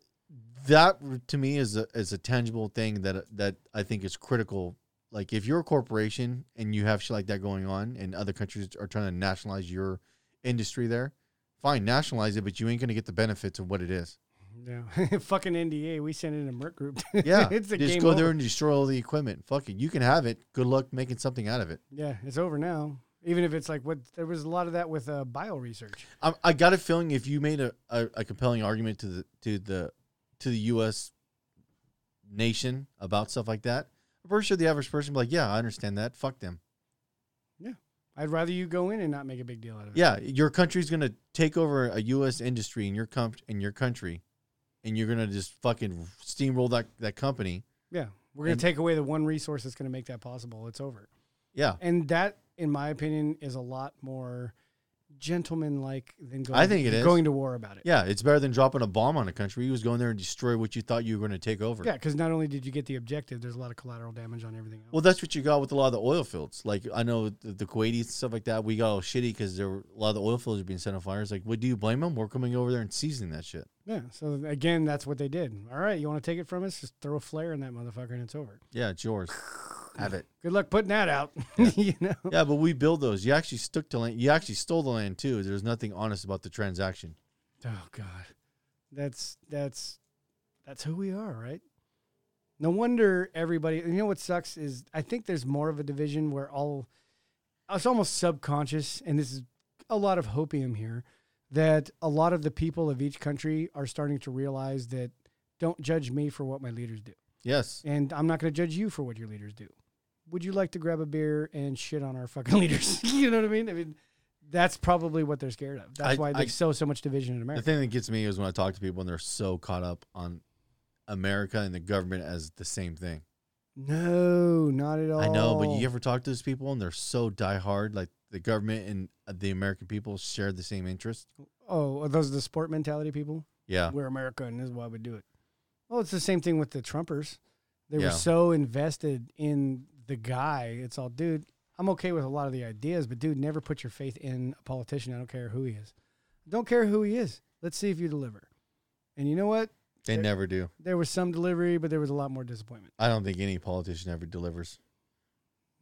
B: that to me is a is a tangible thing that that I think is critical. Like if you're a corporation and you have shit like that going on, and other countries are trying to nationalize your industry there, fine, nationalize it, but you ain't gonna get the benefits of what it is.
A: Yeah. [LAUGHS] Fucking NDA. We sent in a merc group. [LAUGHS]
B: Yeah,
A: it's a
B: just
A: game
B: go
A: over.
B: there and destroy all the equipment. Fuck it, you can have it. Good luck making something out of it.
A: yeah, it's over now. Even if it's like what there was a lot of that with uh, bio research.
B: I, I got a feeling if you made a, a, a compelling argument to the to the to the U.S. nation about stuff like that, I'm pretty sure the average person would be like, "Yeah, I understand that. Fuck them.
A: I'd rather you go in and not make a big deal out of it.
B: Yeah, your country's gonna take over a U.S. industry in your com- in your country, and you're gonna just fucking steamroll that that company.
A: Yeah. We're going
B: And-
A: to take away the one resource that's going to make that possible. It's over.
B: Yeah,
A: And that, in my opinion, is a lot more gentleman-like than going.
B: I think it is.
A: going to war about it.
B: yeah. It's better than dropping a bomb on a country. You was going there and destroy what you thought you were gonna take over.
A: Yeah, because not only did you get the objective, there's a lot of collateral damage on everything else.
B: Well, that's what you got with a lot of the oil fields. Like I know the, the Kuwaitis and stuff like that. We got all shitty because there were a lot of the oil fields are being set on fire. It's like, what do you blame them? We're coming over there and seizing that shit.
A: yeah. So again, that's what they did. All right, you want to take it from us? Just throw a flare in that motherfucker, and it's over.
B: Yeah, it's yours. [SIGHS] Have it.
A: Good luck putting that out. [LAUGHS] you know.
B: Yeah, but we build those. You actually stuck to land. You actually stole the land too. There's nothing honest about the transaction.
A: Oh God, that's that's that's who we are, right? No wonder everybody. You know what sucks is I think there's more of a division where all it's almost subconscious, and this is a lot of hopium here. That a lot of the people of each country are starting to realize that don't judge me for what my leaders do,
B: Yes.
A: and I'm not going to judge you for what your leaders do. Would you like to grab a beer and shit on our fucking [LAUGHS] leaders? you know what I mean? I mean, that's probably what they're scared of. That's
B: I-
A: why
B: I-
A: there's so so much division in America.
B: The thing that gets me is when I talk to people and they're so caught up on America and the government as the same thing.
A: No, not at all.
B: I know, but you ever talk to those people and they're so diehard, like the government and the American people share the same interest.
A: oh, are those the sport mentality people?
B: Yeah.
A: We're America, and this is why we do it. Well, it's the same thing with the Trumpers. They
B: Yeah.
A: were so invested in the guy. It's all, dude. I'm okay with a lot of the ideas, but dude, never put your faith in a politician. I don't care who he is. Don't care who he is. Let's see if you deliver. And you know what?
B: They
A: They're-
B: never do.
A: There was some delivery, but there was a lot more disappointment.
B: I don't think any politician ever delivers.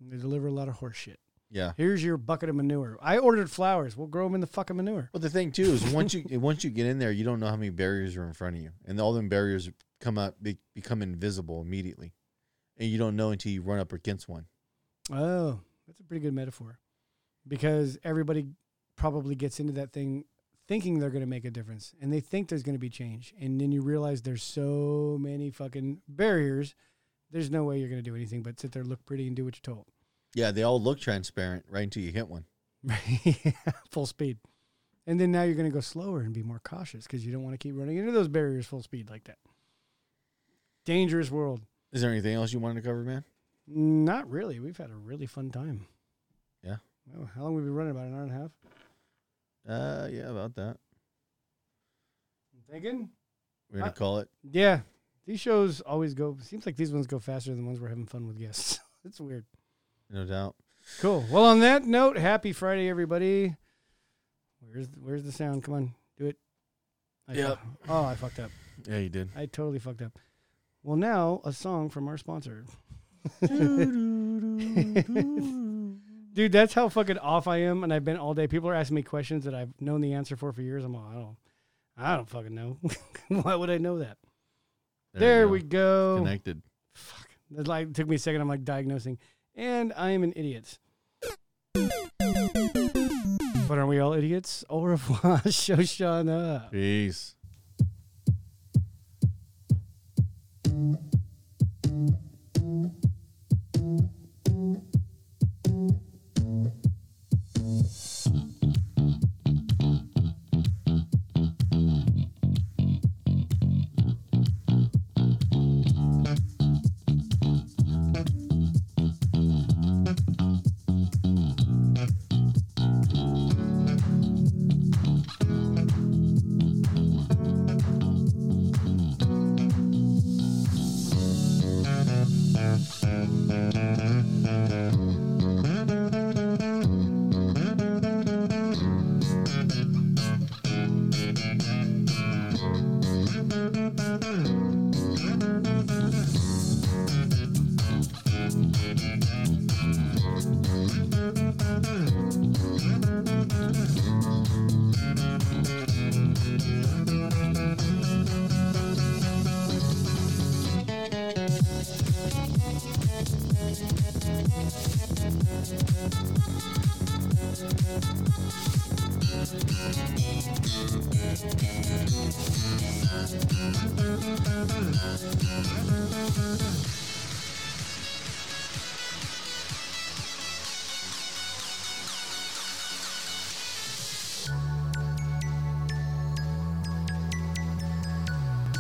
A: They deliver a lot of horse shit.
B: Yeah.
A: Here's your bucket of manure. I ordered flowers. We'll grow them in the fucking manure.
B: Well, the thing too is once you [LAUGHS] once you get in there, you don't know how many barriers are in front of you, and all them barriers come out they become invisible immediately, and you don't know until you run up against one.
A: Oh, that's a pretty good metaphor because everybody probably gets into that thing thinking they're going to make a difference and they think there's going to be change. And then you realize there's so many fucking barriers. There's no way you're going to do anything but sit there, look pretty, and do what you're told. [LAUGHS]
B: Yeah, they all look transparent right until you hit one.
A: Full speed. And then now you're going to go slower and be more cautious because you don't want to keep running into those barriers full speed like that. Dangerous world.
B: Is there anything else you wanted to cover, man?
A: Not really. We've had a really fun time.
B: Yeah.
A: Oh, how long have we been running? About an hour and a half?
B: Uh, yeah, about that.
A: I'm thinking.
B: We're gonna
A: I-
B: call it.
A: Yeah. These shows always go, seems like these ones go faster than the ones we're having fun with guests. [LAUGHS] it's weird.
B: No doubt.
A: Cool. Well, on that note, happy Friday, everybody. Where's where's the sound? Come on, do it. I fu-
B: Yep.
A: Oh, I fucked up.
B: Yeah, you did.
A: I totally fucked up. Well, now a song from our sponsor. Dude, that's how fucking off I am, and I've been all day. People are asking me questions that I've known the answer for for years. I'm all, I don't, I don't fucking know. [LAUGHS] Why would I know that? There,
B: you
A: we go.
B: Connected.
A: Fuck. It like took me a second. I'm like diagnosing, and I am an idiot. But aren't we all idiots? Au revoir, [LAUGHS] Shoshana.
B: Peace.